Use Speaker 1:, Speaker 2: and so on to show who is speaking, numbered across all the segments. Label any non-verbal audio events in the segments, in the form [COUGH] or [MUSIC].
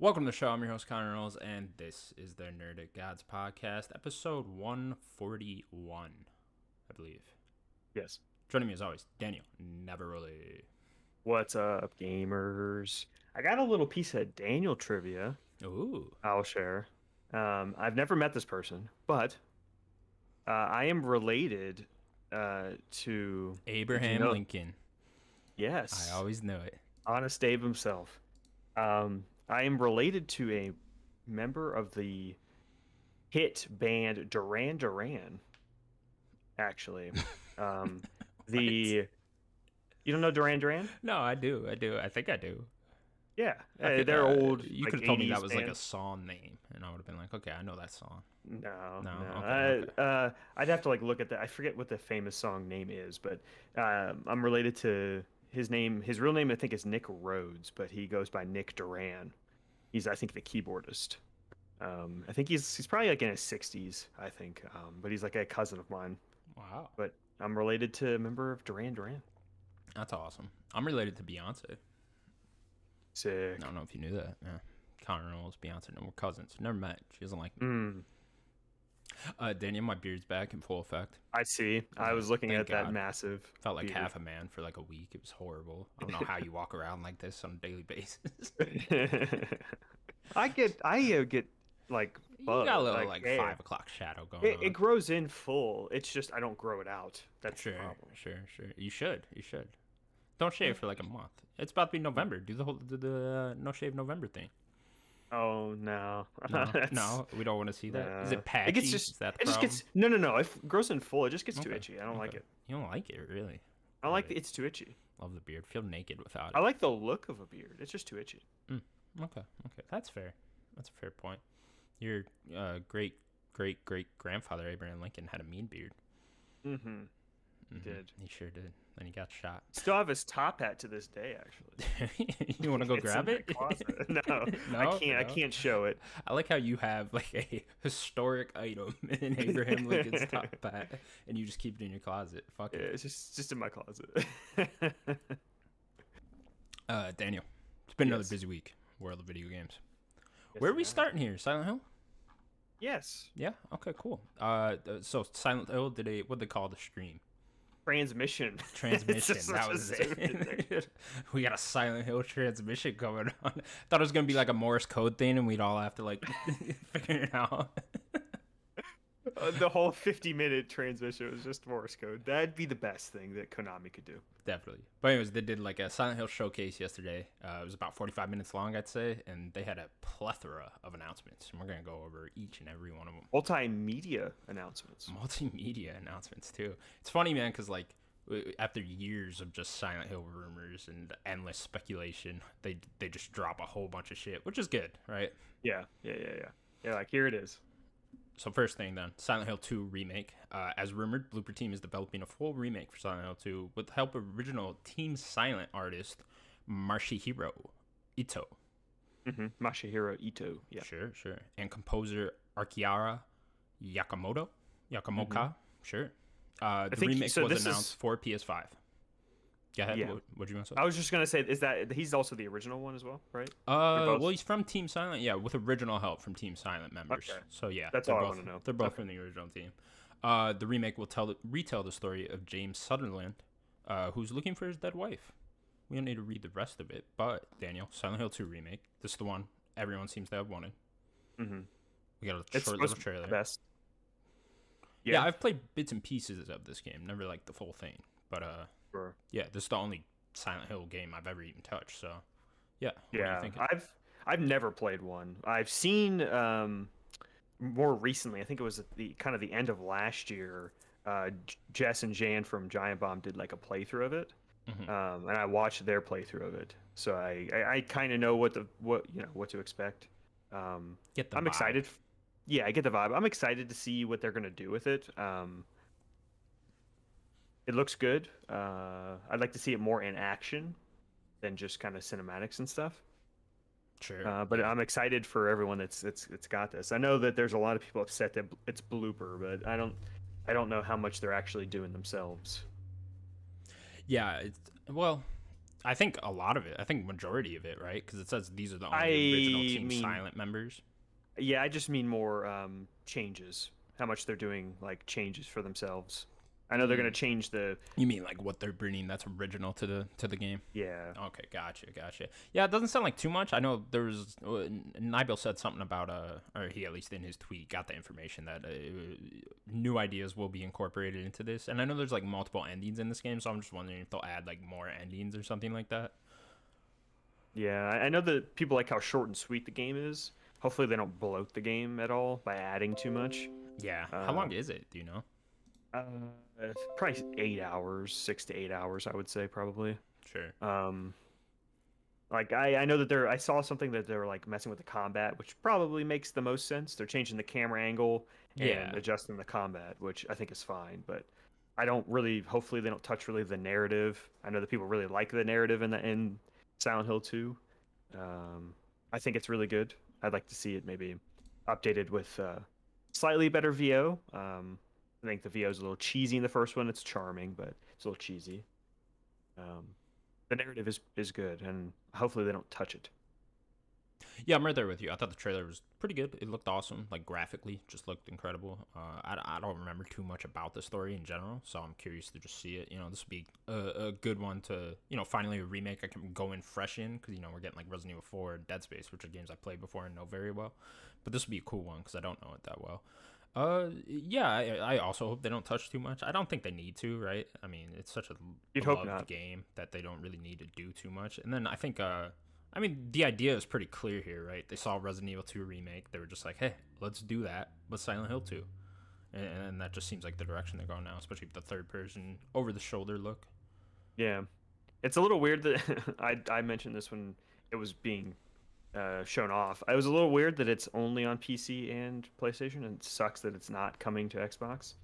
Speaker 1: Welcome to the show. I'm your host, Connor Knowles, and this is the Nerd at Gods podcast, episode 141, I believe.
Speaker 2: Yes.
Speaker 1: Joining me as always, Daniel, never really.
Speaker 2: What's up, gamers? I got a little piece of Daniel trivia
Speaker 1: Ooh.
Speaker 2: I'll share. Um, I've never met this person, but uh, I am related uh, to,
Speaker 1: Abraham
Speaker 2: you know-
Speaker 1: Lincoln.
Speaker 2: yes,
Speaker 1: I always knew it.
Speaker 2: Honest Abe himself. Um, I am related to a member of the hit band Duran Duran, actually.
Speaker 1: [LAUGHS]
Speaker 2: Um, the. You don't know Duran Duran?
Speaker 1: No, I do. I do. I think I do.
Speaker 2: Yeah,
Speaker 1: I
Speaker 2: uh,
Speaker 1: think,
Speaker 2: they're
Speaker 1: uh,
Speaker 2: old.
Speaker 1: You
Speaker 2: like,
Speaker 1: could have told me that
Speaker 2: 80s
Speaker 1: was like
Speaker 2: band.
Speaker 1: a song name, and I would have been like, okay, I know that song.
Speaker 2: No,
Speaker 1: No?
Speaker 2: no.
Speaker 1: Okay,
Speaker 2: I, uh, I'd have to like look at that. I forget what the famous song name is, but um, I'm related to his name. His real name, I think, is Nick Rhodes, but he goes by Nick Duran. He's, I think, the keyboardist. Um, I think he's he's probably like in his 60s. I think, um, but he's like a cousin of mine.
Speaker 1: Wow.
Speaker 2: But I'm related to a member of Duran Duran.
Speaker 1: That's awesome. I'm related to Beyonce.
Speaker 2: Sick.
Speaker 1: I don't know if you knew that. Yeah. Connor Knowles, Beyonce, and we're cousins. Never met. She doesn't like me.
Speaker 2: Mm,
Speaker 1: Uh, Daniel, my beard's back in full effect.
Speaker 2: I see. I was looking
Speaker 1: Oh, Thank
Speaker 2: at that
Speaker 1: God.
Speaker 2: massive. [LAUGHS]
Speaker 1: Felt like
Speaker 2: beard.
Speaker 1: half a man for like a week. It was horrible. I don't know how you walk around like this on a daily [LAUGHS]
Speaker 2: [LAUGHS]
Speaker 1: basis.
Speaker 2: I get. I uh, get like.
Speaker 1: you got a little
Speaker 2: like,
Speaker 1: like
Speaker 2: hair.
Speaker 1: five o'clock shadow going
Speaker 2: It,
Speaker 1: on.
Speaker 2: it grows in full. It's just I don't grow it out. That's the
Speaker 1: sure,
Speaker 2: problem.
Speaker 1: sure, sure. You should. You should. Don't shave for like a month. It's about to be November. Do the whole do the uh, no shave November
Speaker 2: [LAUGHS]
Speaker 1: thing.
Speaker 2: Oh no. [LAUGHS]
Speaker 1: No,
Speaker 2: That's-
Speaker 1: no we don't want to see that. Is
Speaker 2: uh,
Speaker 1: it patchy?
Speaker 2: It gets just.
Speaker 1: Is that the
Speaker 2: it just
Speaker 1: problem?
Speaker 2: gets. No, no, no. It f- grows in full. It just gets too
Speaker 1: Okay,
Speaker 2: itchy. I don't like
Speaker 1: okay.
Speaker 2: it.
Speaker 1: You don't like it, really.
Speaker 2: I don't like the, it's too itchy.
Speaker 1: Love the beard. Feel naked without
Speaker 2: I
Speaker 1: it.
Speaker 2: like the look of a beard. It's just too itchy. Oh.
Speaker 1: Okay, okay, that's fair. That's a fair point. Your uh, great great great grandfather Abraham Lincoln had a mean beard.
Speaker 2: Mm-hmm. He did.
Speaker 1: He sure did. Then he got shot.
Speaker 2: Still have his top hat to this day.
Speaker 1: [LAUGHS]
Speaker 2: Actually.
Speaker 1: you want to go
Speaker 2: It's in
Speaker 1: grab
Speaker 2: my
Speaker 1: it? [LAUGHS]
Speaker 2: closet. [LAUGHS] no,
Speaker 1: No,
Speaker 2: I can't. I
Speaker 1: no.
Speaker 2: can't show it.
Speaker 1: I like how you have like a historic item [LAUGHS] in Abraham Lincoln's
Speaker 2: [LAUGHS]
Speaker 1: top hat, and you just keep it in your closet. Fuck
Speaker 2: Yeah,
Speaker 1: it.
Speaker 2: It's just just in my closet. [LAUGHS]
Speaker 1: Uh, Daniel, it's been another
Speaker 2: Yes.
Speaker 1: busy week. World of video games. Where are we starting here? Silent Hill.
Speaker 2: yes.
Speaker 1: Yeah. Okay. Cool. Uh, th- so Silent Hill did a what they call the
Speaker 2: [LAUGHS]
Speaker 1: stream
Speaker 2: Transmission. [LAUGHS] It's
Speaker 1: transmission.
Speaker 2: just
Speaker 1: that
Speaker 2: such a
Speaker 1: was
Speaker 2: stupid thing.
Speaker 1: it. [LAUGHS] we got a Silent Hill transmission going on. [LAUGHS] Thought it was gonna be like a Morse code thing, and we'd all have to like [LAUGHS] figure it out.
Speaker 2: Uh, the whole 50 minute transmission was just Morse code. That'd be the best thing that Konami could do.
Speaker 1: Definitely. But anyways, they did like a Silent Hill showcase yesterday. Uh, it was about 45 minutes long, I'd say, and they had a plethora of announcements, and we're gonna go over each and every one of them.
Speaker 2: Multimedia
Speaker 1: Mm-hmm.
Speaker 2: announcements.
Speaker 1: [LAUGHS] Multimedia announcements too. It's funny, man, because like w- after years of just Silent Hill rumors and endless speculation, they they just drop a whole bunch of shit, which is good, right?
Speaker 2: Yeah, yeah, yeah, yeah. Yeah, like here it is.
Speaker 1: So first thing then, Silent Hill 2 remake. Uh, as rumored, Blooper Team is developing a full remake for Silent Hill 2 with the help of original Team Silent artist Marshihiro Ito.
Speaker 2: hmm
Speaker 1: Mm-hmm.
Speaker 2: Masahiro Ito. Yeah.
Speaker 1: Sure, sure. And composer Akira Yakamoto, Yakamoka. Sure. Uh, the
Speaker 2: Mm-hmm. think-
Speaker 1: remake
Speaker 2: so
Speaker 1: was
Speaker 2: this
Speaker 1: announced
Speaker 2: is-
Speaker 1: for PS5. Go ahead.
Speaker 2: Yeah.
Speaker 1: What, what'd you want to say?
Speaker 2: I was just gonna say, is that he's also the original one as well, right?
Speaker 1: Uh,
Speaker 2: both-
Speaker 1: well, he's from Team Silent, yeah, with original help from Team Silent members.
Speaker 2: Okay.
Speaker 1: So yeah,
Speaker 2: That's
Speaker 1: they're
Speaker 2: all I
Speaker 1: both-
Speaker 2: wanna know.
Speaker 1: They're both from the original team. Uh, the remake will tell retell the story of James Sutherland, uh, who's looking for his dead wife. We don't need to read the rest of it, but Daniel, Silent Hill 2 remake. This is the one everyone seems to have wanted. Mm-hmm. We got a short
Speaker 2: It's supposed
Speaker 1: little
Speaker 2: to be
Speaker 1: trailer.
Speaker 2: the best.
Speaker 1: yeah.
Speaker 2: Yeah.
Speaker 1: I've played bits and pieces of this game, never like the full thing. But uh,
Speaker 2: for-
Speaker 1: yeah, this is the only Silent Hill game I've ever even touched. So yeah, what do you
Speaker 2: Yeah,
Speaker 1: think?
Speaker 2: I've I've never played one. I've seen um, more recently. I think it was at the kind of the end of last year. Uh, J- Jess and Jan from Giant Bomb did like a playthrough of it,
Speaker 1: Mm-hmm.
Speaker 2: um, and I watched their playthrough of it. So I I, I kind of know what the what you know what to expect. Um,
Speaker 1: Get the
Speaker 2: I'm
Speaker 1: vibe.
Speaker 2: excited. f- Yeah, I get the vibe. I'm excited to see what they're gonna do with it. Um, it looks good. Uh, I'd like to see it more in action than just kind of cinematics and stuff.
Speaker 1: Sure.
Speaker 2: Uh, but I'm excited for everyone that's that's that's got this. I know that there's a lot of people upset that it's blooper, but I don't I don't know how much they're actually doing themselves.
Speaker 1: Yeah, it's well, I think a lot of it. I think majority of it, right? Because it says these are the only original
Speaker 2: I
Speaker 1: Team
Speaker 2: mean-
Speaker 1: Silent members.
Speaker 2: Yeah, I just mean more um, changes. How much they're doing like changes for themselves. I know they're gonna change the
Speaker 1: You mean like what they're bringing that's original to the to the game?
Speaker 2: yeah.
Speaker 1: Okay, gotcha, gotcha. Yeah, it doesn't sound like too much. I know there was uh, N- Nibel said something about uh, or he at least in his tweet got the information that uh, new ideas will be incorporated into this. And I know there's like multiple endings in this game, so I'm just wondering if they'll add like more endings or something like that.
Speaker 2: Yeah, I I know that people like how short and sweet the game is. Hopefully, they don't bloat the game at all by adding too much.
Speaker 1: Yeah. How
Speaker 2: Uh,
Speaker 1: long is it? Do you know?
Speaker 2: Uh, it's probably eight hours, six to eight hours, I would say probably.
Speaker 1: Sure.
Speaker 2: Um, like I, I know that they're. I saw something that they were like messing with the combat, which probably makes the most sense. They're changing the camera angle and
Speaker 1: Yeah.
Speaker 2: adjusting the combat, which I think is fine. But I don't really. Hopefully, they don't touch really the narrative. I know that people really like the narrative in the in Silent Hill Two. Um, I think it's really good. I'd like to see it maybe updated with uh, slightly better VO. Um, I think the VO is a little cheesy in the first one. It's charming, but it's a little cheesy. Um, the narrative is is good, and hopefully they don't touch it.
Speaker 1: Yeah, I'm right there with you. I thought the trailer was pretty good. It looked awesome, like graphically, just looked incredible. Uh, I, I don't remember too much about the story in general, so I'm curious to just see it. You know, this would be a, a good one to, you know, finally a remake I can go in fresh in because you know we're getting like Resident Evil 4, and Dead Space, which are games I played before and know very well. But this would be a cool one because I don't know it that well. Uh, yeah, I, I also hope they don't touch too much. I don't think they need to, right? I mean, it's such a
Speaker 2: You'd hope
Speaker 1: beloved
Speaker 2: not.
Speaker 1: game that they don't really need to do too much. And then I think, uh, I mean, the idea is pretty clear here, right? They saw Resident Evil 2 remake. They were just like, hey, let's do that, but Silent Hill 2. And, and that just seems like the direction they're going now, especially with the third person over the shoulder look.
Speaker 2: Yeah, it's a little weird that [LAUGHS] I I mentioned this when it was being uh, shown off. It was a little weird that it's only on PC and PlayStation, and it sucks that it's not coming to Xbox.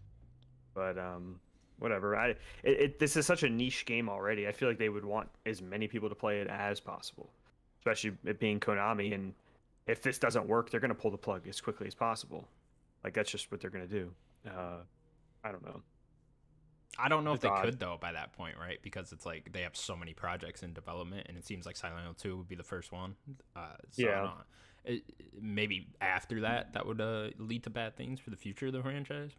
Speaker 2: But um, whatever. I it, it this is such a niche game already. I feel like they would want as many people to play it as possible, especially it being Konami. And if this doesn't work, they're gonna pull the plug as quickly as possible. Like that's just what they're gonna do. Uh, I don't know.
Speaker 1: I don't know if
Speaker 2: It's
Speaker 1: they
Speaker 2: odd.
Speaker 1: could, though, by that point, right? Because it's like they have so many projects in development, and it seems like Silent Hill 2 would be the first one. Uh, so I
Speaker 2: Yeah.
Speaker 1: don't know. It- maybe after that, that would uh, lead to bad things for the future of the franchise.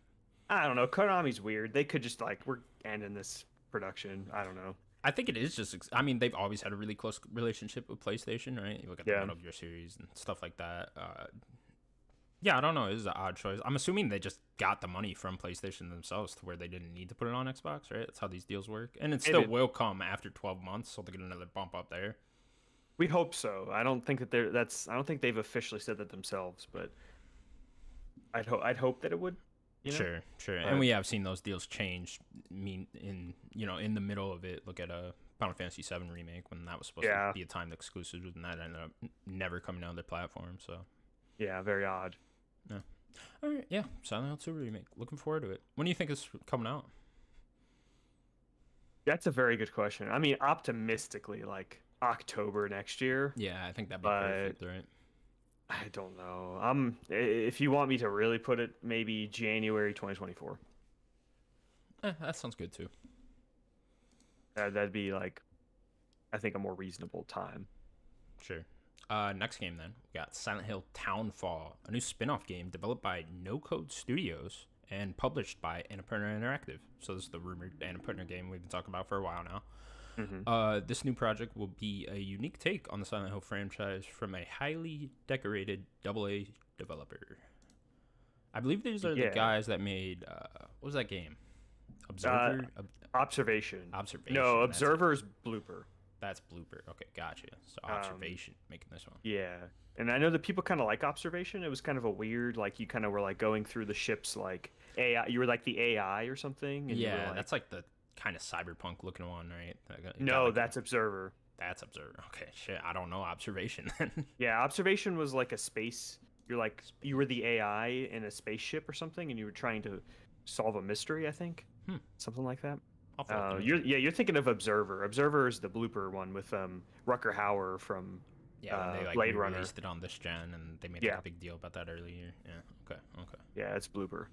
Speaker 2: I don't know. Konami's weird. They could just like we're ending this production. I don't know.
Speaker 1: I think it is just. ex- I mean, they've always had a really close relationship with PlayStation, right? You look at
Speaker 2: Yeah.
Speaker 1: the Metal Gear series and stuff like that. Uh, yeah, I don't know. It is an odd choice. I'm assuming they just got the money from PlayStation themselves to where they didn't need to put it on Xbox, right? That's how these deals work. And it still
Speaker 2: Maybe.
Speaker 1: will come after 12 months, so they get another bump up there.
Speaker 2: We hope so. I don't think that they're that's. I don't think they've officially said that themselves, but I'd hope. I'd hope that it would. You know?
Speaker 1: Sure, sure.
Speaker 2: But-
Speaker 1: and we have seen those deals change. Mean in you know in the middle of it, look at a Final Fantasy VII remake when that was supposed
Speaker 2: Yeah.
Speaker 1: to be a timed exclusive, and that ended up n- never coming out of their platform. So
Speaker 2: Yeah. Very odd.
Speaker 1: All right, yeah, Silent Hill 2 remake. Looking forward to it. When do you think it's coming out?
Speaker 2: That's a very good question. I mean, optimistically, like October next year.
Speaker 1: Yeah, I think that'd be
Speaker 2: But-
Speaker 1: perfect, right?
Speaker 2: I don't know. I'm. i- If you want me to really put it, maybe January 2024.
Speaker 1: Eh, that sounds good too.
Speaker 2: That, Uh, that'd be like, I think a more reasonable time.
Speaker 1: Sure. Uh, next game then we got Silent Hill Townfall, a new spin-off game developed by No Code Studios and published by Annapurna Interactive. So this is the rumored Annapurna game we've been talking about for a while now.
Speaker 2: Mm-hmm.
Speaker 1: Uh, this new project will be a unique take on the Silent Hill franchise from a highly decorated AA developer. I believe these are
Speaker 2: Yeah.
Speaker 1: the guys that made uh, what was that game? Observer. Ob-
Speaker 2: Observation.
Speaker 1: observation.
Speaker 2: Uh, No,
Speaker 1: that's it.
Speaker 2: observer's blooper.
Speaker 1: That's, blooper. Okay, gotcha. So
Speaker 2: Um,
Speaker 1: observation making this one.
Speaker 2: Yeah. And I know that people kind of like observation. It was kind of a weird, like you kind of were like going through the ships, like AI. You were like the AI or something. And you were
Speaker 1: Yeah,
Speaker 2: like,
Speaker 1: that's like the kind of cyberpunk looking one, right? That got- got,
Speaker 2: no,
Speaker 1: like,
Speaker 2: that's observer.
Speaker 1: that's observer. Okay, shit. I don't know observation [LAUGHS] then.
Speaker 2: Yeah, observation was like a space. You're like you were the AI in a spaceship or something, and you were trying to solve a mystery. I think
Speaker 1: Hmm.
Speaker 2: something like that.
Speaker 1: I'll follow
Speaker 2: Uh,
Speaker 1: through.
Speaker 2: you're yeah, you're thinking of observer. Observer is the blooper one with um Rucker Hauer from
Speaker 1: yeah, when
Speaker 2: uh,
Speaker 1: they like
Speaker 2: Blade Runner.
Speaker 1: released it on this gen, and they made like,
Speaker 2: Yeah.
Speaker 1: a big deal about that earlier. Yeah. Okay. Okay.
Speaker 2: Yeah, it's blooper.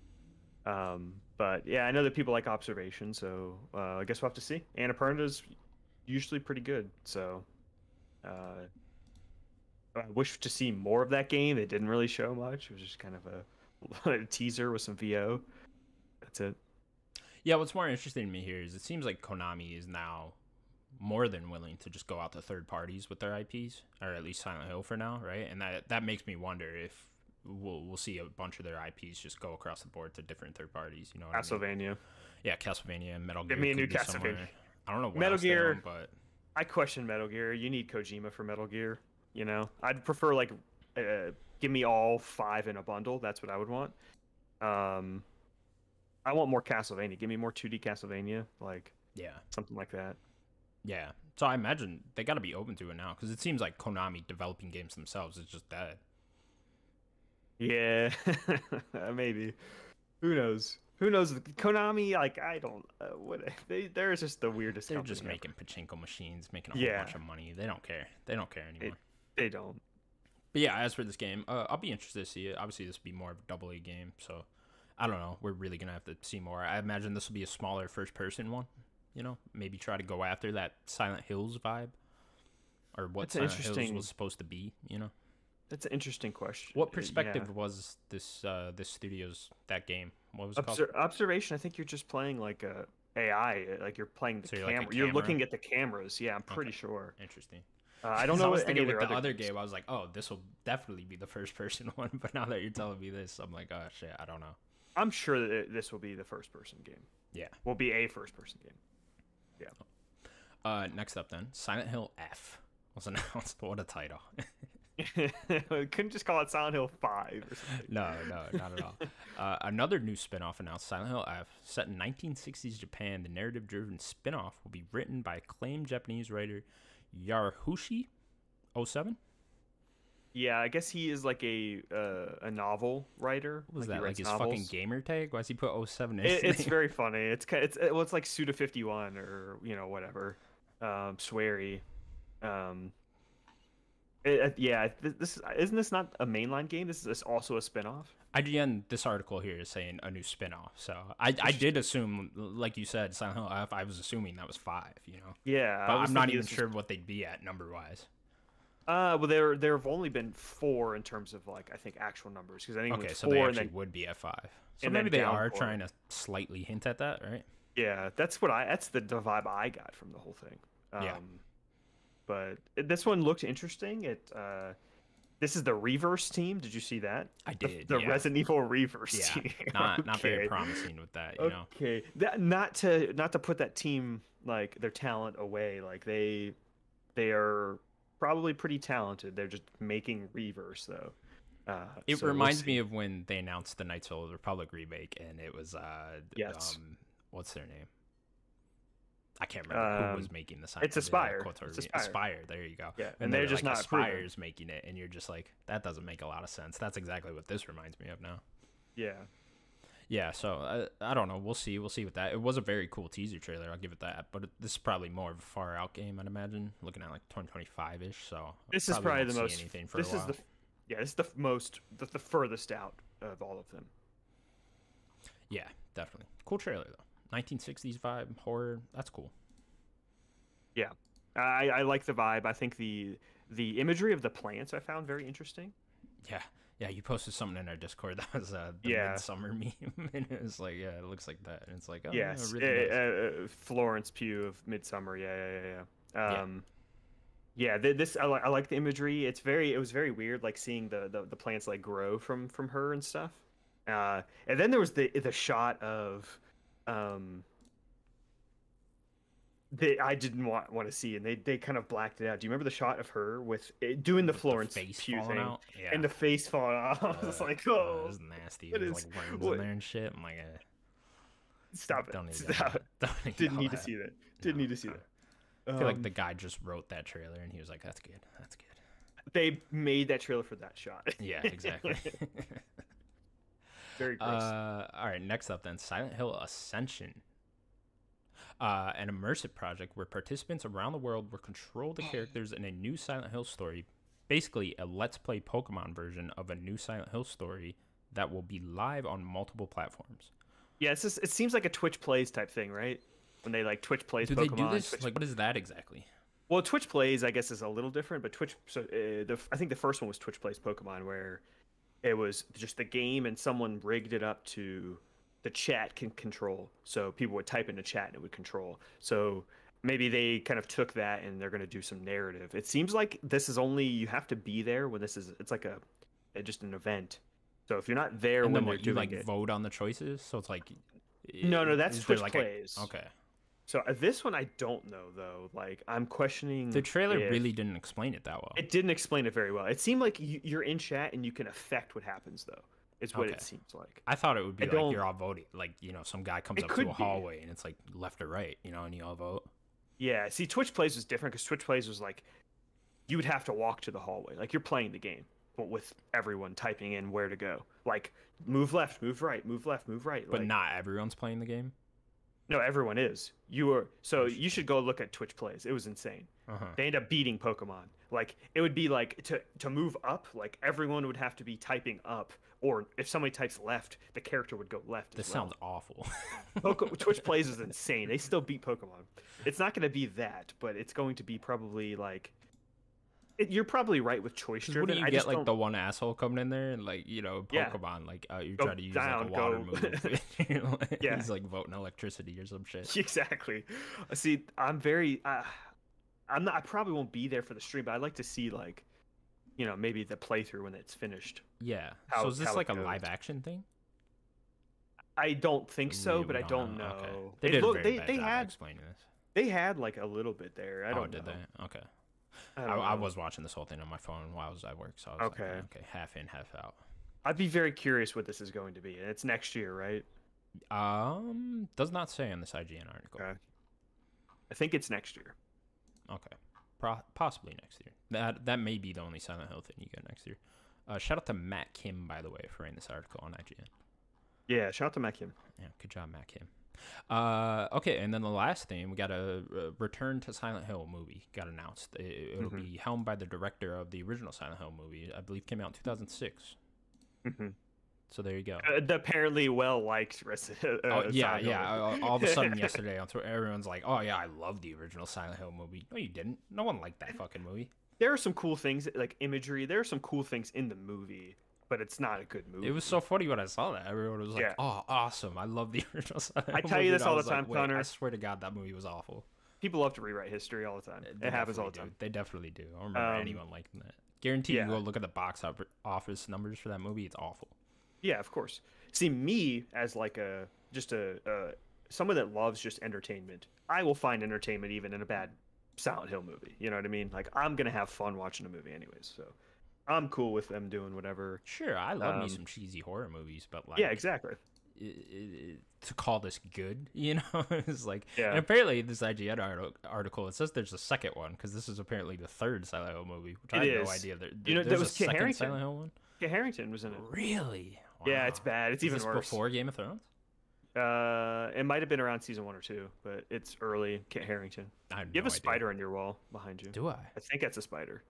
Speaker 2: Um, but yeah, I know that people like observation, so uh, I guess we'll have to see. Annapurna's usually pretty good. So, uh, I wish to see more of that game. It didn't really show much. It was just kind of a, [LAUGHS] a teaser with some VO. That's it.
Speaker 1: Yeah, what's more interesting to me here is it seems like Konami is now more than willing to just go out to third parties with their IPs, or at least Silent Hill for now, right? And that that makes me wonder if we'll we'll see a bunch of their IPs just go across the board to different third parties. You know, what I mean?
Speaker 2: Castlevania.
Speaker 1: yeah, Castlevania, and Metal Gear.
Speaker 2: Give me a
Speaker 1: could
Speaker 2: new
Speaker 1: be somewhere.
Speaker 2: Castlevania.
Speaker 1: I don't know what
Speaker 2: Metal
Speaker 1: else they're
Speaker 2: Gear.
Speaker 1: on, but
Speaker 2: I question Metal Gear. You need Kojima for Metal Gear. You know, I'd prefer like, uh, give me all five in a bundle. That's what I would want. Um, I want more Castlevania. Give me more 2D Castlevania, like
Speaker 1: yeah,
Speaker 2: something like that.
Speaker 1: yeah. So I imagine they got to be open to it now because it seems like Konami developing games themselves is just dead.
Speaker 2: Yeah, [LAUGHS] maybe. Who knows? Who knows? Konami, like I don't. Uh, what they? They're just the weirdest.
Speaker 1: They're
Speaker 2: company
Speaker 1: just
Speaker 2: ever.
Speaker 1: making pachinko machines, making a whole
Speaker 2: Yeah.
Speaker 1: bunch of money. They don't care. They don't care anymore.
Speaker 2: They don't.
Speaker 1: But yeah, as for this game, uh, I'll be interested to see it. Obviously, this will be more of a double A game, so I don't know. We're really gonna have to see more. I imagine this will be a smaller first person one. You know, maybe try to go after that Silent Hills vibe, or what
Speaker 2: That's an
Speaker 1: Silent Hills
Speaker 2: interesting-
Speaker 1: was supposed to be. You know,
Speaker 2: That's an interesting question. Uh,
Speaker 1: what
Speaker 2: yeah.
Speaker 1: perspective was this uh, this studio's that game? What was it called?
Speaker 2: Obser- observation. I think you're just playing like a AI. uh, Like you're playing the
Speaker 1: So you're
Speaker 2: camera.
Speaker 1: like a
Speaker 2: You're
Speaker 1: camera?
Speaker 2: looking at the cameras. Yeah, I'm pretty sure.
Speaker 1: Interesting.
Speaker 2: Uh, I don't
Speaker 1: 'Cause
Speaker 2: know
Speaker 1: was
Speaker 2: what any
Speaker 1: thinking
Speaker 2: of
Speaker 1: with
Speaker 2: their
Speaker 1: the
Speaker 2: other.
Speaker 1: other game. I was like, oh, this will definitely be the first [LAUGHS] person one. But now that you're telling me this, I'm like, oh shit, I don't know.
Speaker 2: I'm sure that it- this will be the first person game.
Speaker 1: Yeah.
Speaker 2: Will be a first person game. [LAUGHS]
Speaker 1: Uh, next up then, Silent Hill F was [LAUGHS] announced. what a title! [LAUGHS]
Speaker 2: Couldn't just call it Silent Hill Five or something.
Speaker 1: no, no, not
Speaker 2: [LAUGHS]
Speaker 1: at all. Uh, another new spin-off announced, Silent Hill F, set in 1960s Japan. The narrative-driven spin-off will be written by acclaimed Japanese writer oh Yarushi 07.
Speaker 2: Yeah, I guess he is like a uh, a novel writer.
Speaker 1: What was
Speaker 2: he
Speaker 1: that like
Speaker 2: writes
Speaker 1: his fucking
Speaker 2: novels.
Speaker 1: gamer tag? Why does he put 07 in? [LAUGHS]
Speaker 2: It,
Speaker 1: his
Speaker 2: it's
Speaker 1: name?
Speaker 2: very funny. It's ki- it's well, it's like Suda Fifty One or you know whatever, um, Swery. Um, it, it- yeah, th- this isn't this not a mainline game. This is this also a spinoff.
Speaker 1: IGN, this article here is saying a new spin-off. So I, I did assume, like you said, Silent Hill F. I was assuming that was five. You know,
Speaker 2: Yeah, I
Speaker 1: but
Speaker 2: was
Speaker 1: I'm not
Speaker 2: thinking
Speaker 1: even
Speaker 2: this was-
Speaker 1: sure what they'd be at number-wise.
Speaker 2: Uh, well, there there have only been four in terms of like I think actual numbers because I think it
Speaker 1: Okay,
Speaker 2: was
Speaker 1: so
Speaker 2: four
Speaker 1: they
Speaker 2: and
Speaker 1: actually
Speaker 2: then
Speaker 1: would be at five. So
Speaker 2: and then
Speaker 1: maybe they
Speaker 2: down
Speaker 1: are
Speaker 2: four.
Speaker 1: trying to slightly hint at that, right?
Speaker 2: Yeah, that's what I. That's the, the vibe I got from the whole thing. Um,
Speaker 1: Yeah.
Speaker 2: But it- this one looked interesting. It. Uh, this is the Reverse team. Did you see that?
Speaker 1: I
Speaker 2: The-
Speaker 1: did,
Speaker 2: The,
Speaker 1: yeah.
Speaker 2: [LAUGHS] Resident Evil Reverse
Speaker 1: Yeah,
Speaker 2: team. [LAUGHS]
Speaker 1: not not very
Speaker 2: Okay,
Speaker 1: promising with that, you know.
Speaker 2: Okay. That, not to not to put that team like their talent away. Like they, they are probably pretty talented. They're just making Reverse though. Uh,
Speaker 1: It
Speaker 2: so we'll
Speaker 1: reminds
Speaker 2: see.
Speaker 1: me of when they announced the Knights of the Republic remake, and it was uh, d-
Speaker 2: Yes.
Speaker 1: um, what's their name? I can't remember who was
Speaker 2: Um,
Speaker 1: making the sign.
Speaker 2: it's Aspire. It's
Speaker 1: Aspire.
Speaker 2: Aspire.
Speaker 1: There you go.
Speaker 2: Yeah, and
Speaker 1: And,
Speaker 2: they're
Speaker 1: they're
Speaker 2: just
Speaker 1: like,
Speaker 2: not proven.
Speaker 1: Aspire's making it, and you're just like, that doesn't make a lot of sense. That's exactly what this reminds me of now.
Speaker 2: Yeah.
Speaker 1: Yeah, so uh, I, I don't know. We'll see. We'll see with that. It was a very cool teaser trailer. I'll give it that. But it, this is probably more of a far out game, I'd imagine. Looking at like 2025 ish. So
Speaker 2: This is probably
Speaker 1: won't
Speaker 2: the
Speaker 1: see
Speaker 2: most.
Speaker 1: anything for a
Speaker 2: This is
Speaker 1: while.
Speaker 2: the. Yeah, this is the f- most the, the furthest out of all of them.
Speaker 1: Yeah, definitely. Cool trailer though. 1960s vibe horror. That's cool.
Speaker 2: I, I like the vibe. I think the the imagery of the plants I found very interesting.
Speaker 1: Yeah, yeah. You posted something in our Discord [LAUGHS] that was uh, the
Speaker 2: Yeah.
Speaker 1: midsummer [LAUGHS] meme, and it was like, yeah, it looks like that, and it's like, oh, yeah,
Speaker 2: yes,
Speaker 1: it really does.
Speaker 2: uh, uh, uh, Florence Pugh of Midsummer. Yeah, yeah, yeah, yeah.
Speaker 1: Yeah.
Speaker 2: Um, yeah. th- this I, li- I like the imagery. It's very it was very weird, like seeing the, the the plants like grow from from her and stuff. Uh, and then there was the the shot of, um. That I didn't want want to see, and they, they kind of blacked it out. Do you remember the shot of her with it, doing the
Speaker 1: With
Speaker 2: Florence
Speaker 1: face
Speaker 2: Pugh
Speaker 1: falling
Speaker 2: thing
Speaker 1: out. Yeah.
Speaker 2: and the [LAUGHS] face falling off? I was
Speaker 1: Uh,
Speaker 2: like,
Speaker 1: uh,
Speaker 2: oh,
Speaker 1: it was nasty.
Speaker 2: what
Speaker 1: It was
Speaker 2: is-
Speaker 1: like worms
Speaker 2: what-
Speaker 1: in there and shit. I'm like, eh,
Speaker 2: Stop it.
Speaker 1: don't need that. [LAUGHS]
Speaker 2: Stop it.
Speaker 1: Don't need
Speaker 2: Didn't
Speaker 1: all
Speaker 2: need to
Speaker 1: that.
Speaker 2: see that. Didn't
Speaker 1: No,
Speaker 2: need to see
Speaker 1: no.
Speaker 2: that.
Speaker 1: I feel like
Speaker 2: Um,
Speaker 1: the guy just wrote that trailer, and he was like, that's good. That's good.
Speaker 2: Um, they made that trailer for that shot.
Speaker 1: [LAUGHS] Yeah,
Speaker 2: [LAUGHS]
Speaker 1: exactly.
Speaker 2: Very gross.
Speaker 1: Uh, all right, next up then Silent Hill Ascension. Uh, an immersive project where participants around the world will control the characters in a new Silent Hill story. Basically, a Let's Play Pokemon version of a new Silent Hill story that will be live on multiple platforms.
Speaker 2: yeah, it's just, it seems like a Twitch plays type thing, right? when they like Twitch plays
Speaker 1: Do they
Speaker 2: Pokemon.
Speaker 1: do this?
Speaker 2: Twitch-
Speaker 1: Like, what is that exactly?
Speaker 2: well, Twitch plays I guess is a little different, but Twitch. So uh, the I think the first one was Twitch plays Pokemon, where it was just the game and someone rigged it up to the chat can control. So people would type in the chat and it would control. So maybe they kind of took that and they're going to do some narrative. It seems like this is only you have to be there when this is. It's like a, a just an event. So if you're not there
Speaker 1: And
Speaker 2: when
Speaker 1: then
Speaker 2: they're
Speaker 1: what, you
Speaker 2: doing
Speaker 1: like
Speaker 2: it,
Speaker 1: vote on the choices? So it's like.
Speaker 2: No, no,
Speaker 1: i-
Speaker 2: that's
Speaker 1: is there,
Speaker 2: Twitch
Speaker 1: like, a-
Speaker 2: plays.
Speaker 1: okay.
Speaker 2: So uh, this one I don't know though. Like I'm questioning.
Speaker 1: The trailer
Speaker 2: if-
Speaker 1: really didn't explain it that well.
Speaker 2: It didn't explain it very well. It seemed like you, you're in chat and you can affect what happens though. Is what
Speaker 1: Okay.
Speaker 2: it seems like.
Speaker 1: I thought it would be
Speaker 2: I
Speaker 1: like
Speaker 2: don't-
Speaker 1: you're all voting. Like, you know, some guy comes
Speaker 2: It
Speaker 1: up to
Speaker 2: could
Speaker 1: a
Speaker 2: be.
Speaker 1: hallway and it's like left or right, you know, and you all vote.
Speaker 2: Yeah. See, Twitch Plays was different because Twitch Plays was like you would have to walk to the hallway. Like you're playing the game, but with everyone typing in where to go. Like move left, move right, move left, move right.
Speaker 1: But
Speaker 2: like,
Speaker 1: not everyone's playing the game.
Speaker 2: No, everyone is. You are. So you should go look at Twitch Plays. It was insane.
Speaker 1: Uh-huh.
Speaker 2: they end up beating Pokemon. Like it would be like to to move up, like everyone would have to be typing up, or if somebody types left, the character would go left.
Speaker 1: This
Speaker 2: as well.
Speaker 1: sounds
Speaker 2: [LAUGHS]
Speaker 1: awful.
Speaker 2: Poke- Twitch plays is insane. They still beat Pokemon. It's not going to be that, but it's going to be probably like. It, you're probably right with choice
Speaker 1: 'Cause what do
Speaker 2: driven.
Speaker 1: you
Speaker 2: I
Speaker 1: get
Speaker 2: just
Speaker 1: like
Speaker 2: don't-
Speaker 1: the one asshole coming in there and like you know
Speaker 2: Yeah.
Speaker 1: Pokemon like uh, you
Speaker 2: Go
Speaker 1: try to use
Speaker 2: down,
Speaker 1: like a water
Speaker 2: go-
Speaker 1: move. [LAUGHS] You know, like,
Speaker 2: Yeah.
Speaker 1: he's like voting electricity or some shit.
Speaker 2: [LAUGHS] exactly. See, I'm very. Uh, I'm not. I probably won't be there for the stream, but I'd like to see like, you know, maybe the playthrough when it's finished.
Speaker 1: Yeah.
Speaker 2: How-
Speaker 1: so is this
Speaker 2: how it
Speaker 1: like a
Speaker 2: goes.
Speaker 1: live action thing?
Speaker 2: I don't think so,
Speaker 1: We-
Speaker 2: but
Speaker 1: we
Speaker 2: I don't know.
Speaker 1: Okay. They, did
Speaker 2: look-
Speaker 1: a very
Speaker 2: they,
Speaker 1: bad
Speaker 2: they
Speaker 1: job
Speaker 2: had
Speaker 1: explaining this.
Speaker 2: They had like a little bit there. I
Speaker 1: oh,
Speaker 2: don't
Speaker 1: did
Speaker 2: know.
Speaker 1: they? Okay.
Speaker 2: I,
Speaker 1: I,
Speaker 2: don't
Speaker 1: I
Speaker 2: know.
Speaker 1: was watching this whole thing on my phone while I was at work, so I was okay.
Speaker 2: Okay.
Speaker 1: like, okay, half in, half out.
Speaker 2: I'd be very curious what this is going to be. And it's next year, right?
Speaker 1: Um, does not say on this IGN article.
Speaker 2: Okay. I think it's next year.
Speaker 1: Okay. Pro- possibly next year. That that may be the only Silent Hill thing you get next year. Uh, shout out to Matt Kim by the way for writing this article on IGN.
Speaker 2: Yeah. Shout out to Mekim.
Speaker 1: Yeah, good job, Matt Kim. Uh, okay, and then the last thing we got a uh, Return to Silent Hill movie got announced. It, will
Speaker 2: Mhm.
Speaker 1: be helmed by the director of the original Silent Hill movie. I believe came out in 2006. Mm-hmm.
Speaker 2: Mhm.
Speaker 1: So there you go.
Speaker 2: Uh, the apparently well liked Resident. [LAUGHS] Uh,
Speaker 1: Oh, yeah,
Speaker 2: Silent Hill.
Speaker 1: yeah. All,
Speaker 2: [LAUGHS]
Speaker 1: all of a sudden, yesterday on Twitter, everyone's like, "Oh yeah, I love the original Silent Hill movie." No, you didn't. No one liked
Speaker 2: [LAUGHS]
Speaker 1: that fucking movie.
Speaker 2: there are some cool things like imagery. There are some cool things in the movie, but it's not a good movie.
Speaker 1: It was so funny when I saw that. Everyone was like,
Speaker 2: Yeah.
Speaker 1: "Oh, awesome! I love the [LAUGHS] original." Silent
Speaker 2: I
Speaker 1: Hill
Speaker 2: tell you
Speaker 1: movie,"
Speaker 2: this
Speaker 1: and I
Speaker 2: all the
Speaker 1: was like,
Speaker 2: time,
Speaker 1: "Wait, I
Speaker 2: Connor.
Speaker 1: swear to God, that movie was awful.
Speaker 2: people love to rewrite history all the time.
Speaker 1: They
Speaker 2: It happens all the
Speaker 1: Uh, definitely
Speaker 2: time.
Speaker 1: do. They definitely do. I don't remember
Speaker 2: Um,
Speaker 1: anyone liking that. Guarantee
Speaker 2: yeah.
Speaker 1: you go look at the box op- office numbers for that movie. It's awful.
Speaker 2: Yeah, of course. See me as like a just a, a someone that loves just entertainment. I will find entertainment even in a bad Silent Hill movie. You know what I mean? Like I'm gonna have fun watching a movie anyways. So I'm cool with them doing whatever.
Speaker 1: Sure, I love me
Speaker 2: Um,
Speaker 1: some cheesy horror movies, but like,
Speaker 2: Yeah, exactly.
Speaker 1: i- i- i- to call this good, [LAUGHS] you know, it's like.
Speaker 2: Yeah.
Speaker 1: And apparently, this IGN arti- article it says there's a second one because this is apparently the third Silent Hill movie, which I
Speaker 2: It
Speaker 1: had
Speaker 2: is.
Speaker 1: no idea there,
Speaker 2: You know,
Speaker 1: there's
Speaker 2: that
Speaker 1: a
Speaker 2: was Kit
Speaker 1: second
Speaker 2: Harington.
Speaker 1: Silent Hill one.
Speaker 2: Yeah, Harrington was in it.
Speaker 1: Really?
Speaker 2: Yeah, it's
Speaker 1: Wow.
Speaker 2: bad. It's
Speaker 1: Is
Speaker 2: even
Speaker 1: this
Speaker 2: worse.
Speaker 1: before Game of Thrones?
Speaker 2: Uh, it might have been around season one or two, but it's early. Kit Harrington.
Speaker 1: I have
Speaker 2: You have
Speaker 1: no
Speaker 2: a
Speaker 1: idea.
Speaker 2: spider on your wall behind you.
Speaker 1: Do I?
Speaker 2: I think that's a spider.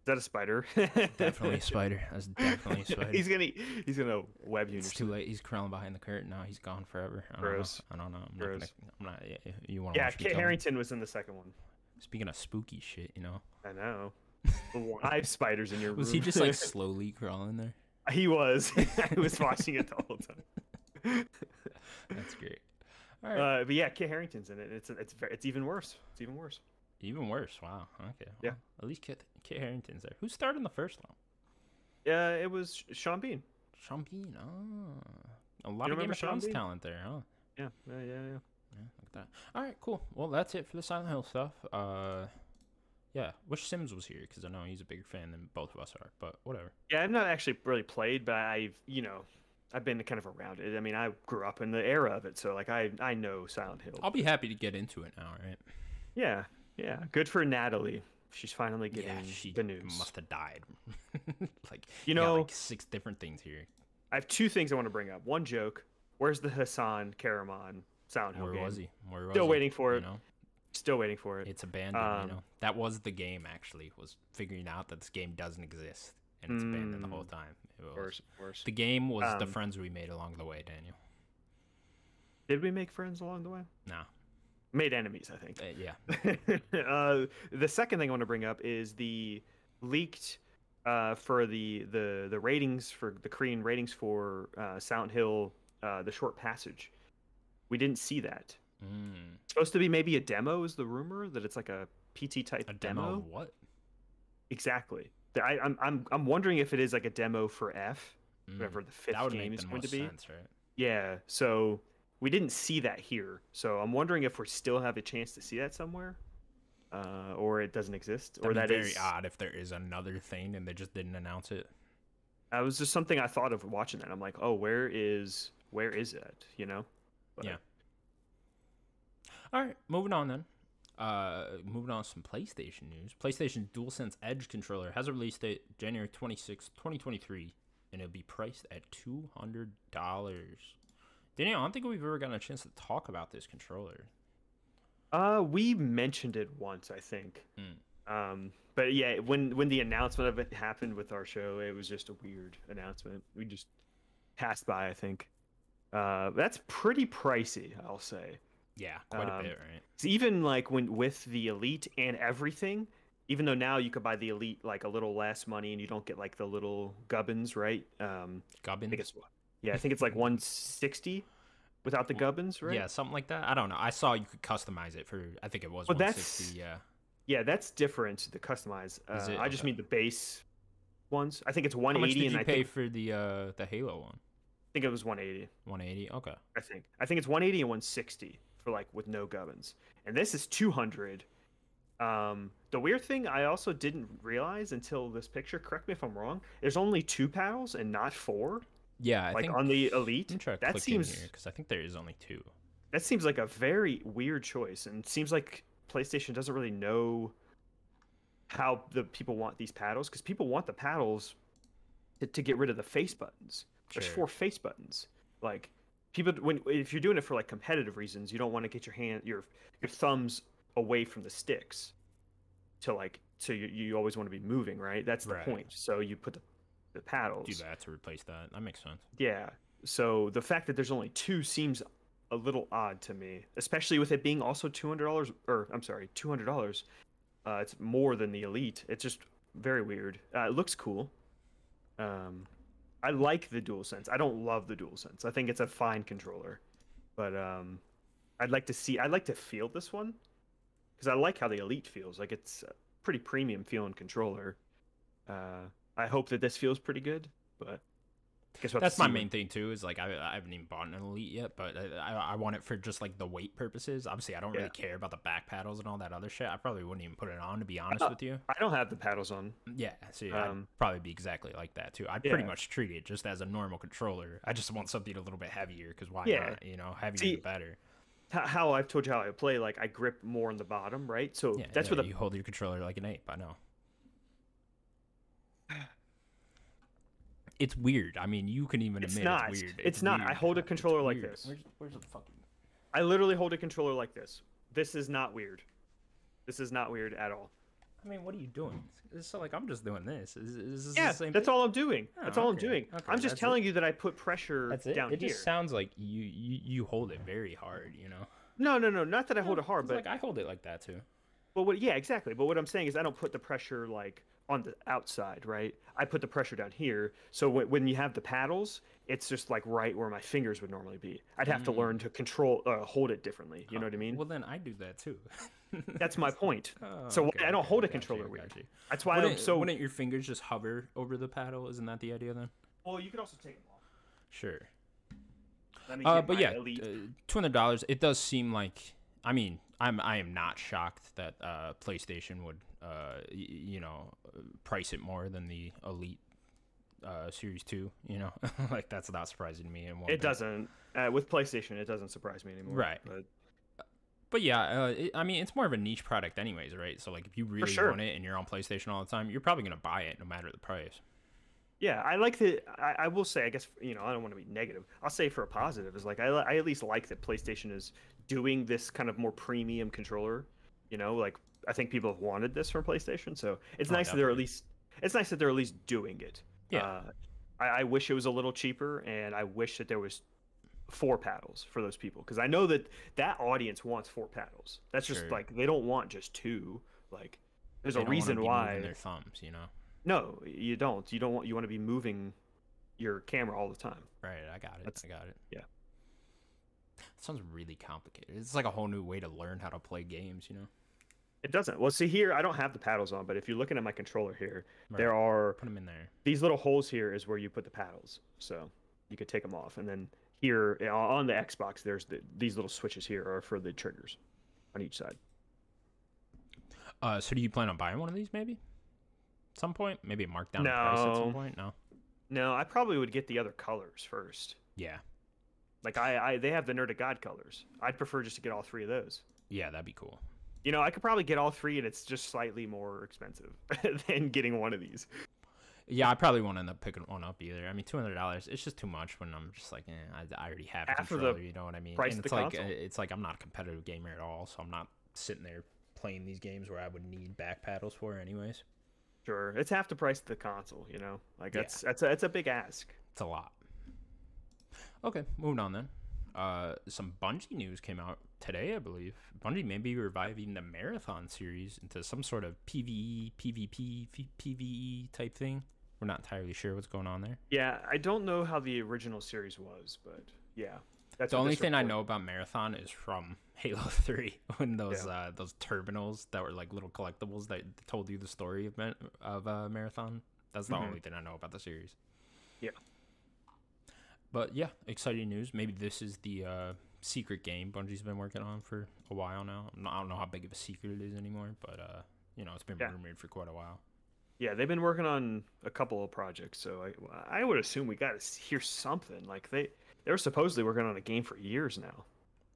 Speaker 2: Is that a spider? [LAUGHS]
Speaker 1: Definitely a spider. That's definitely a spider.
Speaker 2: he's gonna he's gonna web you. in your
Speaker 1: It's too late. He's crawling behind the curtain now. He's gone forever. I don't
Speaker 2: Gross.
Speaker 1: know. I don't know. I'm not.
Speaker 2: Gross.
Speaker 1: Gonna, I'm not. y- y- You want to
Speaker 2: Yeah,
Speaker 1: watch me
Speaker 2: Kit
Speaker 1: tell 'em?
Speaker 2: Harrington was in the second one.
Speaker 1: Speaking of spooky shit, you know,
Speaker 2: I
Speaker 1: [LAUGHS]
Speaker 2: know. Live spiders in your room.
Speaker 1: was he just
Speaker 2: [LAUGHS]
Speaker 1: like slowly crawling there?
Speaker 2: he was. [LAUGHS] I was watching it the whole time.
Speaker 1: That's great. [LAUGHS] All right.
Speaker 2: Uh, but yeah, Kit Harrington's in it. It's it's ve- it's even worse. It's even worse.
Speaker 1: Even worse. Wow. Okay.
Speaker 2: yeah.
Speaker 1: well, at least Kit, Kit Harrington's there. Who starred in the first one?
Speaker 2: Uh, it was Sh- Sean Bean.
Speaker 1: Sean Bean. Oh, a lot of
Speaker 2: remember
Speaker 1: Game of
Speaker 2: Sean
Speaker 1: Thrones
Speaker 2: Bean?
Speaker 1: talent there, huh?
Speaker 2: Yeah, yeah, yeah. yeah.
Speaker 1: Yeah, look at that. All right, cool. Well, that's it for the Silent Hill stuff. Uh, yeah. Wish Sims was here because I know he's a bigger fan than both of us are. But whatever.
Speaker 2: Yeah, I've not actually really played, but I've you know, I've been kind of around it. I mean, I grew up in the era of it, so like I I know Silent Hill.
Speaker 1: I'll be happy to get into it now. Right.
Speaker 2: Yeah, yeah. Good for Natalie. She's finally getting
Speaker 1: yeah, she
Speaker 2: the news.
Speaker 1: must have died. [LAUGHS] like
Speaker 2: You
Speaker 1: you know,
Speaker 2: know-
Speaker 1: like six different things here.
Speaker 2: I have two things I want to bring up. One joke. Where's the Hassan Karaman Silent Hill
Speaker 1: Where
Speaker 2: game?
Speaker 1: was he? Where was
Speaker 2: Still
Speaker 1: he?
Speaker 2: waiting for
Speaker 1: You
Speaker 2: it.
Speaker 1: know,
Speaker 2: Still waiting for it.
Speaker 1: it's abandoned.
Speaker 2: Um,
Speaker 1: you know, that was the game actually was figuring out that this game doesn't exist and it's abandoned the whole time. It was-
Speaker 2: Worse, worse.
Speaker 1: The game was the
Speaker 2: Mm, Um,
Speaker 1: friends we made along the way, Daniel.
Speaker 2: Did we make friends along the way?
Speaker 1: Nah.
Speaker 2: Made enemies, I think.
Speaker 1: Uh, yeah.
Speaker 2: uh, the second thing I want to bring up is the leaked uh, for the, the the ratings for the Korean ratings for uh, Silent Hill, uh, the short passage. We didn't see that.
Speaker 1: Mm.
Speaker 2: It's supposed to be maybe a demo is the rumor that it's like a PT type
Speaker 1: A demo, of what?
Speaker 2: Exactly. The- I, I'm I'm I'm wondering if it is like a demo for F,
Speaker 1: Mm,
Speaker 2: whatever the fifth
Speaker 1: That would
Speaker 2: game
Speaker 1: make
Speaker 2: is
Speaker 1: the
Speaker 2: going
Speaker 1: most
Speaker 2: to be.
Speaker 1: sense, right?
Speaker 2: Yeah. So we didn't see that here. So I'm wondering if we still have a chance to see that somewhere, uh, or it doesn't exist,
Speaker 1: That'd
Speaker 2: or
Speaker 1: be
Speaker 2: that is.
Speaker 1: very odd if there is another thing and they just didn't announce it.
Speaker 2: That was just something I thought of watching that. I'm like, oh, where is where is it? You know? But-
Speaker 1: Yeah. All right, moving on then. Uh, moving on to some PlayStation news. PlayStation DualSense Edge controller has a release date January 26, 2023, and it'll be priced at $200. Daniel, I don't think we've ever gotten a chance to talk about this controller.
Speaker 2: Uh, we mentioned it once, I think.
Speaker 1: Hmm.
Speaker 2: Um, but yeah, when when the announcement of it happened with our show, it was just a weird announcement. We just passed by, I think. Uh, that's pretty pricey, I'll say.
Speaker 1: Yeah, quite a
Speaker 2: Um,
Speaker 1: bit, right?
Speaker 2: It's even like when with the elite and everything, even though now you could buy the elite like a little less money and you don't get like the little gubbins, right? Um, I
Speaker 1: Gubbins?
Speaker 2: think it's yeah, I think it's like 160 without the gubbins, right?
Speaker 1: Yeah, something like that. I don't know. I saw you could customize it for, I think it was
Speaker 2: Well, that's-
Speaker 1: 160. Yeah.
Speaker 2: Yeah, that's different. The customized.
Speaker 1: Is
Speaker 2: Uh,
Speaker 1: it-
Speaker 2: I just
Speaker 1: okay.
Speaker 2: mean the base ones. I think it's
Speaker 1: How much
Speaker 2: 180,
Speaker 1: did
Speaker 2: and
Speaker 1: you
Speaker 2: I
Speaker 1: pay
Speaker 2: think,
Speaker 1: for the uh, the Halo one?
Speaker 2: I think it was 180.
Speaker 1: 180? Okay.
Speaker 2: I think. I think it's 180 and 160 for like with no gubbins. And this is 200. Um, the weird thing I also didn't realize until this picture. Correct me if I'm wrong. There's only two paddles and not four.
Speaker 1: Yeah, I
Speaker 2: like
Speaker 1: think
Speaker 2: on the elite.
Speaker 1: I'm trying to
Speaker 2: That
Speaker 1: click
Speaker 2: seems
Speaker 1: in here because I think there is only two.
Speaker 2: that seems like a very weird choice and it seems like playstation doesn't really know how the people want these paddles because people want the paddles to, to get rid of the face buttons there's
Speaker 1: Sure.
Speaker 2: four face buttons like people when if you're doing it for like competitive reasons you don't want to get your hand your your thumbs away from the sticks to like so you, you always want to be moving right that's the
Speaker 1: Right.
Speaker 2: point so you put the, the paddles
Speaker 1: Do that to replace that. That makes sense.
Speaker 2: yeah. So the fact that there's only two seems a little odd to me, especially with it being also two hundred dollars, or I'm sorry, two hundred dollars. Uh, it's more than the elite. It's just very weird. Uh, it looks cool. Um, I like the DualSense. I don't love the DualSense. I think it's a fine controller, but um, I'd like to see. I'd like to feel this one because I like how the elite feels. Like it's a pretty premium feeling controller. Uh, I hope that this feels pretty good, but. Guess we'll have to
Speaker 1: That's my
Speaker 2: see when-
Speaker 1: main thing too. Is like I, I haven't even bought an elite yet, but I, I, I want it for just like the weight purposes. Obviously, I don't really
Speaker 2: Yeah.
Speaker 1: care about the back paddles and all that other shit. I probably wouldn't even put it on to be honest
Speaker 2: Uh,
Speaker 1: with you.
Speaker 2: I don't have the paddles on.
Speaker 1: Yeah, so
Speaker 2: um,
Speaker 1: I'd probably be exactly like that too. I'd pretty
Speaker 2: yeah.
Speaker 1: much treat it just as a normal controller. I just want something a little bit heavier because why
Speaker 2: Yeah.
Speaker 1: not? You know, heavier
Speaker 2: See,
Speaker 1: the better.
Speaker 2: H- How I've told you how I play, like I grip more on the bottom, right? So
Speaker 1: Yeah,
Speaker 2: that's
Speaker 1: yeah,
Speaker 2: where the
Speaker 1: you hold your controller like an ape. I know. It's weird. I mean, you can even
Speaker 2: It's
Speaker 1: admit
Speaker 2: not.
Speaker 1: it's weird.
Speaker 2: It's not. I
Speaker 1: weird.
Speaker 2: hold a
Speaker 1: It's
Speaker 2: controller like
Speaker 1: weird.
Speaker 2: this.
Speaker 1: Where's, where's the fucking?
Speaker 2: I literally hold a controller like this. This is not weird. This is not weird at all.
Speaker 1: I mean, what are you doing? It's so like I'm just doing this. Is, is this
Speaker 2: Yeah,
Speaker 1: the same
Speaker 2: that's
Speaker 1: thing?
Speaker 2: all I'm doing. that's
Speaker 1: Oh,
Speaker 2: all I'm
Speaker 1: okay.
Speaker 2: doing.
Speaker 1: Okay,
Speaker 2: I'm
Speaker 1: that's
Speaker 2: just
Speaker 1: it.
Speaker 2: telling you that I put pressure
Speaker 1: That's it.
Speaker 2: down
Speaker 1: it
Speaker 2: here.
Speaker 1: just sounds like you, you you hold it very hard. You know,
Speaker 2: No, no, no. Not that I hold it hard,
Speaker 1: It's
Speaker 2: but
Speaker 1: like I hold it like that too.
Speaker 2: But what? Yeah, exactly. But what I'm saying is, I don't put the pressure like on the outside, right? I put the pressure down here. So when, when you have the paddles, it's just like right where my fingers would normally be. I'd have
Speaker 1: Mm.
Speaker 2: to learn to control, uh, hold it differently. You know what I mean?
Speaker 1: Well, then I do that too.
Speaker 2: That's my point.
Speaker 1: Oh,
Speaker 2: so why-
Speaker 1: okay,
Speaker 2: I don't
Speaker 1: okay,
Speaker 2: hold
Speaker 1: I [LAUGHS]
Speaker 2: a
Speaker 1: got you,
Speaker 2: controller
Speaker 1: I
Speaker 2: weird.
Speaker 1: got you.
Speaker 2: That's why I'm
Speaker 1: wouldn't,
Speaker 2: so.
Speaker 1: wouldn't your fingers just hover over the paddle? Isn't that the idea then?
Speaker 2: Well, you could also take them off.
Speaker 1: Sure.
Speaker 2: Let me
Speaker 1: Uh,
Speaker 2: get
Speaker 1: but
Speaker 2: my
Speaker 1: yeah,
Speaker 2: elite-
Speaker 1: two hundred dollars. It does seem like. I mean, I'm I am not shocked that uh, PlayStation would, uh, y- you know, uh, price it more than the Elite uh, Series Two. You know, [LAUGHS] like that's not surprising to me. In one bit.
Speaker 2: it doesn't uh, with PlayStation. It doesn't surprise me anymore.
Speaker 1: Right.
Speaker 2: But
Speaker 1: But yeah, uh, it, I mean, it's more of a niche product, anyways, right? So like, if you really
Speaker 2: sure.
Speaker 1: want it and you're on PlayStation all the time, you're probably gonna buy it no matter the price.
Speaker 2: Yeah, I like the. I, I will say, I guess you know, I don't want to be negative. I'll say for a positive is like I, I at least like that PlayStation is doing this kind of more premium controller. You know, like I think people have wanted this from PlayStation, so it's
Speaker 1: Oh,
Speaker 2: nice that they're at least. It's nice that they're at least doing it.
Speaker 1: Yeah.
Speaker 2: Uh, I, I wish it was a little cheaper, and I wish that there was four paddles for those people because I know that that audience wants four paddles. That's just
Speaker 1: Sure.
Speaker 2: like they don't want just two. Like there's
Speaker 1: They
Speaker 2: a
Speaker 1: don't wanna
Speaker 2: reason
Speaker 1: be moving
Speaker 2: why.
Speaker 1: their thumbs, you know.
Speaker 2: No, you don't. You don't want you want to be moving your camera all the time.
Speaker 1: Right, I got it.
Speaker 2: That's-
Speaker 1: I got it.
Speaker 2: yeah.
Speaker 1: That sounds really complicated. It's like a whole new way to learn how to play games, you know.
Speaker 2: It doesn't. Well, see here, I don't have the paddles on, but if you're looking at my controller here, there
Speaker 1: Right.
Speaker 2: are
Speaker 1: Put them in there.
Speaker 2: these little holes here is where you put the paddles. So you could take them off, and then here uh, on the Xbox, there's the, these little switches here are for the triggers on each side.
Speaker 1: Uh, so do you plan on buying one of these maybe? At some point, maybe a markdown price at some
Speaker 2: No.
Speaker 1: point. No.
Speaker 2: No, I probably would get the other colors first.
Speaker 1: Yeah.
Speaker 2: Like I, I they have the Nerd of God colors. I'd prefer just to get all three of those.
Speaker 1: Yeah, that'd be cool.
Speaker 2: You know, I could probably get all three, and it's just slightly more expensive [LAUGHS] than getting one of these.
Speaker 1: Yeah, I probably won't end up picking one up either. I mean, two hundred dollars. It's just too much when I'm just like, eh, I, I already have a
Speaker 2: Half of the
Speaker 1: controller. You know what I mean?
Speaker 2: price
Speaker 1: and
Speaker 2: of
Speaker 1: it's
Speaker 2: the
Speaker 1: like, uh,
Speaker 2: console.
Speaker 1: it's like I'm not a competitive gamer at all, so I'm not sitting there playing these games where I would need back paddles for, anyways.
Speaker 2: Sure, it's half the price of the console. You know, like
Speaker 1: Yeah.
Speaker 2: that's that's a, that's a big ask.
Speaker 1: It's a lot. Okay, moving on then. Uh, some Bungie news came out today, I believe. Bungie may be reviving the Marathon series into some sort of PVE, PvP, P- PvE type thing. We're not entirely sure what's going on there.
Speaker 2: Yeah, I don't know how the original series was, but yeah, that's
Speaker 1: The
Speaker 2: what
Speaker 1: only
Speaker 2: this
Speaker 1: thing I
Speaker 2: report-
Speaker 1: know about Marathon is from [LAUGHS] Halo Three when those
Speaker 2: Yeah.
Speaker 1: uh, those terminals that were like little collectibles that told you the story of Ma- of uh, Marathon. That's the
Speaker 2: Mhm.
Speaker 1: only thing I know about the series.
Speaker 2: Yeah.
Speaker 1: But yeah, exciting news. Maybe this is the uh, secret game Bungie's been working on for a while now. I'm not- I don't know how big of a secret it is anymore, but uh, you know it's been
Speaker 2: Yeah.
Speaker 1: rumored for quite a while.
Speaker 2: Yeah, they've been working on a couple of projects, so I I would assume we got to hear something. Like they they're supposedly working on a game for years now,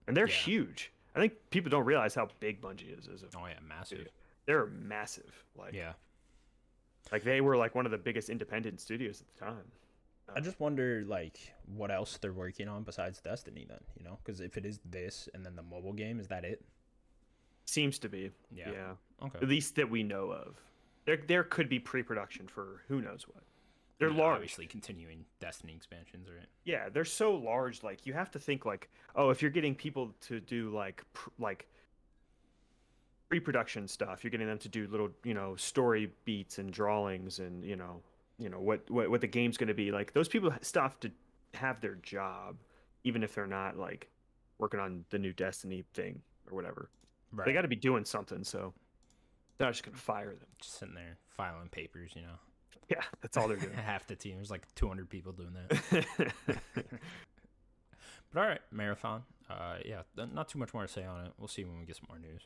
Speaker 2: and they're
Speaker 1: Yeah.
Speaker 2: huge. I think people don't realize how big Bungie is. As a,
Speaker 1: Oh yeah, massive.
Speaker 2: they're massive. Like
Speaker 1: Yeah.
Speaker 2: like they were like one of the biggest independent studios at the time.
Speaker 1: I just wonder like what else they're working on besides Destiny then, you know? Because if it is this and then the mobile game, is that it?
Speaker 2: Seems to be.
Speaker 1: Yeah.
Speaker 2: yeah.
Speaker 1: Okay.
Speaker 2: at least that we know of. There, there could be pre-production for who knows what. They're
Speaker 1: And
Speaker 2: large.
Speaker 1: Obviously continuing Destiny expansions, right?
Speaker 2: Yeah, they're so large. Like you have to think like, oh, if you're getting people to do like pr- like pre-production stuff, you're getting them to do little you know story beats and drawings and you know you know what what, what the game's going to be like. Those people still have to have their job, even if they're not like working on the new Destiny thing or whatever.
Speaker 1: Right.
Speaker 2: They got to be doing something. So they're not just going to fire them.
Speaker 1: just sitting there filing papers, you know.
Speaker 2: Yeah, that's all [LAUGHS] they're
Speaker 1: [LAUGHS]
Speaker 2: doing. [LAUGHS]
Speaker 1: Half the team. There's like 200 people doing that.
Speaker 2: yeah,
Speaker 1: But all right, marathon. Uh, yeah, th- not too much more to say on it. We'll see when we get some more news.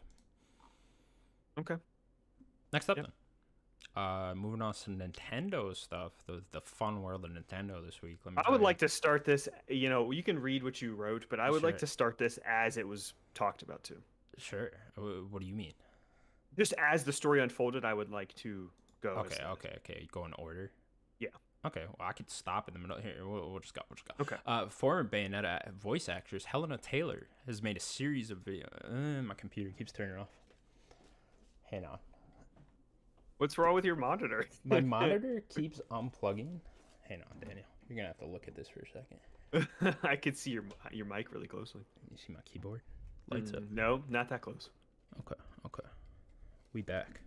Speaker 2: Okay.
Speaker 1: Next up,
Speaker 2: Yep.
Speaker 1: then. Uh, moving on to some Nintendo stuff. The the fun world of Nintendo this week. Let me
Speaker 2: I
Speaker 1: tell
Speaker 2: would
Speaker 1: you.
Speaker 2: like to start this. You know, you can read what you wrote, but I would like
Speaker 1: Sure.
Speaker 2: to start this as it was talked about too.
Speaker 1: Sure. W- What do you mean?
Speaker 2: Just as the story unfolded, I would like to go. as
Speaker 1: Okay,
Speaker 2: that.
Speaker 1: okay, okay. Go in order.
Speaker 2: Yeah.
Speaker 1: Okay. Well, I could stop in the middle here. We'll, we'll just go. We'll just go.
Speaker 2: Okay.
Speaker 1: Uh, former Bayonetta voice actress Helena Taylor has made a series of video. Uh, my computer keeps turning off. Hang on.
Speaker 2: What's wrong with your monitor? [LAUGHS]
Speaker 1: My monitor keeps unplugging. Hang on, Daniel. You're gonna have to look at this for a second.
Speaker 2: I could see your mi- your mic really closely.
Speaker 1: You see my keyboard? Lights up.
Speaker 2: Mm, No, not that close.
Speaker 1: Okay, okay. We back.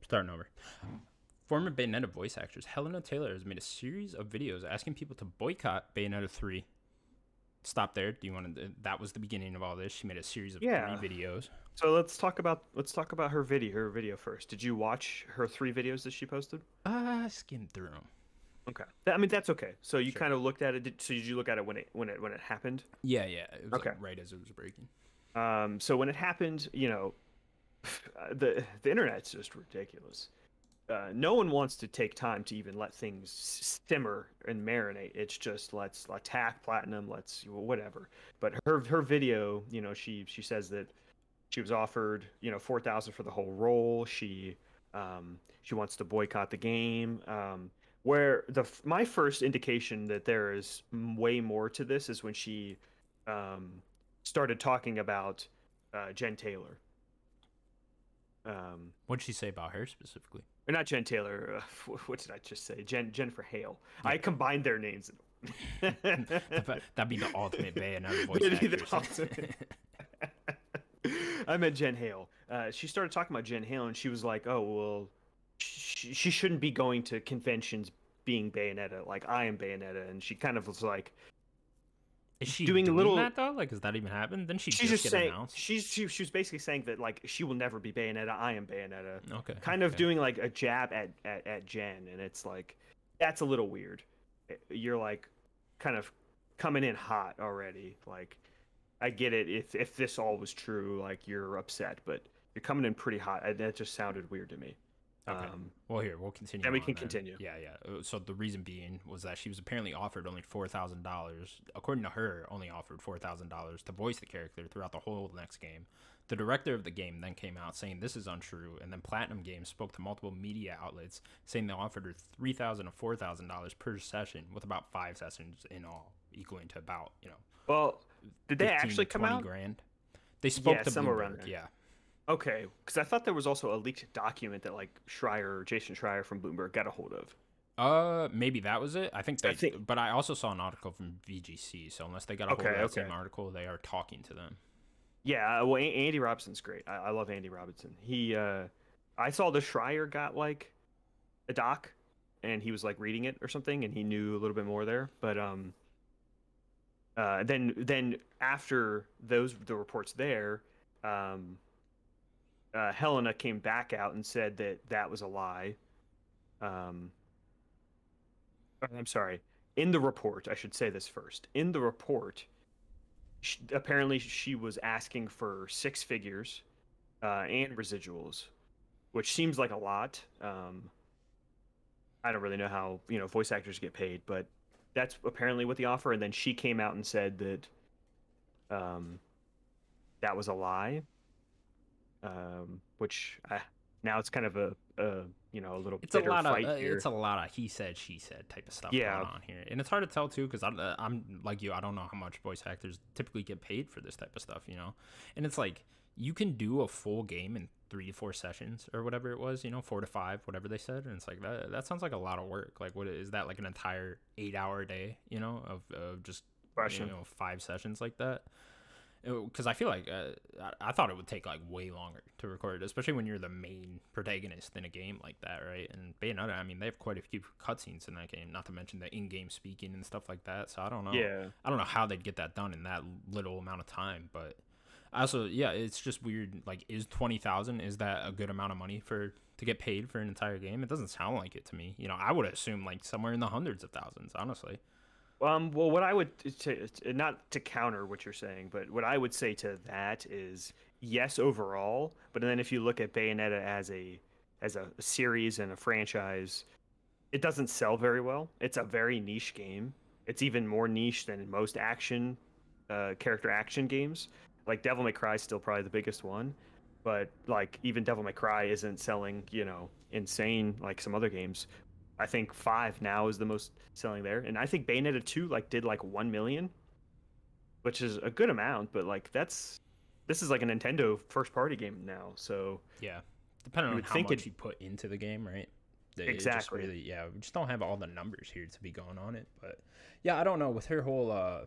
Speaker 1: Starting over. Former Bayonetta voice actress Helena Taylor has made a series of videos asking people to boycott Bayonetta 3. Stop there. Do you want to? That was the beginning of all this. She made a series of
Speaker 2: Yeah.
Speaker 1: three videos.
Speaker 2: So let's talk about let's talk about her video. Her video first. Did you watch her three videos that she posted?
Speaker 1: Uh, skim through them.
Speaker 2: Okay. That- I mean that's okay. So you kind of looked at it. Did, so did you look at it when it when it when it happened?
Speaker 1: Yeah, yeah. It was like,
Speaker 2: Okay.
Speaker 1: right as it was breaking.
Speaker 2: Um, so when it happened, you know, [SIGHS] the the internet's just ridiculous. Uh, no one wants to take time to even let things s- simmer and marinate. It's just let's attack platinum, let's whatever. But her her video, you know, she she says that she was offered you know four thousand for the whole role. She um, she wants to boycott the game. Um, where the f- my first indication that there is m- way more to this is when she um, started talking about uh, Jen Taylor. Um,
Speaker 1: What'd she say about her specifically? [LAUGHS]
Speaker 2: [LAUGHS]
Speaker 1: [LAUGHS]
Speaker 2: or not Jen Taylor. Uh, wh- what did I just say? Jen Jennifer Hale. I combined their names [LAUGHS]
Speaker 1: That'd be the ultimate Bayonetta voice
Speaker 2: That'd be the
Speaker 1: actors.
Speaker 2: I met Jen Hale. Uh, she started talking about Jen Hale, and she was like, "Oh well, she, she shouldn't be going to conventions being Bayonetta. Like I am Bayonetta." And she kind of was like,
Speaker 1: [LAUGHS] Is she
Speaker 2: Doing
Speaker 1: doing,
Speaker 2: a little-
Speaker 1: that though? Like, has that even happened? Then she
Speaker 2: "She's just,
Speaker 1: get
Speaker 2: saying
Speaker 1: announced.
Speaker 2: she's she, she was basically saying that like she will never be Bayonetta. I am Bayonetta."
Speaker 1: okay.
Speaker 2: Kind of
Speaker 1: okay.
Speaker 2: doing like a jab at, at at Jen, and it's like that's a little weird. You're like kind of coming in hot already. Like I get it if if this all was true, like you're upset, but you're coming in pretty hot. I, that just sounded weird to me.
Speaker 1: Okay.
Speaker 2: Um,
Speaker 1: Well, here we'll continue.
Speaker 2: Then we
Speaker 1: on
Speaker 2: can continue.
Speaker 1: Yeah, yeah. Uh, So the reason being was that she was apparently offered only four thousand dollars, according to her, only offered four thousand dollars to voice the character throughout the whole next game. The director of the game then came out saying this is untrue, and then Platinum Games spoke to multiple media outlets saying they offered her three thousand to four thousand dollars per session, with about five sessions in all, equaling to about you know.
Speaker 2: well, did they
Speaker 1: 15 to
Speaker 2: actually come
Speaker 1: 20
Speaker 2: out?
Speaker 1: Grand. They spoke
Speaker 2: Yeah,
Speaker 1: to
Speaker 2: somewhere around
Speaker 1: Bloomberg,
Speaker 2: there.
Speaker 1: Yeah.
Speaker 2: Okay, because I thought there was also a leaked document that like Schreier, Jason Schreier from Bloomberg, got a hold of.
Speaker 1: Uh, maybe that was it. I think
Speaker 2: I
Speaker 1: they.
Speaker 2: think-
Speaker 1: but I also saw an article from VGC. So unless they got a
Speaker 2: Okay,
Speaker 1: hold of that
Speaker 2: okay.
Speaker 1: same article, they are talking to them.
Speaker 2: Yeah, uh, well, a- Andy Robinson's great. I, I love Andy Robinson. He, uh, I saw the Schreier got like a doc, and he was like reading it or something, and he knew a little bit more there. But um, uh, then then after those the reports there, um, uh, Helena came back out and said that that was a lie. Um, or, Uh, I'm sorry. In the report, I should say this first. In the report, sh apparently she was asking for six figures uh, and residuals, which seems like a lot. Um, I don't really know how you know voice actors get paid, but that's apparently what the offer. And then she came out and said that um, that was a lie, um, which I, now it's kind of a, a you know a little
Speaker 1: It's a
Speaker 2: bitter
Speaker 1: lot of.
Speaker 2: fight
Speaker 1: uh,
Speaker 2: here.
Speaker 1: it's a lot of he said she said type of stuff
Speaker 2: Yeah.
Speaker 1: going on here, and it's hard to tell too because I'm, uh, I'm like you. I don't know how much voice actors typically get paid for this type of stuff, you know. And it's like you can do a full game in three to four sessions or whatever it was, you know, four to five, whatever they said. And it's like that. That sounds like a lot of work. Like what is that? Like an entire eight hour day, you know, of of just
Speaker 2: Russian.
Speaker 1: you know five sessions like that because I feel like uh, I, I thought it would take like way longer to record, especially when you're the main protagonist in a game like that, right? And Bayonetta, I mean, they have quite a few cutscenes in that game, not to mention the in-game speaking and stuff like that. So I don't know.
Speaker 2: yeah.
Speaker 1: I don't know how they'd get that done in that little amount of time, but I also, yeah, it's just weird. Like, is twenty thousand is that a good amount of money for to get paid for an entire game? It doesn't sound like it to me. You know, I would assume like somewhere in the hundreds of thousands, honestly.
Speaker 2: Um, well, what I would t- to, to- not to counter what you're saying, but what I would say to that is yes overall, but then if you look at Bayonetta as a as a series and a franchise, it doesn't sell very well. It's a very niche game. It's even more niche than most action uh, character action games. Like Devil May Cry is still probably the biggest one, but like even Devil May Cry isn't selling, you know, insane like some other games. I think five now is the most selling there, and I think Bayonetta two like did like one million, which is a good amount, but like that's this is like a Nintendo first party game now, so
Speaker 1: Yeah, depending
Speaker 2: You
Speaker 1: on
Speaker 2: would
Speaker 1: how
Speaker 2: think
Speaker 1: much
Speaker 2: it-
Speaker 1: you put into the game, right? It- it just
Speaker 2: Exactly.
Speaker 1: really, yeah, we just don't have all the numbers here to be going on it, but yeah, I don't know with her whole uh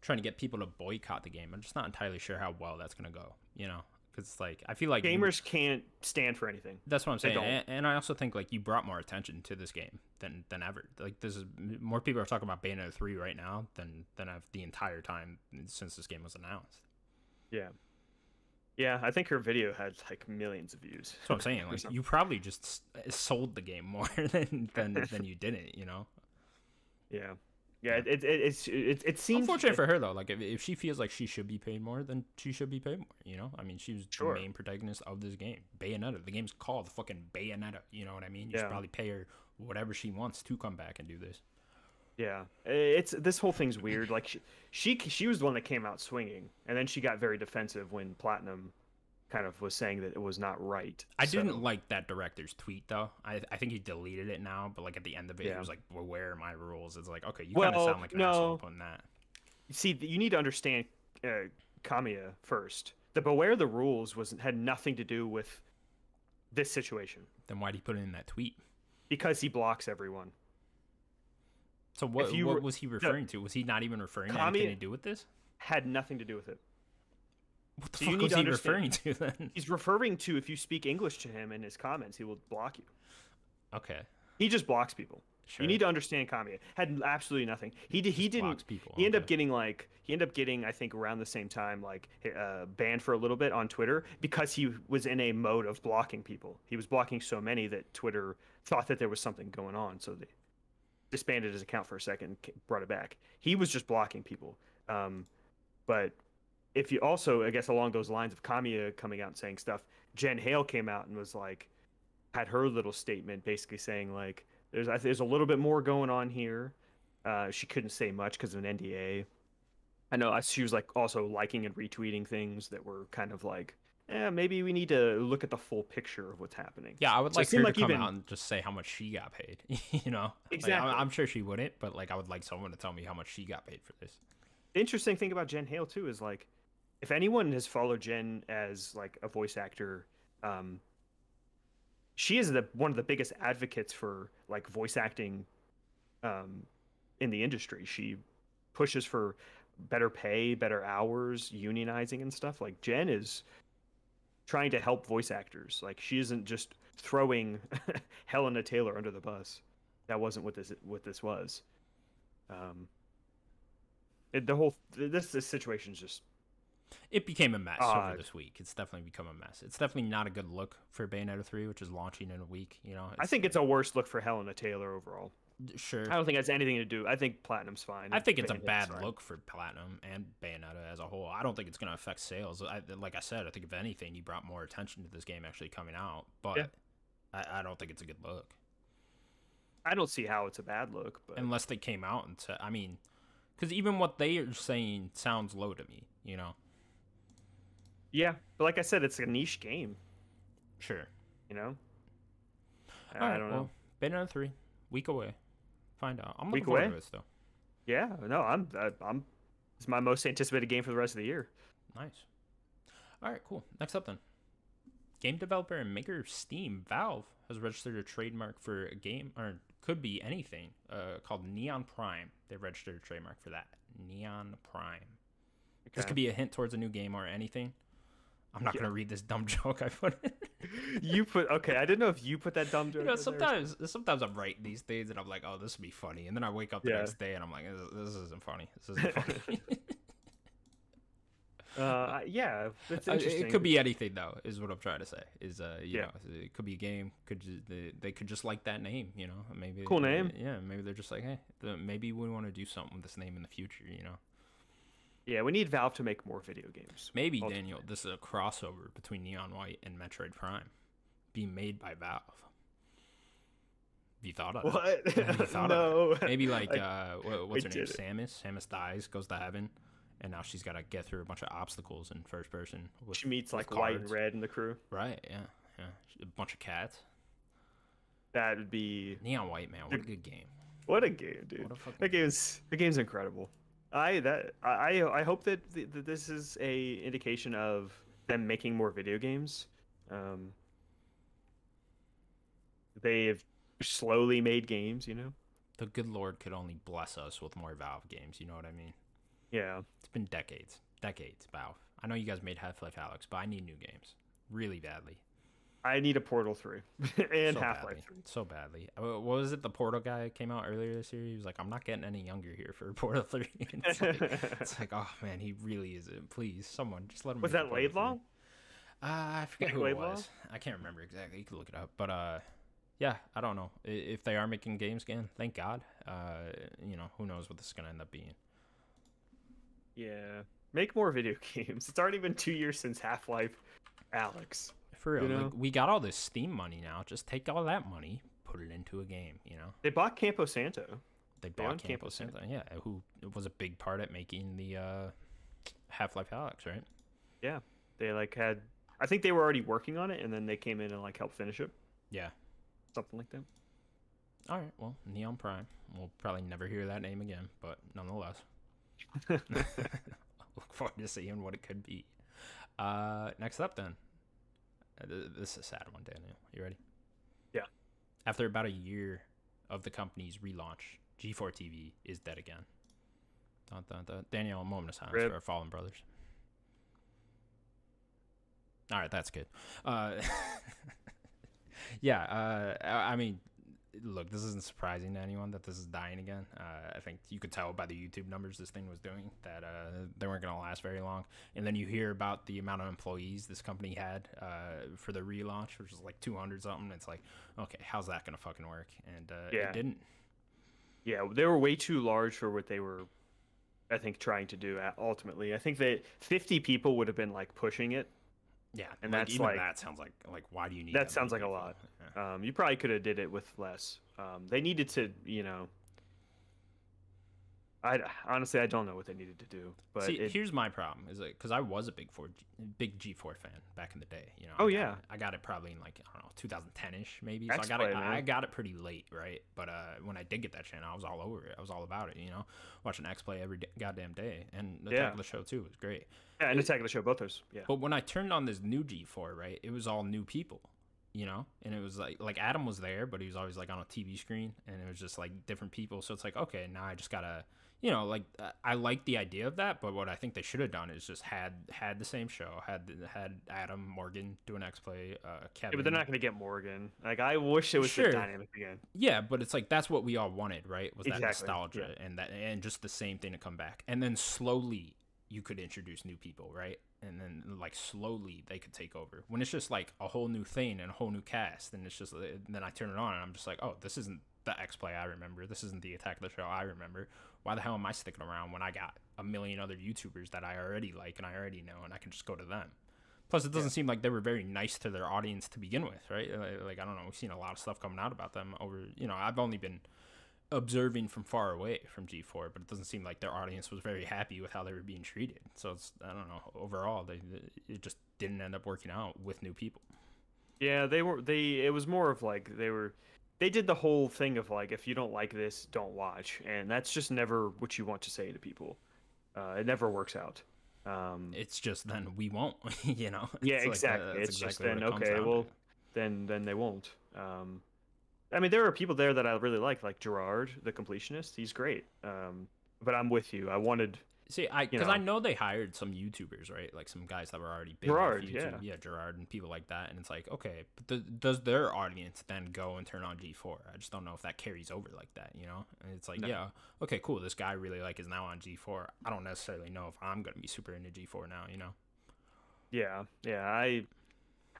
Speaker 1: trying to get people to boycott the game. I'm just not entirely sure how well that's gonna go. You know, because like I feel like you-
Speaker 2: gamers can't stand for anything.
Speaker 1: that's what I'm
Speaker 2: They
Speaker 1: saying,
Speaker 2: don't.
Speaker 1: and, and I also think like you brought more attention to this game than than ever. Like this is more people are talking about Bayonetta three right now than than I've the entire time since this game was announced.
Speaker 2: Yeah, yeah, I think her video had like millions of views.
Speaker 1: That's what I'm saying.
Speaker 2: [LAUGHS] or
Speaker 1: Like
Speaker 2: something.
Speaker 1: you probably just s- eh, sold the game more [LAUGHS] than than,
Speaker 2: [LAUGHS]
Speaker 1: than you didn't. You know.
Speaker 2: yeah, yeah, it it it, it's- it, it seems
Speaker 1: Unfortunate for her though. Like if, if she feels like she should be paid more, then she should be paid more. You know. I mean, she was
Speaker 2: Sure.
Speaker 1: the main protagonist of this game, Bayonetta. The game's called fucking Bayonetta. You know what I mean? You
Speaker 2: Yeah.
Speaker 1: should probably pay her whatever she wants to come back and do this.
Speaker 2: Yeah, it's this whole thing's weird. Like she, she, she was the one that came out swinging, and then she got very defensive when Platinum kind of was saying that it was not right.
Speaker 1: I
Speaker 2: so-
Speaker 1: didn't like that director's tweet though. I, I think he deleted it now, but like at the end of it,
Speaker 2: Yeah.
Speaker 1: he was like, well, "Where are my rules?" It's like, okay, you kind of
Speaker 2: Well,
Speaker 1: sound like an asshole
Speaker 2: no.
Speaker 1: upon that.
Speaker 2: see. You need to understand uh, Kamiya first. The Beware the Rules was had nothing to do with this situation
Speaker 1: Then why'd he put it in that tweet?
Speaker 2: because he blocks everyone.
Speaker 1: So what,
Speaker 2: If you
Speaker 1: what
Speaker 2: were-
Speaker 1: was he referring to? Was he not even referring to
Speaker 2: Kami-
Speaker 1: anything to do with this?
Speaker 2: Had nothing to do with it.
Speaker 1: What the
Speaker 2: So you
Speaker 1: fuck
Speaker 2: need
Speaker 1: was
Speaker 2: to
Speaker 1: he
Speaker 2: understand-
Speaker 1: referring to then? [LAUGHS]
Speaker 2: He's referring to if you speak English to him in his comments, he will block you.
Speaker 1: Okay,
Speaker 2: He just blocks people.
Speaker 1: sure.
Speaker 2: You need to understand Kami. Had absolutely nothing. He did, he
Speaker 1: blocks
Speaker 2: didn't.
Speaker 1: people,
Speaker 2: He ended
Speaker 1: okay.
Speaker 2: up getting like he ended up getting I think around the same time like h- uh, banned for a little bit on Twitter because he was in a mode of blocking people. He was blocking so many that Twitter thought that there was something going on, so they disbanded his account for a second, and ca- brought it back. He was just blocking people. Um, but if you also I guess along those lines of Kamiya coming out and saying stuff, Jen Hale came out and was like had her little statement basically saying like there's I- there's a little bit more going on here. Uh, she couldn't say much because of an NDA. I know I, she was like also liking and retweeting things that were kind of like, eh, maybe we need to look at the full picture of what's happening.
Speaker 1: Yeah, I would
Speaker 2: So it
Speaker 1: like her
Speaker 2: seemed
Speaker 1: to
Speaker 2: like
Speaker 1: come
Speaker 2: even-
Speaker 1: out and just say how much she got paid. [LAUGHS] you know, Like, I'm-
Speaker 2: Exactly.
Speaker 1: I'm, sure she wouldn't, but like I would like someone to tell me how much she got paid for this.
Speaker 2: The interesting thing about Jen Hale too is like, if anyone has followed Jen as like a voice actor, um, she is the one of the biggest advocates for like voice acting, um, in the industry. She pushes for better pay, better hours, unionizing and stuff. Like Jen is trying to help voice actors. Like she isn't just throwing [LAUGHS] Helena Taylor under the bus. That wasn't what this what this was. Um, it, the whole th- this this situation's just
Speaker 1: It became a mess over
Speaker 2: Odd.
Speaker 1: this week. It's definitely become a mess. It's definitely not a good look for Bayonetta three, which is launching in a week. You know,
Speaker 2: I think it's a worse look for Helena Taylor overall.
Speaker 1: sure.
Speaker 2: I don't think it has anything to do. I think Platinum's fine.
Speaker 1: I think it's a
Speaker 2: Bayonetta's
Speaker 1: bad
Speaker 2: fine.
Speaker 1: look for Platinum and Bayonetta as a whole. I don't think it's going to affect sales. I, like I said, I think if anything, you brought more attention to this game actually coming out, but
Speaker 2: Yeah.
Speaker 1: I, I don't think it's a good look.
Speaker 2: I don't see how it's a bad look, but
Speaker 1: unless they came out and said, I mean, because even what they are saying sounds low to me, you know?
Speaker 2: yeah. But like I said, it's a niche game.
Speaker 1: Sure.
Speaker 2: You know. I-
Speaker 1: All
Speaker 2: I
Speaker 1: right,
Speaker 2: don't know.
Speaker 1: well, Bayonetta 3, week away. Find out. I'm looking
Speaker 2: Week
Speaker 1: forward to
Speaker 2: away?
Speaker 1: this, though.
Speaker 2: Yeah, no, I'm I, I'm it's my most anticipated game for the rest of the year.
Speaker 1: Nice. All right, cool. Next up, then. Game developer and maker of Steam, Valve, has registered a trademark for a game, or could be anything, uh, called Neon Prime. They registered a trademark for that. Neon Prime. This could be a hint towards a new game or anything. I'm not
Speaker 2: Yeah.
Speaker 1: going to read this dumb [LAUGHS] joke I put in.
Speaker 2: you put okay. I didn't know if you put that dumb
Speaker 1: [LAUGHS]
Speaker 2: joke.
Speaker 1: You know,
Speaker 2: in there.
Speaker 1: sometimes sometimes I write these things and I'm like, oh, this would be funny, and then I wake up the
Speaker 2: Yeah.
Speaker 1: next day and I'm like, this, this isn't funny. This isn't [LAUGHS]
Speaker 2: [LAUGHS]
Speaker 1: funny.
Speaker 2: Uh, I- yeah, that's
Speaker 1: Uh,
Speaker 2: interesting.
Speaker 1: it could be anything though, is what I'm trying to say. Is uh, you
Speaker 2: Yeah.
Speaker 1: know, it could be a game. Could ju- they, they could just like that name, you know? Maybe
Speaker 2: Cool
Speaker 1: maybe-
Speaker 2: name.
Speaker 1: yeah, maybe they're just like, hey, the, maybe we want to do something with this name in the future, you know?
Speaker 2: Yeah, we need Valve to make more video games.
Speaker 1: Maybe
Speaker 2: Ultimately.
Speaker 1: Daniel, this is a crossover between Neon White and Metroid Prime, being made by Valve. Have you thought of that?
Speaker 2: What? [LAUGHS]
Speaker 1: Have you thought
Speaker 2: no.
Speaker 1: of it? Maybe like
Speaker 2: I-
Speaker 1: uh, wha- what's her name?
Speaker 2: did it.
Speaker 1: Samus. Samus dies, goes to heaven, and now she's got to get through a bunch of obstacles in first person. With,
Speaker 2: [LAUGHS] She meets
Speaker 1: with
Speaker 2: like White and
Speaker 1: cards.
Speaker 2: Red in the crew.
Speaker 1: Right? Yeah, yeah. A bunch of cats.
Speaker 2: That would be
Speaker 1: Neon White man, what a good game.
Speaker 2: what a game, dude.
Speaker 1: What a fucking
Speaker 2: That game's that game's incredible. I that I I I hope that, th- that this is a indication of them making more video games. Um, they have slowly made games, you know.
Speaker 1: The good Lord could only bless us with more Valve games. You know what I mean?
Speaker 2: Yeah,
Speaker 1: It's been decades, decades. Valve. I know you guys made Half Life Alex, but I need new games really badly.
Speaker 2: I need a Portal Three [LAUGHS] and
Speaker 1: so
Speaker 2: Half
Speaker 1: badly,
Speaker 2: Life Three.
Speaker 1: so badly. Uh, What was it? The Portal guy came out earlier this year. He was like, "I'm not getting any younger here for [LAUGHS] Portal 3. And it's, like, it's like, oh man, he really isn't. Please, someone, just let him.
Speaker 2: [LAUGHS] Was
Speaker 1: make a
Speaker 2: that
Speaker 1: Portal 3."
Speaker 2: Laidlaw?
Speaker 1: Uh, I forget
Speaker 2: Mike
Speaker 1: who it
Speaker 2: Laidlaw?
Speaker 1: was. I can't remember exactly. You can look it up. But uh, yeah, I don't know I- if they are making games again. Thank God. Uh, you know, who knows what this is gonna end up being.
Speaker 2: Yeah. Make more video [LAUGHS] games. It's already been two years since Half Life Alex.
Speaker 1: For real,
Speaker 2: You
Speaker 1: like,
Speaker 2: know?
Speaker 1: we got all this Steam money now. Just take all that money, put it into a game. You know.
Speaker 2: They bought Campo Santo.
Speaker 1: they
Speaker 2: own
Speaker 1: bought Campo
Speaker 2: Campo
Speaker 1: Santo, yeah, who was a big part at making the uh, Half Life Alex, right?
Speaker 2: Yeah. They like had I think they were already working on it and then they came in and like helped finish it.
Speaker 1: Yeah.
Speaker 2: Something like that.
Speaker 1: All right, well, Neon Prime. We'll probably never hear that name again, but
Speaker 2: [LAUGHS]
Speaker 1: nonetheless, look forward to seeing what it could be. Uh, next up, then. Uh, th- This is a sad one, Daniel. You ready?
Speaker 2: Yeah.
Speaker 1: After about a year of the company's relaunch, G4 TV is dead again. Dun, dun, dun. Daniel, a moment of silence
Speaker 2: Rip.
Speaker 1: for our fallen brothers. All right, that's good. Uh, [LAUGHS] yeah, uh, I I mean, look, this isn't surprising to anyone that this is dying again. Uh, I think you could tell by the YouTube numbers this thing was doing that uh, they weren't going to last very long. And then you hear about the amount of employees this company had uh, for the relaunch, which is like 200 something. It's like, okay, how's that going to fucking work? And uh,
Speaker 2: Yeah.
Speaker 1: it didn't.
Speaker 2: Yeah, they were way too large for what they were, I think, trying to do. at- Ultimately, I think that 50 people would have been like pushing it.
Speaker 1: Yeah,
Speaker 2: And
Speaker 1: like,
Speaker 2: that's
Speaker 1: even
Speaker 2: like-
Speaker 1: that sounds like like why do you need
Speaker 2: That
Speaker 1: many
Speaker 2: sounds like a
Speaker 1: people?
Speaker 2: lot.
Speaker 1: Yeah.
Speaker 2: Um, you probably could have did it with less. Um, they needed to, you know. I honestly, I don't know what they needed to do, but
Speaker 1: See,
Speaker 2: it,
Speaker 1: here's my problem is because I was a big four, big G four fan back in the day. You know. I
Speaker 2: Oh,
Speaker 1: got-
Speaker 2: yeah.
Speaker 1: I got it probably in like I don't know 2010 ish maybe.
Speaker 2: X
Speaker 1: so I got
Speaker 2: Play,
Speaker 1: it. I
Speaker 2: man.
Speaker 1: got it pretty late, right? But uh, when I did get that channel, I was all over it. I was all about it. You know, watching X play every d- goddamn day, and Attack
Speaker 2: Yeah.
Speaker 1: of the Show too was great.
Speaker 2: yeah, and Attack of the Show, both those, yeah.
Speaker 1: But when I turned on this new G4, right, it was all new people, you know? And it was like like Adam was there, but he was always like on a TV screen and it was just like different people. So it's like, okay, now I just got to you know, like uh, I like the idea of that, but what I think they should have done is just had had the same show, had had Adam Morgan do an X play, uh, Kevin.
Speaker 2: Yeah, but they're not going to get Morgan. Like, I wish it was
Speaker 1: Sure.
Speaker 2: the dynamic again.
Speaker 1: Yeah, but it's like that's what we all wanted, right? Was that
Speaker 2: Exactly,
Speaker 1: nostalgia and that and just the same thing to come back. And then slowly you could introduce new people, right? And then like slowly they could take over. When it's just like a whole new thing and a whole new cast, and it's just and then I turn it on and I'm just like, oh, this isn't the X play I remember. This isn't the Attack of the Show I remember. Why the hell am I sticking around when I got a million other YouTubers that I already like and I already know, and I can just go to them. Plus, it doesn't seem like they were very nice to their audience to begin with, right? Uh, Like, like, I don't know, we've seen a lot of stuff coming out about them over. You know, I've only been observing from far away from G4, but it doesn't seem like their audience was very happy with how they were being treated. So it's I don't know. Overall, they it just didn't end up working out with new people.
Speaker 2: Yeah, they were. They it was more of like they were. They did the whole thing of like, if you don't like this, don't watch, and that's just never what you want to say to people. Uh, it never works out. Um,
Speaker 1: It's just then we won't, [LAUGHS] you know.
Speaker 2: yeah,
Speaker 1: It's like, uh,
Speaker 2: exactly.
Speaker 1: that's
Speaker 2: it's just
Speaker 1: exactly what
Speaker 2: then
Speaker 1: it comes
Speaker 2: okay,
Speaker 1: down to.
Speaker 2: well, then then they won't. Um, I mean, there are people there that I really like, like Gerard, the completionist. He's great. Um, but I'm with you. I wanted
Speaker 1: See, I because
Speaker 2: know.
Speaker 1: I know they hired some YouTubers, right? Like some guys that were already big.
Speaker 2: Gerard,
Speaker 1: off YouTube. yeah, Gerard and people like that. And it's like, okay, but th- does their audience then go and turn on G four? I just don't know if that carries over like that, you know? And it's like, yeah, okay, cool. This guy I really like is now on G four. I don't necessarily know if I'm gonna be super into G four now, you know?
Speaker 2: Yeah, yeah. I,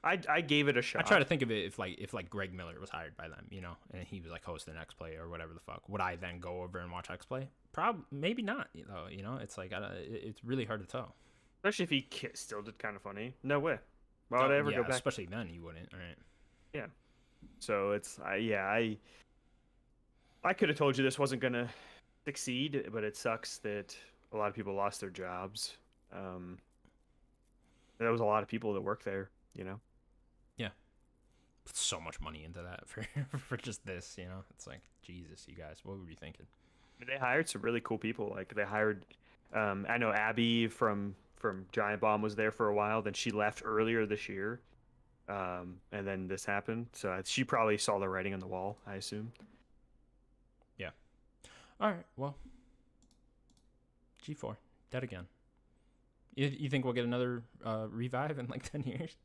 Speaker 2: I, I gave it a
Speaker 1: I
Speaker 2: shot.
Speaker 1: try to think of it if like if like Greg Miller was hired by them, you know, and he was like hosting X Play or whatever the fuck. Would I then go over and watch X Play? Probably, maybe not. You know, you know, it's like I, don't- it- it's really hard to tell.
Speaker 2: especially if he ki- still did kind of funny. No way. Why would I
Speaker 1: Oh,
Speaker 2: ever
Speaker 1: yeah,
Speaker 2: go back?
Speaker 1: Especially then, you wouldn't, right?
Speaker 2: So it's, I, yeah, I, I could have told you this wasn't gonna succeed, but it sucks that a lot of people lost their jobs. Um, there was a lot of people that worked there. You know.
Speaker 1: put so much money into that [LAUGHS] for for just this, you know. It's like Jesus, you guys, what were you thinking?
Speaker 2: They hired some really cool people. Like they hired, um, I know Abby from from Giant Bomb was there for a while. Then she left earlier this year, um, and then this happened. So I- she probably saw the writing on the wall. I assume.
Speaker 1: All right, well, G four dead again. You, you think we'll get another uh, revive in like ten years?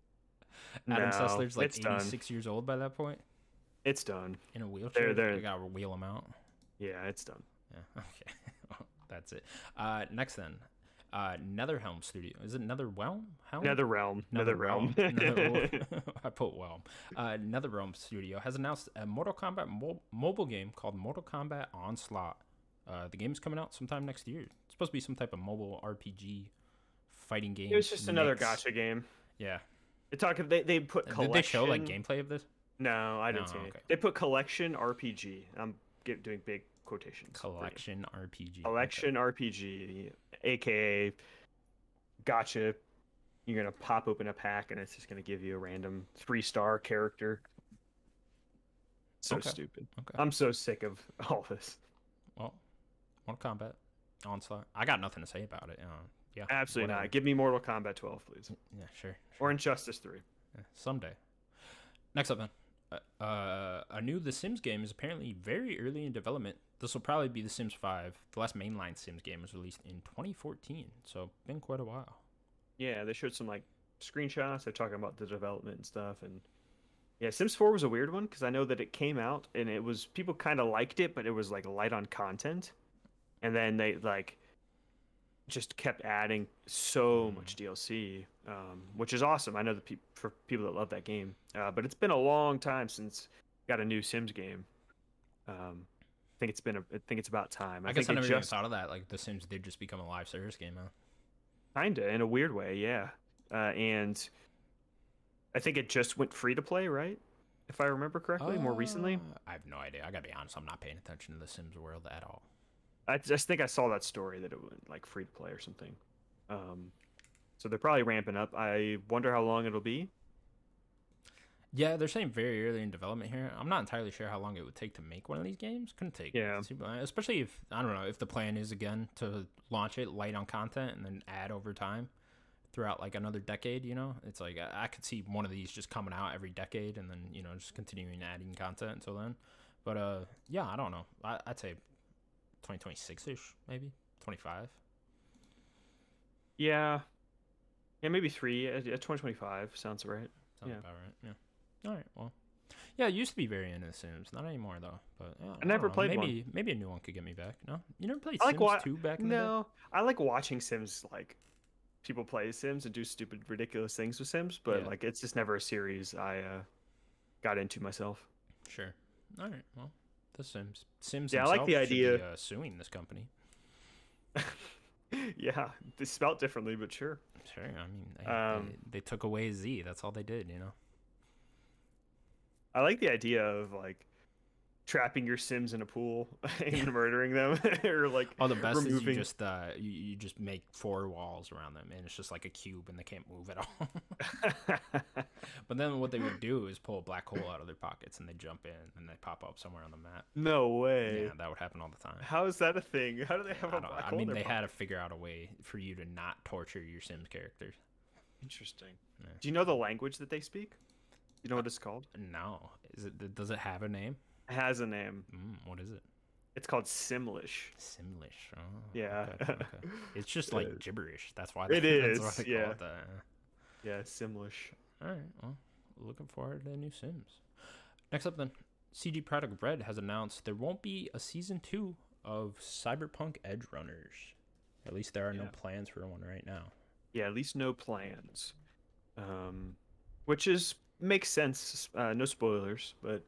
Speaker 1: [LAUGHS] Adam
Speaker 2: No,
Speaker 1: Sessler's like
Speaker 2: it's done.
Speaker 1: eighty six years old by that point
Speaker 2: It's done.
Speaker 1: in a wheelchair.
Speaker 2: they're-
Speaker 1: You gotta wheel him out.
Speaker 2: Yeah, it's done.
Speaker 1: Yeah. [LAUGHS] Okay. Well, That's it. Uh, next then, uh, Netherhelm Studio. Is it Netherwhelm? Helm?
Speaker 2: Another realm. Oh. Another realm. [LAUGHS]
Speaker 1: Netherrealm. [LAUGHS] I put Whelm. Uh, Netherrealm Studio has announced a Mortal Kombat mo- mobile game called Mortal Kombat Onslaught. Uh, the game is coming out sometime next year. It's supposed to be some type of mobile RPG fighting game.
Speaker 2: it was just another
Speaker 1: mix.
Speaker 2: gotcha game.
Speaker 1: Yeah.
Speaker 2: They talk. They they put
Speaker 1: Did
Speaker 2: collection.
Speaker 1: they show like gameplay of this?
Speaker 2: No, I didn't
Speaker 1: No,
Speaker 2: see any.
Speaker 1: okay.
Speaker 2: They put collection RPG. I'm get, doing big quotations. for you.
Speaker 1: Collection RPG. okay.
Speaker 2: Election RPG, aka gotcha. You're gonna pop open a pack and it's just gonna give you a random three star character. So
Speaker 1: Okay.
Speaker 2: stupid.
Speaker 1: Okay.
Speaker 2: I'm so sick of [LAUGHS] all this.
Speaker 1: Well, Mortal Kombat Onslaught. I got nothing to say about it. Uh, yeah.
Speaker 2: Absolutely
Speaker 1: whatever.
Speaker 2: not. Give me Mortal Kombat 12, please,
Speaker 1: Yeah, sure.
Speaker 2: or Injustice 3.
Speaker 1: Yeah, someday. Next up, then. Uh, a new The Sims game is apparently very early in development. This will probably be The Sims 5. The last mainline Sims game was released in 2014, so been quite a while.
Speaker 2: Yeah, they showed some like screenshots. They're talking about the development and stuff, and yeah, Sims 4 was a weird one because I know that it came out and it was people kind of liked it, but it was like light on content, and then they like just kept adding so
Speaker 1: Hmm.
Speaker 2: much DLC, um, which is awesome. I know the peop for people that love that game, uh, but it's been a long time since got a new Sims game. Um, I think it's been a, I think it's about time.
Speaker 1: I, guess
Speaker 2: think
Speaker 1: I
Speaker 2: it
Speaker 1: never even
Speaker 2: just-
Speaker 1: thought of that. Like The Sims did just become a live service game, huh?
Speaker 2: Kinda, in a weird way, yeah. Uh, and I think it just went free to play, right? If I remember correctly, more recently.
Speaker 1: Uh, I have no idea. I gotta be honest. I'm not paying attention to The Sims world at all.
Speaker 2: I just think I saw that story that it went like free to play or something. Um, so they're probably ramping up. I wonder how long it'll be.
Speaker 1: Yeah, they're saying very early in development here. I'm not entirely sure how long it would take to make one of these games. Couldn't take
Speaker 2: Yeah.
Speaker 1: super long, especially if I don't know if the plan is again to launch it light on content and then add over time throughout like another decade. You know, it's like I, I could see one of these just coming out every decade and then you know just continuing adding content until then. But uh, yeah, I don't know. I, I'd say 2026 ish, maybe 25.
Speaker 2: Yeah. Yeah, maybe three. Uh, yeah, 2025 sounds right.
Speaker 1: Sounds
Speaker 2: Yeah.
Speaker 1: about right. Yeah. All right. Well. Yeah, it used to be very into The Sims. Not anymore though. But yeah, don't
Speaker 2: never
Speaker 1: know,
Speaker 2: played one.
Speaker 1: maybe, Maybe a new one could get me back. No, you never played
Speaker 2: I like
Speaker 1: Sims
Speaker 2: wa-
Speaker 1: Two back in the
Speaker 2: No, I like watching Sims like people play Sims and do stupid, ridiculous things with Sims, but
Speaker 1: Yeah.
Speaker 2: like it's just never a series I uh, got into myself.
Speaker 1: day. Sure. All right. Well, The Sims. Sims.
Speaker 2: Yeah, I like the
Speaker 1: themselves should be,
Speaker 2: idea-
Speaker 1: uh, suing this company.
Speaker 2: [LAUGHS] yeah, they spelt differently, but sure.
Speaker 1: Sure. I mean, they,
Speaker 2: Um,
Speaker 1: they, they took away Z. That's all they did. You know.
Speaker 2: I like the idea of like trapping your Sims in a pool [LAUGHS] and murdering them, [LAUGHS]
Speaker 1: [LAUGHS]
Speaker 2: or like
Speaker 1: Oh, the best is you
Speaker 2: removing-
Speaker 1: just uh, you, you just make four walls around them, and it's just like a cube, and they can't move at [LAUGHS] all. but then what they would do is pull a black hole out of their pockets, and they jump in, and they pop up somewhere on the map.
Speaker 2: no way.
Speaker 1: Yeah, that would happen all the time.
Speaker 2: How is that a thing? How do they have
Speaker 1: I,
Speaker 2: a
Speaker 1: don't,
Speaker 2: black
Speaker 1: I
Speaker 2: hole in
Speaker 1: mean,
Speaker 2: their
Speaker 1: they
Speaker 2: pocket?
Speaker 1: had to figure out a way for you to not torture your Sims characters.
Speaker 2: Interesting.
Speaker 1: Yeah. Uh,
Speaker 2: Do you know the language that they speak? You know what it's called?
Speaker 1: No, is it? Does it have a name?
Speaker 2: It has a name.
Speaker 1: Mm, what is it?
Speaker 2: It's called Simlish.
Speaker 1: Simlish. Oh,
Speaker 2: Yeah.
Speaker 1: okay,
Speaker 2: [LAUGHS]
Speaker 1: okay. It's just like gibberish. That's why.
Speaker 2: It
Speaker 1: that's
Speaker 2: is,
Speaker 1: Why they [LAUGHS]
Speaker 2: yeah.
Speaker 1: Call it that.
Speaker 2: Yeah, Simlish.
Speaker 1: All right. Well, looking forward to new Sims. Next up, then, CG Product Red has announced there won't be a season two of Cyberpunk Edge Runners. At least there are no
Speaker 2: Yeah.
Speaker 1: plans for one right now.
Speaker 2: Yeah, at least no plans. Um, which is makes sense. Uh, no spoilers, but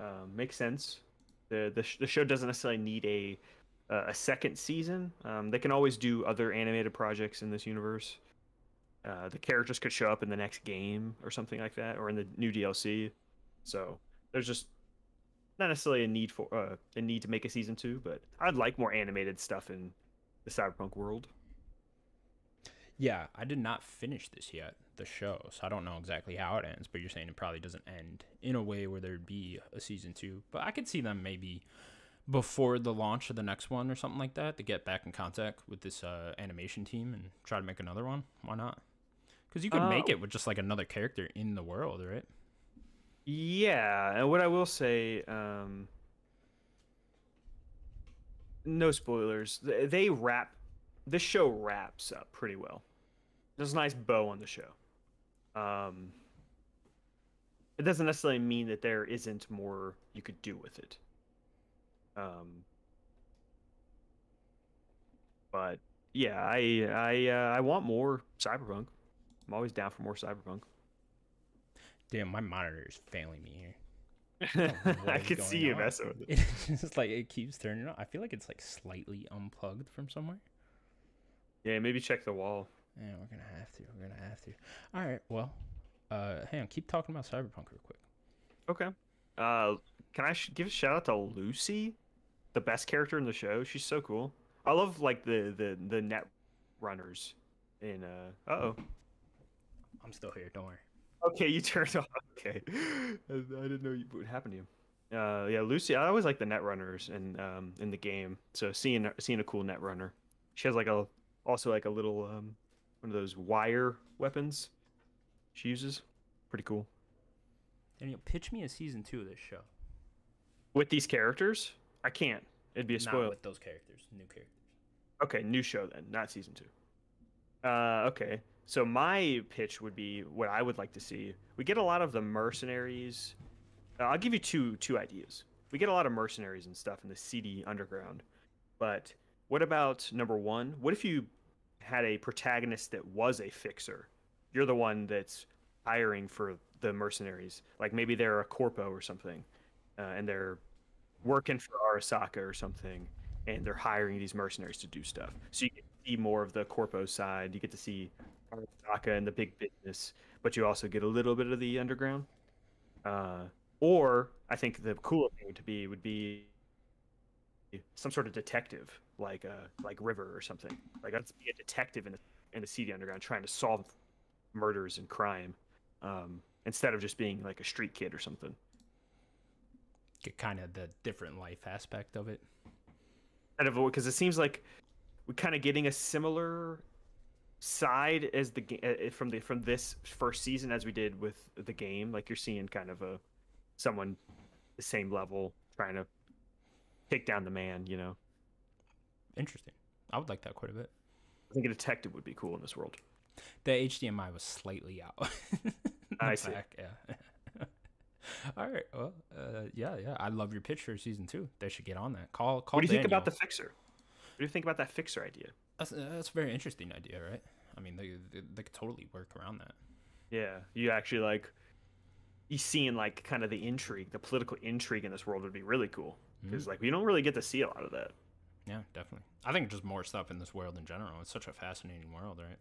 Speaker 2: um, makes sense. The the, sh- the show doesn't necessarily need a uh, a second season. Um, they can always do other animated projects in this universe. Uh, the characters could show up in the next game or something like that, or in the new DLC. So there's just not necessarily a need for uh, a need to make a season two, but I'd like more animated stuff in the cyberpunk world.
Speaker 1: Yeah, I did not finish this yet, the show, so I don't know exactly how it ends, but you're saying it probably doesn't end in a way where there'd be a season two. But I could see them maybe before the launch of the next one or something like that to get back in contact with this uh, animation team and try to make another one. Why not? Because you could
Speaker 2: Uh,
Speaker 1: make it with just like another character in the world, right?
Speaker 2: Yeah, and what I will say, um, no spoilers. th- They wrap this show wraps up pretty well. There's a nice bow on the show. Um, it doesn't necessarily mean that there isn't more you could do with it. Um, but yeah, I I uh, I want more cyberpunk. I'm always down for more cyberpunk.
Speaker 1: Damn, my monitor is failing me here. [LAUGHS]
Speaker 2: [LAUGHS] I
Speaker 1: is
Speaker 2: could
Speaker 1: Oh, going
Speaker 2: see you
Speaker 1: on?
Speaker 2: messing with it.
Speaker 1: It's just like it keeps turning on. I feel like it's like slightly unplugged from somewhere.
Speaker 2: Yeah, maybe check the wall.
Speaker 1: Yeah, we're gonna have to. We're gonna have to. All right. Well, uh, hang on. Keep talking about Cyberpunk real quick.
Speaker 2: Okay. Uh, can I sh- give a shout out to Lucy, the best character in the show? She's so cool. I love like the the the net runners in uh oh.
Speaker 1: I'm still here. Don't worry.
Speaker 2: Okay, you [LAUGHS] turned off. Okay, I, I didn't know you, what happened to you. Uh, yeah, Lucy. I always like the net runners in um in the game. So seeing seeing a cool net runner, she has like a also like a little um one of those wire weapons she uses. Pretty cool.
Speaker 1: Daniel, pitch me a season two of this show.
Speaker 2: With these characters, I can't. It'd be a
Speaker 1: Not
Speaker 2: spoiler.
Speaker 1: with those characters, new characters.
Speaker 2: Okay, new show then, not season two. Uh, okay, so my pitch would be what I would like to see. We get a lot of the mercenaries. Uh, I'll give you two two ideas. We get a lot of mercenaries and stuff in the seedy underground, but what about number one? What if you had a protagonist that was a fixer? You're the one that's hiring for the mercenaries. Like maybe they're a corpo or something, uh, and they're working for Arasaka or something, and they're hiring these mercenaries to do stuff. So you get to see more of the corpo side. You get to see Arasaka and the big business, but you also get a little bit of the underground. Uh, or I think the cool thing to be would be some sort of detective, like uh, like River or something. Like let's be a detective in the in the CD underground, trying to solve murders and crime, um, instead of just being like a street kid or something.
Speaker 1: Get kind of the different life aspect of it.
Speaker 2: kind of because it seems like we're kind of getting a similar side as the ga- uh, uh, from the from this first season as we did with the game. Like you're seeing kind of a someone the same level trying to take down the man. You know,
Speaker 1: Interesting. I would like that quite a bit.
Speaker 2: I think a detective would be cool in this world.
Speaker 1: The HDMI was slightly out. [LAUGHS] In
Speaker 2: I
Speaker 1: the
Speaker 2: see.
Speaker 1: yeah. [LAUGHS] All right. Well, uh, yeah, yeah. I love your pitch for season two. They should get on that. Call, call.
Speaker 2: What do you think about the
Speaker 1: Daniel.
Speaker 2: fixer? What do you think about that fixer idea?
Speaker 1: That's, that's a very interesting idea, right? I mean, they, they, they could totally work around that.
Speaker 2: Yeah, you actually like you seeing like kind of the intrigue, the political intrigue in this world would be really cool because like we don't really get to see a lot of that.
Speaker 1: Yeah, definitely. I think just more stuff in this world in general. It's such a fascinating world, right?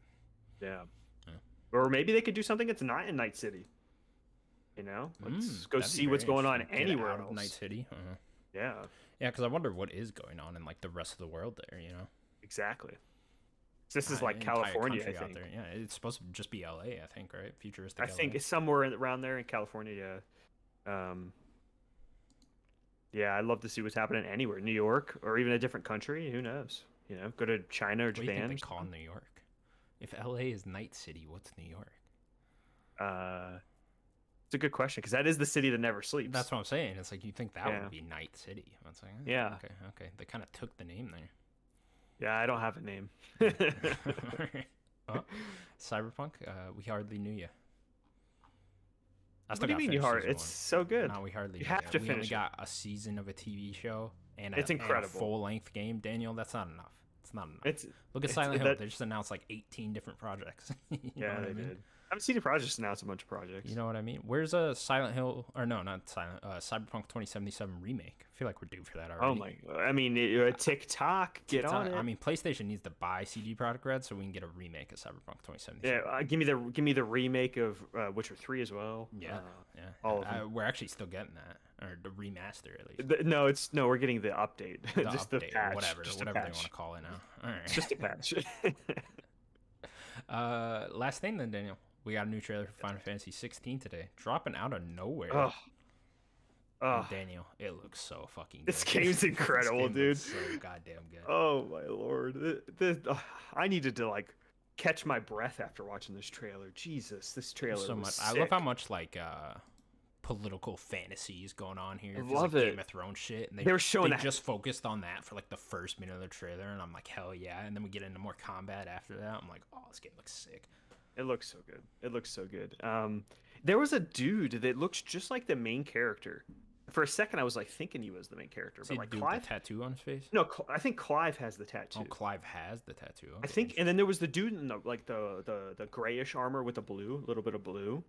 Speaker 2: Yeah.
Speaker 1: Yeah.
Speaker 2: Or maybe they could do something that's not in Night City. You know, let's
Speaker 1: Mm,
Speaker 2: Hmm, go
Speaker 1: that'd be
Speaker 2: see what's
Speaker 1: very
Speaker 2: going on
Speaker 1: interesting. Get
Speaker 2: anywhere
Speaker 1: out
Speaker 2: else.
Speaker 1: of Night City. Uh-huh.
Speaker 2: Yeah,
Speaker 1: Yeah, because I wonder what is going on in like the rest of the world there. You know,
Speaker 2: exactly. So this is
Speaker 1: Uh,
Speaker 2: like
Speaker 1: the entire
Speaker 2: California, I
Speaker 1: country
Speaker 2: think.
Speaker 1: Out there. Yeah, it's supposed to just be L.A. I think, right? Futuristic.
Speaker 2: I think
Speaker 1: LA.
Speaker 2: it's somewhere in- around there in California. Yeah. Um, yeah, I'd love to see what's happening anywhere, New York or even a different country. Who knows? You know, go to China or
Speaker 1: what do you think
Speaker 2: Japan.
Speaker 1: they call New York? If L.A. is Night City, what's New York?
Speaker 2: Uh, it's a good question because that is the city that never sleeps.
Speaker 1: That's what I'm saying. It's like you think that
Speaker 2: Yeah.
Speaker 1: would be Night City. I was like, eh,
Speaker 2: Yeah.
Speaker 1: okay, okay. They kind of took the name there.
Speaker 2: yeah, I don't have
Speaker 1: [LAUGHS]
Speaker 2: a name. [LAUGHS]
Speaker 1: Alright. [LAUGHS] well, Cyberpunk, uh, we hardly knew you. I
Speaker 2: what do you mean you hard?
Speaker 1: hard?
Speaker 2: It's so good.
Speaker 1: No, we hardly.
Speaker 2: You
Speaker 1: knew
Speaker 2: have
Speaker 1: that.
Speaker 2: to
Speaker 1: we
Speaker 2: finish
Speaker 1: only got
Speaker 2: it.
Speaker 1: a season of a TV show and a,
Speaker 2: It's incredible.
Speaker 1: full length game. Daniel, that's not enough. It's not enough.
Speaker 2: It's
Speaker 1: Look at
Speaker 2: it's-
Speaker 1: Silent Hill.
Speaker 2: that-
Speaker 1: they just announced like 18 different projects. [LAUGHS] you know
Speaker 2: Yeah,
Speaker 1: what
Speaker 2: they
Speaker 1: I mean?
Speaker 2: did. I mean, CD Projekt just announced a bunch of projects.
Speaker 1: You know what I mean? Where's a Silent Hill or no, not Silent uh, Cyberpunk 2077 remake? I feel like we're due for that already.
Speaker 2: oh my! I mean, it, uh, TikTok, get
Speaker 1: It's
Speaker 2: on
Speaker 1: not-
Speaker 2: it.
Speaker 1: I mean, PlayStation needs to buy CD Product Red so we can get a remake of Cyberpunk 2077.
Speaker 2: yeah, uh, give me the give me the remake of uh, Witcher Three as well.
Speaker 1: yeah,
Speaker 2: Uh,
Speaker 1: yeah.
Speaker 2: all of
Speaker 1: I- we're actually still getting that, or the remaster at least.
Speaker 2: th- no, it's no, we're getting the update,
Speaker 1: The
Speaker 2: [LAUGHS] just the
Speaker 1: update,
Speaker 2: patch,
Speaker 1: or whatever,
Speaker 2: just
Speaker 1: whatever
Speaker 2: a
Speaker 1: they
Speaker 2: patch.
Speaker 1: want to call it
Speaker 2: [LAUGHS]
Speaker 1: now. All right. [LAUGHS]
Speaker 2: It's just a patch.
Speaker 1: Uh, last thing then, Daniel. We got a new trailer for Final Fantasy 16 today, dropping out of nowhere.
Speaker 2: [LAUGHS] oh,
Speaker 1: And
Speaker 2: oh,
Speaker 1: Daniel, it looks so fucking. Good.
Speaker 2: This
Speaker 1: [LAUGHS]
Speaker 2: game's
Speaker 1: This
Speaker 2: incredible,
Speaker 1: game looks
Speaker 2: dude.
Speaker 1: So goddamn good.
Speaker 2: oh my lord! Th- This, oh, I needed to like catch my breath after watching this trailer. Jesus, this trailer
Speaker 1: so much.
Speaker 2: was
Speaker 1: I love how
Speaker 2: sick.
Speaker 1: much like uh, political fantasy is going on here.
Speaker 2: I
Speaker 1: 'cause,
Speaker 2: love
Speaker 1: like,
Speaker 2: it.
Speaker 1: Game of Thrones shit. And they,
Speaker 2: They were showing
Speaker 1: they
Speaker 2: that-
Speaker 1: just focused on that for like the first minute of the trailer, and I'm like, hell yeah. And then we get into more combat after that. I'm like, oh, this game looks sick.
Speaker 2: It looks so good. It looks so good. Um, there was a dude that looked just like the main character. For a second, I was like thinking he was the main character,
Speaker 1: See
Speaker 2: but
Speaker 1: the
Speaker 2: like
Speaker 1: dude with
Speaker 2: Clive.
Speaker 1: the tattoo on his face.
Speaker 2: no, Cl- I think Clive has the tattoo.
Speaker 1: Oh, Clive has the tattoo.
Speaker 2: I
Speaker 1: Okay,
Speaker 2: think, and then there was the dude in the like the the the grayish armor with the blue, a little bit of blue.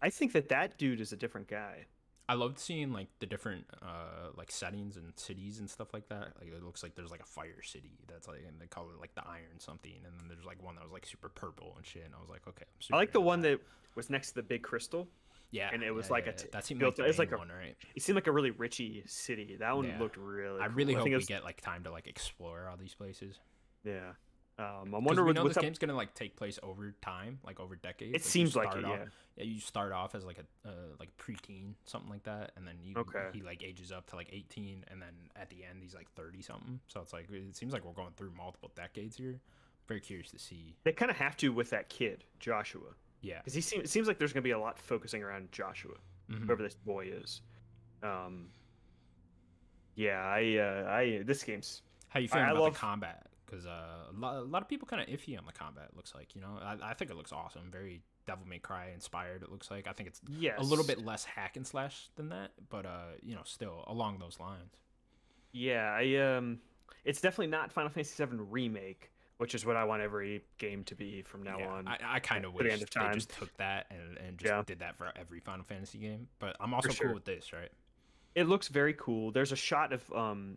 Speaker 2: I think that that dude is a different guy.
Speaker 1: I loved seeing like the different uh like settings and cities and stuff like that. Like it looks like there's like a fire city that's like and they call it like the iron something, and then there's like one that was like super purple and shit. And I was like, okay, I'm super
Speaker 2: I like the
Speaker 1: into
Speaker 2: one that was next to the big crystal.
Speaker 1: yeah,
Speaker 2: and it was
Speaker 1: yeah,
Speaker 2: like a
Speaker 1: yeah, yeah.
Speaker 2: t-
Speaker 1: that seemed
Speaker 2: built-
Speaker 1: like the
Speaker 2: it was
Speaker 1: main
Speaker 2: like a-
Speaker 1: one, right?
Speaker 2: It seemed like a really richy city. That one
Speaker 1: Yeah.
Speaker 2: looked really.
Speaker 1: I
Speaker 2: cool.
Speaker 1: really
Speaker 2: I
Speaker 1: hope
Speaker 2: think
Speaker 1: we
Speaker 2: it was-
Speaker 1: get like time to like explore all these places.
Speaker 2: Yeah. Um, I'm
Speaker 1: 'Cause
Speaker 2: wondering
Speaker 1: we
Speaker 2: what-
Speaker 1: know
Speaker 2: what's
Speaker 1: this
Speaker 2: up.
Speaker 1: game's gonna like take place over time, like over decades. you
Speaker 2: seems like
Speaker 1: start
Speaker 2: it,
Speaker 1: off-
Speaker 2: yeah.
Speaker 1: You start off as like a uh, like preteen, something like that, and then you
Speaker 2: Okay.
Speaker 1: he like ages up to like eighteen, and then at the end he's like thirty something. So it's like it seems like we're going through multiple decades here. Very curious to see.
Speaker 2: They kind of have to with that kid Joshua.
Speaker 1: Yeah,
Speaker 2: Because he seems it seems like there's gonna be a lot focusing around Joshua.
Speaker 1: Mhm.
Speaker 2: whoever this boy is. Um, yeah, I, uh, I this game's
Speaker 1: How you
Speaker 2: I-
Speaker 1: feeling
Speaker 2: I
Speaker 1: about
Speaker 2: love-
Speaker 1: the combat? Because uh, a, lot, a lot of people kind of iffy on the combat. It looks like you know. I, I think it looks awesome. Very Devil May Cry inspired. It looks like. I think it's
Speaker 2: yes
Speaker 1: a little bit less hack and slash than that, but uh, you know, still along those lines.
Speaker 2: Yeah, I um, it's definitely not Final Fantasy VII remake, which is what I want every game to be from now
Speaker 1: Yeah,
Speaker 2: on.
Speaker 1: I, I kind of
Speaker 2: for the
Speaker 1: wish
Speaker 2: end of
Speaker 1: they
Speaker 2: time.
Speaker 1: just took that and, and just
Speaker 2: Yeah.
Speaker 1: did that for every Final Fantasy game. But I'm also
Speaker 2: sure.
Speaker 1: cool with this, right?
Speaker 2: It looks very cool. There's a shot of um,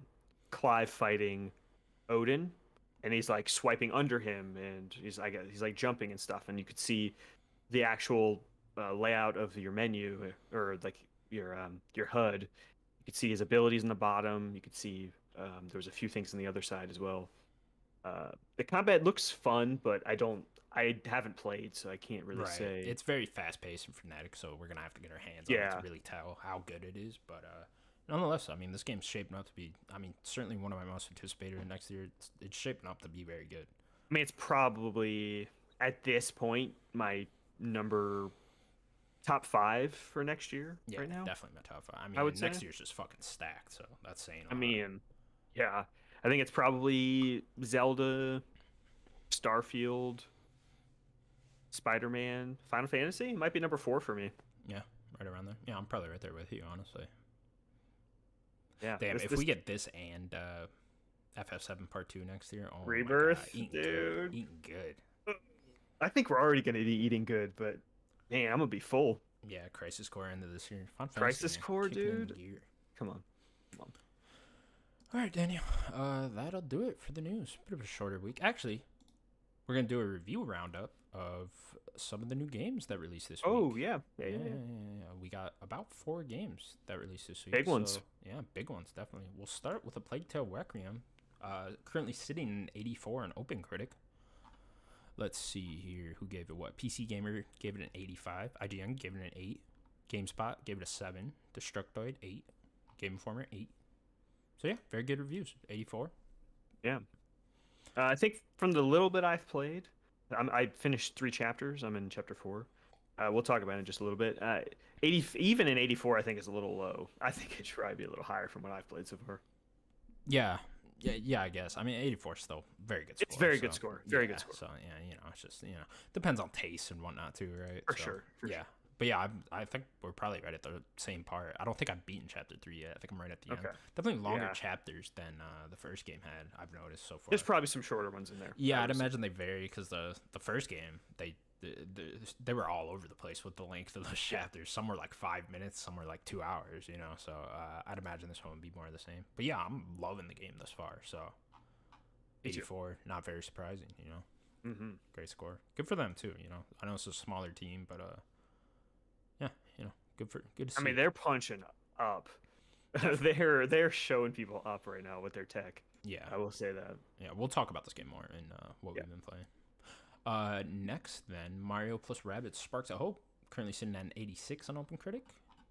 Speaker 2: Clive fighting Odin, and he's like swiping under him, and he's like he's like jumping and stuff, and you could see the actual uh, layout of your menu uh, or like your um, your HUD. You could see his abilities in the bottom. You could see um, there was a few things on the other side as well. Uh, the combat looks fun, but I don't. I haven't played, so I can't really
Speaker 1: right.
Speaker 2: say.
Speaker 1: It's very fast paced and frenetic, so we're gonna have to get our hands on
Speaker 2: Yeah.
Speaker 1: it to really tell how good it is. But uh, nonetheless, I mean, this game's shaping up to be. I mean, certainly one of my most anticipated next year. It's, it's shaping up to be very good.
Speaker 2: I mean, it's probably at this point my number top five for next year
Speaker 1: Yeah,
Speaker 2: right now.
Speaker 1: definitely my top five. I mean,
Speaker 2: would
Speaker 1: next
Speaker 2: say.
Speaker 1: year's just fucking stacked, so that's saying.
Speaker 2: I
Speaker 1: a lot.
Speaker 2: mean, yeah, I think it's probably Zelda, Starfield, Spider Man, Final Fantasy. It might be number four for me.
Speaker 1: yeah, right around there. Yeah, I'm probably right there with you, honestly.
Speaker 2: Yeah,
Speaker 1: Damn,
Speaker 2: this-
Speaker 1: if
Speaker 2: this-
Speaker 1: we get this and uh, FF7 Part 2 next year, oh my God,
Speaker 2: Rebirth?
Speaker 1: eating good,
Speaker 2: Dude.
Speaker 1: eating good.
Speaker 2: I think we're already gonna be eating good, but man, I'm gonna be full.
Speaker 1: Yeah, Crisis Core end of this year. Fun
Speaker 2: Crisis Core, dude. Come on.
Speaker 1: All right, Daniel, uh, that'll do it for the news. Bit of a shorter week, actually. We're gonna do a review roundup of some of the new games that released this week.
Speaker 2: Oh yeah, yeah, yeah. yeah.
Speaker 1: yeah. We got about four games that released this week.
Speaker 2: Big ones.
Speaker 1: so- yeah, big ones, definitely. We'll start with a Plague Tale Requiem, uh, currently sitting in 84 on Open Critic. Let's see here who gave it what. PC Gamer gave it an 85. IGN gave it an 8. GameSpot gave it a 7. Destructoid, 8. Game Informer, 8. So, yeah, very good reviews. 84.
Speaker 2: Uh, I think from the little bit I've played, I'm, I finished three chapters. I'm in chapter four. Uh, we'll talk about it in just a little bit. Uh, 80, even in 84, I think is a little low. I think it should probably be a little higher from what I've played so far.
Speaker 1: Yeah. Yeah, yeah, I guess. I mean, 84 is still very good. Score,
Speaker 2: It's very good
Speaker 1: so-
Speaker 2: score, very good
Speaker 1: yeah,
Speaker 2: score.
Speaker 1: So yeah, you know, it's just you know depends on taste and whatnot too, right?
Speaker 2: For
Speaker 1: So,
Speaker 2: sure, for
Speaker 1: yeah, but yeah, I, I think we're probably right at the same part. I don't think I've beaten chapter three yet. I think I'm right at the end.
Speaker 2: Okay.
Speaker 1: Definitely longer
Speaker 2: Yeah.
Speaker 1: chapters than uh, the first game had. I've noticed so far.
Speaker 2: There's probably some shorter ones in there.
Speaker 1: yeah, I'd
Speaker 2: I would assume.
Speaker 1: imagine they vary because the the first game they. The, the, they were all over the place with the length of those [LAUGHS] chapters. Some were like five minutes, some were like two hours, you know. So uh, I'd imagine this one would be more of the same. But yeah, I'm loving the game thus far. So
Speaker 2: Me too.
Speaker 1: 84, not very surprising, you know
Speaker 2: Mhm.
Speaker 1: great score. Good for them too. You know, I know it's a smaller team, but uh, yeah, you know, good for good to see.
Speaker 2: I mean,
Speaker 1: it.
Speaker 2: they're punching up. [LAUGHS] they're they're showing people up right now with their tech.
Speaker 1: yeah,
Speaker 2: I will say that.
Speaker 1: yeah. We'll talk about this game more and uh, what
Speaker 2: Yeah.
Speaker 1: we've been playing. Uh, next then, Mario plus Rabbit Sparks a Hope, currently sitting at an 86 on Open Critic.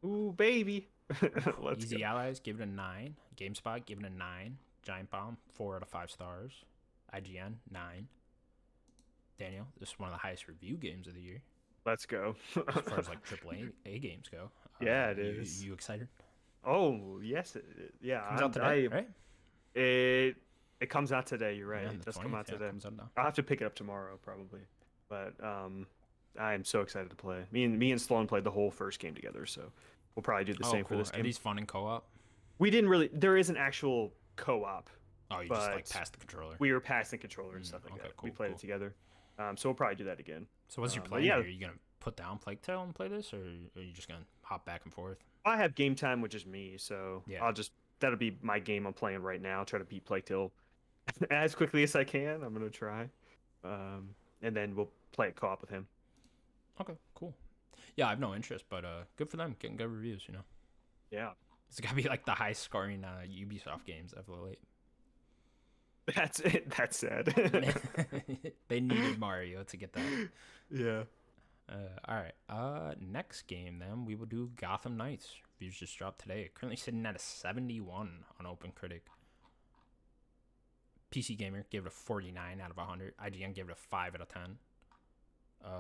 Speaker 2: Ooh, baby. [LAUGHS] Let's
Speaker 1: Easy
Speaker 2: go.
Speaker 1: Allies give it a nine. GameSpot give it a nine. Giant Bomb four out of five stars. IGN nine. Daniel, this is one of the highest review games of the year
Speaker 2: Let's go.
Speaker 1: as far as like AAA A games go. Uh,
Speaker 2: Yeah, it
Speaker 1: you-
Speaker 2: is.
Speaker 1: you excited?
Speaker 2: [LAUGHS] oh yes, it, it- yeah.
Speaker 1: Comes
Speaker 2: I'm-
Speaker 1: out today,
Speaker 2: I-
Speaker 1: right?
Speaker 2: It it comes out today. You're right.
Speaker 1: Yeah, the
Speaker 2: it does come
Speaker 1: 20th,
Speaker 2: out
Speaker 1: yeah, it
Speaker 2: today.
Speaker 1: comes out now.
Speaker 2: I'll have to pick it up tomorrow probably. But um, I am so excited to play. Me and me and Sloan played the whole first game together, so we'll probably do the
Speaker 1: Oh,
Speaker 2: same
Speaker 1: cool.
Speaker 2: for this
Speaker 1: Are
Speaker 2: game.
Speaker 1: these fun in co-op?
Speaker 2: We didn't really. There is an actual co-op.
Speaker 1: Oh, you just like
Speaker 2: But
Speaker 1: pass the controller.
Speaker 2: We were passing controller and
Speaker 1: Mm,
Speaker 2: stuff like
Speaker 1: okay,
Speaker 2: that. we
Speaker 1: cool,
Speaker 2: played
Speaker 1: cool.
Speaker 2: it together. Um, so we'll probably do that again.
Speaker 1: so once you're
Speaker 2: uh, but
Speaker 1: playing,
Speaker 2: yeah.
Speaker 1: it, are you gonna put down Plague Tale and play this, or are you just gonna hop back and forth?
Speaker 2: I have game time with just me, so
Speaker 1: Yeah.
Speaker 2: I'll just that'll be my game I'm playing right now. Try to beat Plague Tale [LAUGHS] as quickly as I can. I'm gonna try, um, and then we'll play it co-op with him.
Speaker 1: Okay, cool. Yeah, I have no interest, but uh, good for them getting good reviews. You know,
Speaker 2: Yeah,
Speaker 1: it's gotta be like the highest scoring uh, Ubisoft games of the
Speaker 2: [LAUGHS]
Speaker 1: late. [LAUGHS]
Speaker 2: that's it. [LAUGHS] That's
Speaker 1: [LAUGHS]
Speaker 2: sad. [LAUGHS]
Speaker 1: they needed Mario to get that.
Speaker 2: yeah.
Speaker 1: Uh, all right. Uh, next game then we will do Gotham Knights. Reviews just dropped today. Currently sitting at a 71 on Open Critic. PC Gamer gave it a 49 out of 100. IGN gave it a 5 out of 10. Uh,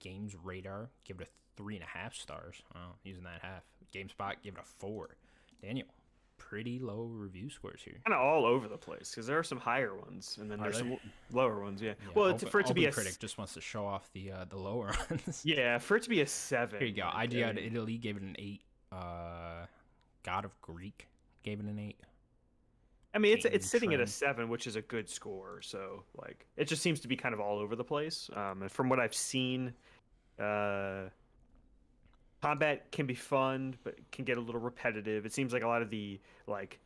Speaker 1: Games Radar, give it a three and a half stars. Oh, using that half. GameSpot, give it a four. Daniel, pretty low review scores here.
Speaker 2: Kind of all over the place because there are some higher ones and then
Speaker 1: Are
Speaker 2: there's
Speaker 1: there?
Speaker 2: some lower ones. Yeah.
Speaker 1: Yeah,
Speaker 2: well,
Speaker 1: I'll
Speaker 2: it's,
Speaker 1: be-
Speaker 2: for it to
Speaker 1: I'll
Speaker 2: be,
Speaker 1: be
Speaker 2: a s-
Speaker 1: critic just wants to show off the uh, the lower [LAUGHS] ones.
Speaker 2: Yeah, for it to be a seven.
Speaker 1: Here you go.
Speaker 2: like, I
Speaker 1: IGN
Speaker 2: mean,
Speaker 1: Italy gave it an eight. Uh, God of Greek gave it an eight.
Speaker 2: I mean, it's
Speaker 1: Gain
Speaker 2: it's sitting at a
Speaker 1: trend.
Speaker 2: seven, which is a good score. So like, it just seems to be kind of all over the place. Um, and from what I've seen, uh, combat can be fun, but it can get a little repetitive. It seems like a lot of the like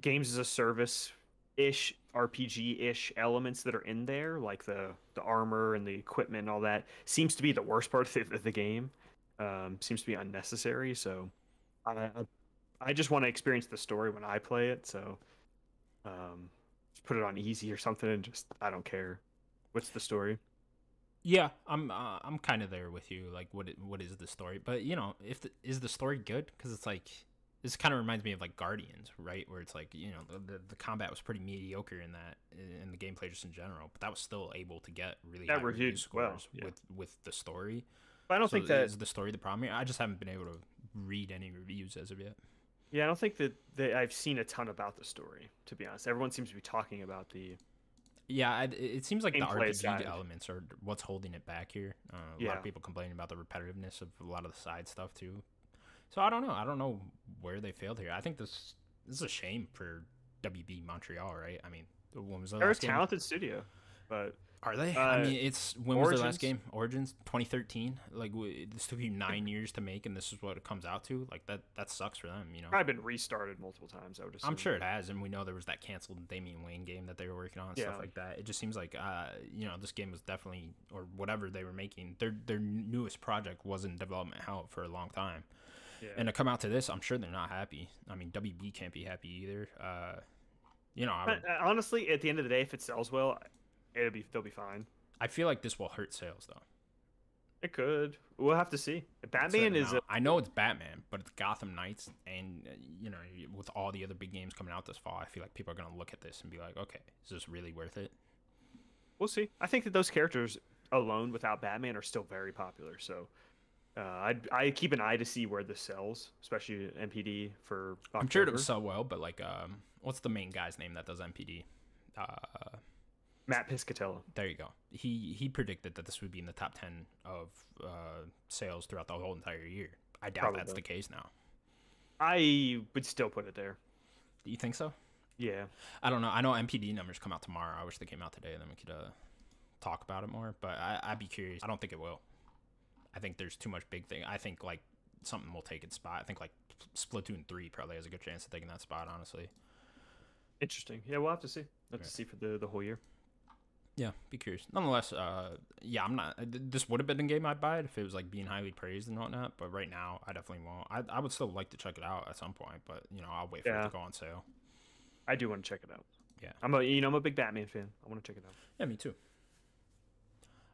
Speaker 2: games as a service ish RPG ish elements that are in there, like the the armor and the equipment and all that, seems to be the worst [LAUGHS] part of the, of the game. Um, seems to be unnecessary. So, I I- I just want to experience the story when I play it. So, um, just put it on easy or something, and just I don't care. What's the story?
Speaker 1: Yeah, I'm uh, I'm kind of there with you. Like, what i- what is the story? But you know, if the, is the story good? Because it's like this kind of reminds me of like Guardians, right? Where it's like you know the, the, the combat was pretty mediocre in that, and the gameplay just in general. But that was still able to get really
Speaker 2: That
Speaker 1: high review
Speaker 2: reviewed well,
Speaker 1: scores
Speaker 2: yeah.
Speaker 1: with with the story.
Speaker 2: But I don't
Speaker 1: so
Speaker 2: think that
Speaker 1: is the story the problem. here? I just haven't been able to read any reviews as of yet.
Speaker 2: Yeah, I don't think that, that I've seen a ton about the story. To be honest, everyone seems to be talking about the.
Speaker 1: Yeah, I, it- it seems like the
Speaker 2: Gameplay
Speaker 1: RPG
Speaker 2: aside.
Speaker 1: elements are what's holding it back here. Uh, a lot
Speaker 2: Yeah.
Speaker 1: of people complaining about the repetitiveness of a lot of the side stuff too. So I don't know. I don't know where they failed here. I think this this is a shame for WB Montreal, right? I mean, when was the
Speaker 2: They're a
Speaker 1: last game?
Speaker 2: talented studio, but
Speaker 1: Are they? I
Speaker 2: Uh,
Speaker 1: mean, it's when was the last
Speaker 2: Origins?
Speaker 1: game? Origins 2013. Like w- this took you nine years to make, and this is what it comes out to. Like that that sucks for them, you know.
Speaker 2: probably been restarted multiple times. I would assume.
Speaker 1: I'm sure it has, and we know there was that canceled Damian Wayne game that they were working on, and stuff
Speaker 2: Yeah.
Speaker 1: like that. It just seems like, uh, you know, this game was definitely, or whatever they were making, their their newest project was in development hell for a long time,
Speaker 2: Yeah.
Speaker 1: and um, to come out to this, I'm sure they're not happy. I mean, WB can't be happy either. Uh, you know, I,
Speaker 2: But,
Speaker 1: would,
Speaker 2: uh, honestly, at the end of the day, if it sells well, it'll be they'll be fine.
Speaker 1: I feel like this will hurt sales though.
Speaker 2: It could. We'll have to see. Batman
Speaker 1: Certain
Speaker 2: is. A,
Speaker 1: amount. I know it's Batman, but it's Gotham Knights, and uh, you know, with all the other big games coming out this fall, I feel like people are gonna look at this and be like, okay, is this really worth it?
Speaker 2: we'll see. I think that those characters alone, without Batman, are still very popular. So. Uh, I I keep an eye to see where this sells, especially MPD for. October.
Speaker 1: I'm sure it'll sell well, but like, um, what's the main guy's name that does MPD? Uh,
Speaker 2: Matt Piscatella.
Speaker 1: there you go. He he predicted that this would be in the top ten of uh, sales throughout the whole entire year. I doubt that's the
Speaker 2: Probably.
Speaker 1: case now.
Speaker 2: I would still put it there.
Speaker 1: Do you think so?
Speaker 2: Yeah.
Speaker 1: I don't know. I know MPD numbers come out tomorrow. I wish they came out today, then we could uh, talk about it more. But I, I'd be curious. I don't think it will. I think there's too much big thing. I think like something will take its spot. I think like Splatoon three probably has a good chance of taking that spot. Honestly.
Speaker 2: Interesting. Yeah, we'll have to see.
Speaker 1: Yeah.
Speaker 2: Have to see for the, the whole year.
Speaker 1: Yeah, be curious. Nonetheless, uh, yeah, I'm not. th- This would have been a game I'd buy it if it was like being highly praised and whatnot. But right now, I definitely won't. I, I would still like to check it out at some point, but you know, I'll wait for it
Speaker 2: Yeah.
Speaker 1: to go on sale.
Speaker 2: I do want to check it out.
Speaker 1: Yeah.
Speaker 2: I'm a you know I'm a big Batman fan. I want to check it out.
Speaker 1: Yeah, me too.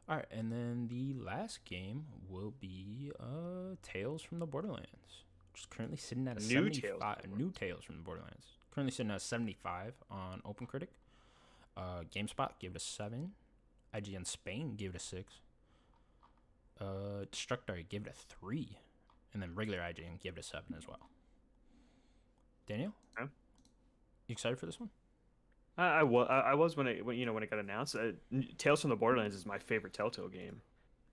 Speaker 1: All right, and then the last game will be uh, Tales from the Borderlands, which is currently sitting at a
Speaker 2: New Tales from
Speaker 1: 75.
Speaker 2: the
Speaker 1: new Tales from the Borderlands, currently sitting at 75 on OpenCritic. Uh, GameSpot gave it a seven. IGN Spain gave it a six. Uh, Destructoid gave it a three, and then regular IGN gave it a seven as well. Daniel,
Speaker 2: Okay.
Speaker 1: you excited for this one?
Speaker 2: I, I was I I was when it when you know when it got announced. Uh, n- Tales from the Borderlands is my favorite Telltale game.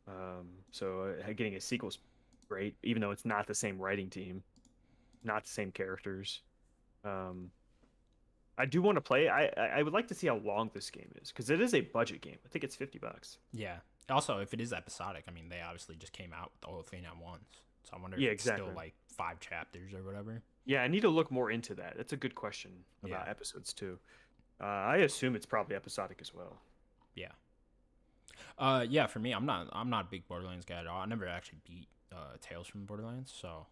Speaker 2: Um, so uh, getting a sequel's great, even though it's not the same writing team, not the same characters. Um, I do want to play. it. I I I would like to see how long this game is because it is a budget game. I think it's fifty bucks.
Speaker 1: Yeah. Also, if it is episodic, I mean, they obviously just came out with the whole thing at once. So I wonder
Speaker 2: Yeah,
Speaker 1: if it's
Speaker 2: exactly.
Speaker 1: still like five chapters or whatever.
Speaker 2: Yeah, I need to look more into that. That's a good question about
Speaker 1: Yeah.
Speaker 2: episodes too. Uh, I assume it's probably episodic as well.
Speaker 1: Yeah. Uh, yeah. For me, I'm not. I'm not a big Borderlands guy at all. I never actually beat uh, Tales from Borderlands, so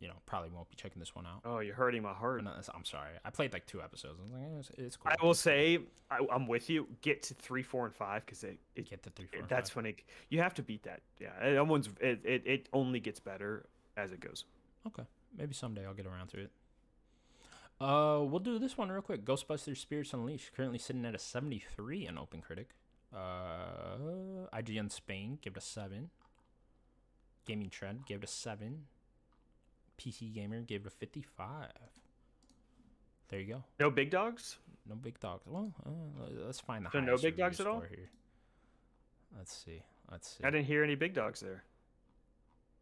Speaker 1: you know, probably won't be checking this one out.
Speaker 2: Oh, you're hurting my heart.
Speaker 1: But no, it's- I'm sorry. I played like two episodes. I was like, eh, it's, it's cool.
Speaker 2: I will say I, I'm with you. Get to three, four, and five because it, it,
Speaker 1: get the three.
Speaker 2: it-
Speaker 1: Four,
Speaker 2: that's when it you have to beat that. Yeah, it, almost, it, it it only gets better as it goes.
Speaker 1: Okay. Maybe someday I'll get around to it. Uh, we'll do this one real quick. Ghostbusters Spirits Unleashed, currently sitting at a 73 in Open Critic. Uh, IGN Spain gave it a seven. Gaming Trend gave it a seven. PC Gamer gave it a fifty-five. There you go.
Speaker 2: No big dogs.
Speaker 1: No big dogs. Well, uh, let's find the
Speaker 2: So no
Speaker 1: highest
Speaker 2: big dogs
Speaker 1: review
Speaker 2: at all?
Speaker 1: score Here. Let's see. Let's see.
Speaker 2: I didn't hear any big dogs there.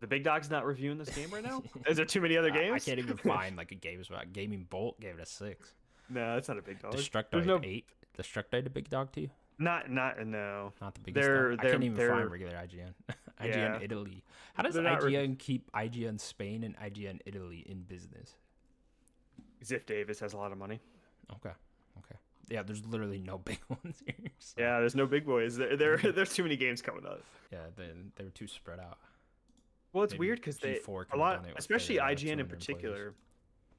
Speaker 2: The big dog's not reviewing this game
Speaker 1: [LAUGHS]
Speaker 2: right now. Is there too many other
Speaker 1: I-
Speaker 2: games?
Speaker 1: I, can't
Speaker 2: [LAUGHS]
Speaker 1: even find like a game spot. Gaming Bolt gave it a six.
Speaker 2: no, that's not a big dog.
Speaker 1: Destructoid
Speaker 2: Oh, There's no
Speaker 1: eight. Destructoid a big dog to you?
Speaker 2: not not no.
Speaker 1: Not the biggest.
Speaker 2: They're-
Speaker 1: dog. I
Speaker 2: they're-
Speaker 1: can't even
Speaker 2: they're-
Speaker 1: find regular [LAUGHS] IGN. IGN
Speaker 2: Yeah.
Speaker 1: Italy. How does
Speaker 2: They're not re-
Speaker 1: IGN keep IGN Spain and IGN Italy in business?
Speaker 2: Ziff Davis has a lot of money.
Speaker 1: Okay. Okay. Yeah, there's literally no [LAUGHS] big ones here. so-
Speaker 2: Yeah, there's no big boys. There, there [LAUGHS] there's too many games coming up.
Speaker 1: Yeah, they, they were too spread out.
Speaker 2: Well, it's
Speaker 1: Maybe
Speaker 2: weird because they
Speaker 1: G4
Speaker 2: a
Speaker 1: could've
Speaker 2: lot,
Speaker 1: done it uh, if they
Speaker 2: especially
Speaker 1: had
Speaker 2: IGN in
Speaker 1: 200 employees.
Speaker 2: particular,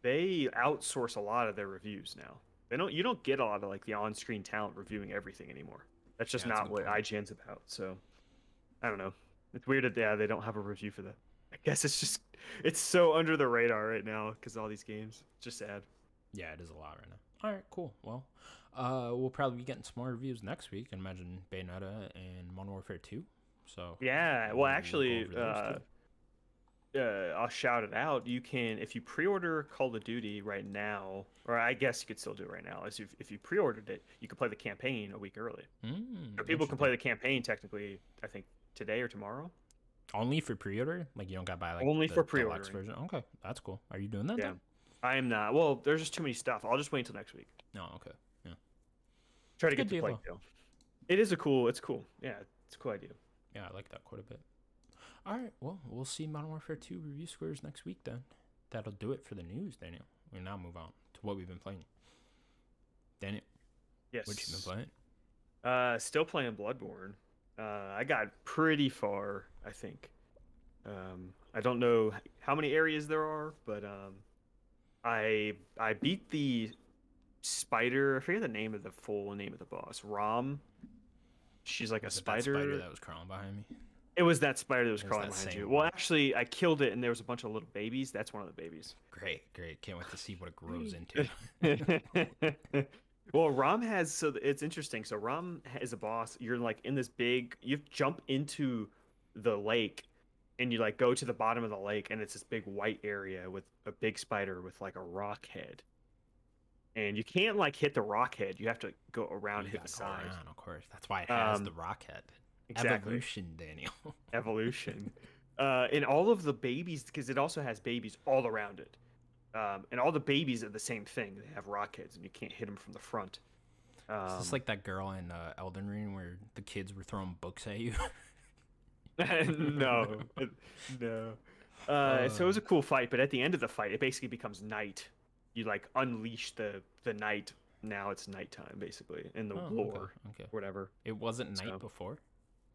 Speaker 2: they outsource a lot of their reviews now. They don't you don't get a lot of like the on-screen talent reviewing everything anymore. That's just
Speaker 1: Yeah, that's a
Speaker 2: not
Speaker 1: good
Speaker 2: what
Speaker 1: point.
Speaker 2: IGN's about. So I don't know. It's weird that yeah, they don't have a review for that. I guess it's just it's so under the radar right now because all these games. It's just sad.
Speaker 1: Yeah, it is a lot right now. All right, cool. Well, uh, we'll probably be getting some more reviews next week. I imagine Bayonetta and Modern Warfare 2. So
Speaker 2: Yeah.
Speaker 1: We'll- we'll
Speaker 2: Well,
Speaker 1: go
Speaker 2: actually,
Speaker 1: over those
Speaker 2: uh,
Speaker 1: too.
Speaker 2: uh, I'll shout it out. You can, if you pre-order Call of Duty right now, or I guess you could still do it right now. Is if, if you pre-ordered it, you could play the campaign a week early.
Speaker 1: mm,
Speaker 2: So people can
Speaker 1: interesting.
Speaker 2: play the campaign technically. I think today or tomorrow.
Speaker 1: only for pre-order. Like you don't got to buy like
Speaker 2: Only
Speaker 1: the
Speaker 2: for
Speaker 1: deluxe
Speaker 2: pre-ordering.
Speaker 1: version. Okay, that's cool. Are you doing that?
Speaker 2: Yeah.
Speaker 1: then?
Speaker 2: I am not. Well, there's just too many stuff. I'll just wait until next week.
Speaker 1: No. Okay. Yeah.
Speaker 2: Try to
Speaker 1: Good
Speaker 2: get to
Speaker 1: deal,
Speaker 2: play.
Speaker 1: though.
Speaker 2: Deal. It is a cool. It's cool. Yeah, it's a cool idea.
Speaker 1: Yeah, I like that quite a bit. All right, well, we'll see Modern Warfare 2 review scores next week then. That'll do it for the news, Daniel. We now move on to what we've been playing. Daniel,
Speaker 2: Yes.
Speaker 1: what you been playing?
Speaker 2: Uh, still playing Bloodborne. Uh, I got pretty far, I think. Um, I don't know h- how many areas there are, but um, I I beat the spider. I forget the name of the full name of the boss. Rom. She's like a
Speaker 1: Was it that
Speaker 2: spider.
Speaker 1: that was crawling behind me.
Speaker 2: It was that spider that was
Speaker 1: It was
Speaker 2: crawling
Speaker 1: that
Speaker 2: behind
Speaker 1: same
Speaker 2: you. Well,
Speaker 1: one.
Speaker 2: actually, I killed it, and there was a bunch of little babies. That's one of the babies.
Speaker 1: Great, great. Can't wait to see what it grows
Speaker 2: [LAUGHS]
Speaker 1: into.
Speaker 2: well, Rom has so th- it's interesting. So Rom ha- is a boss. You're like in this big. You jump into the lake, and you like go to the bottom of the lake, and it's this big white area with a big spider with like a rock head. And you can't like hit the rock head. You have to go around,
Speaker 1: You
Speaker 2: hit
Speaker 1: gotta
Speaker 2: the
Speaker 1: go
Speaker 2: sides.
Speaker 1: around, of course. That's why it has
Speaker 2: Um,
Speaker 1: the rocket.
Speaker 2: Exactly.
Speaker 1: Evolution, Daniel.
Speaker 2: evolution. uh, and all of the babies, because it also has babies all around it. Um, and all the babies are the same thing. They have rock heads, and you can't hit them from the front. Um,
Speaker 1: It's just like that girl in uh, Elden Ring where the kids were throwing books at you. [LAUGHS]
Speaker 2: [LAUGHS] no, no. Uh, so it was a cool fight, but at the end of the fight, it basically becomes night. You like unleash the the night. Now it's nighttime, basically, in the
Speaker 1: Oh, okay,
Speaker 2: lore,
Speaker 1: okay.
Speaker 2: whatever.
Speaker 1: It wasn't night
Speaker 2: So-
Speaker 1: before.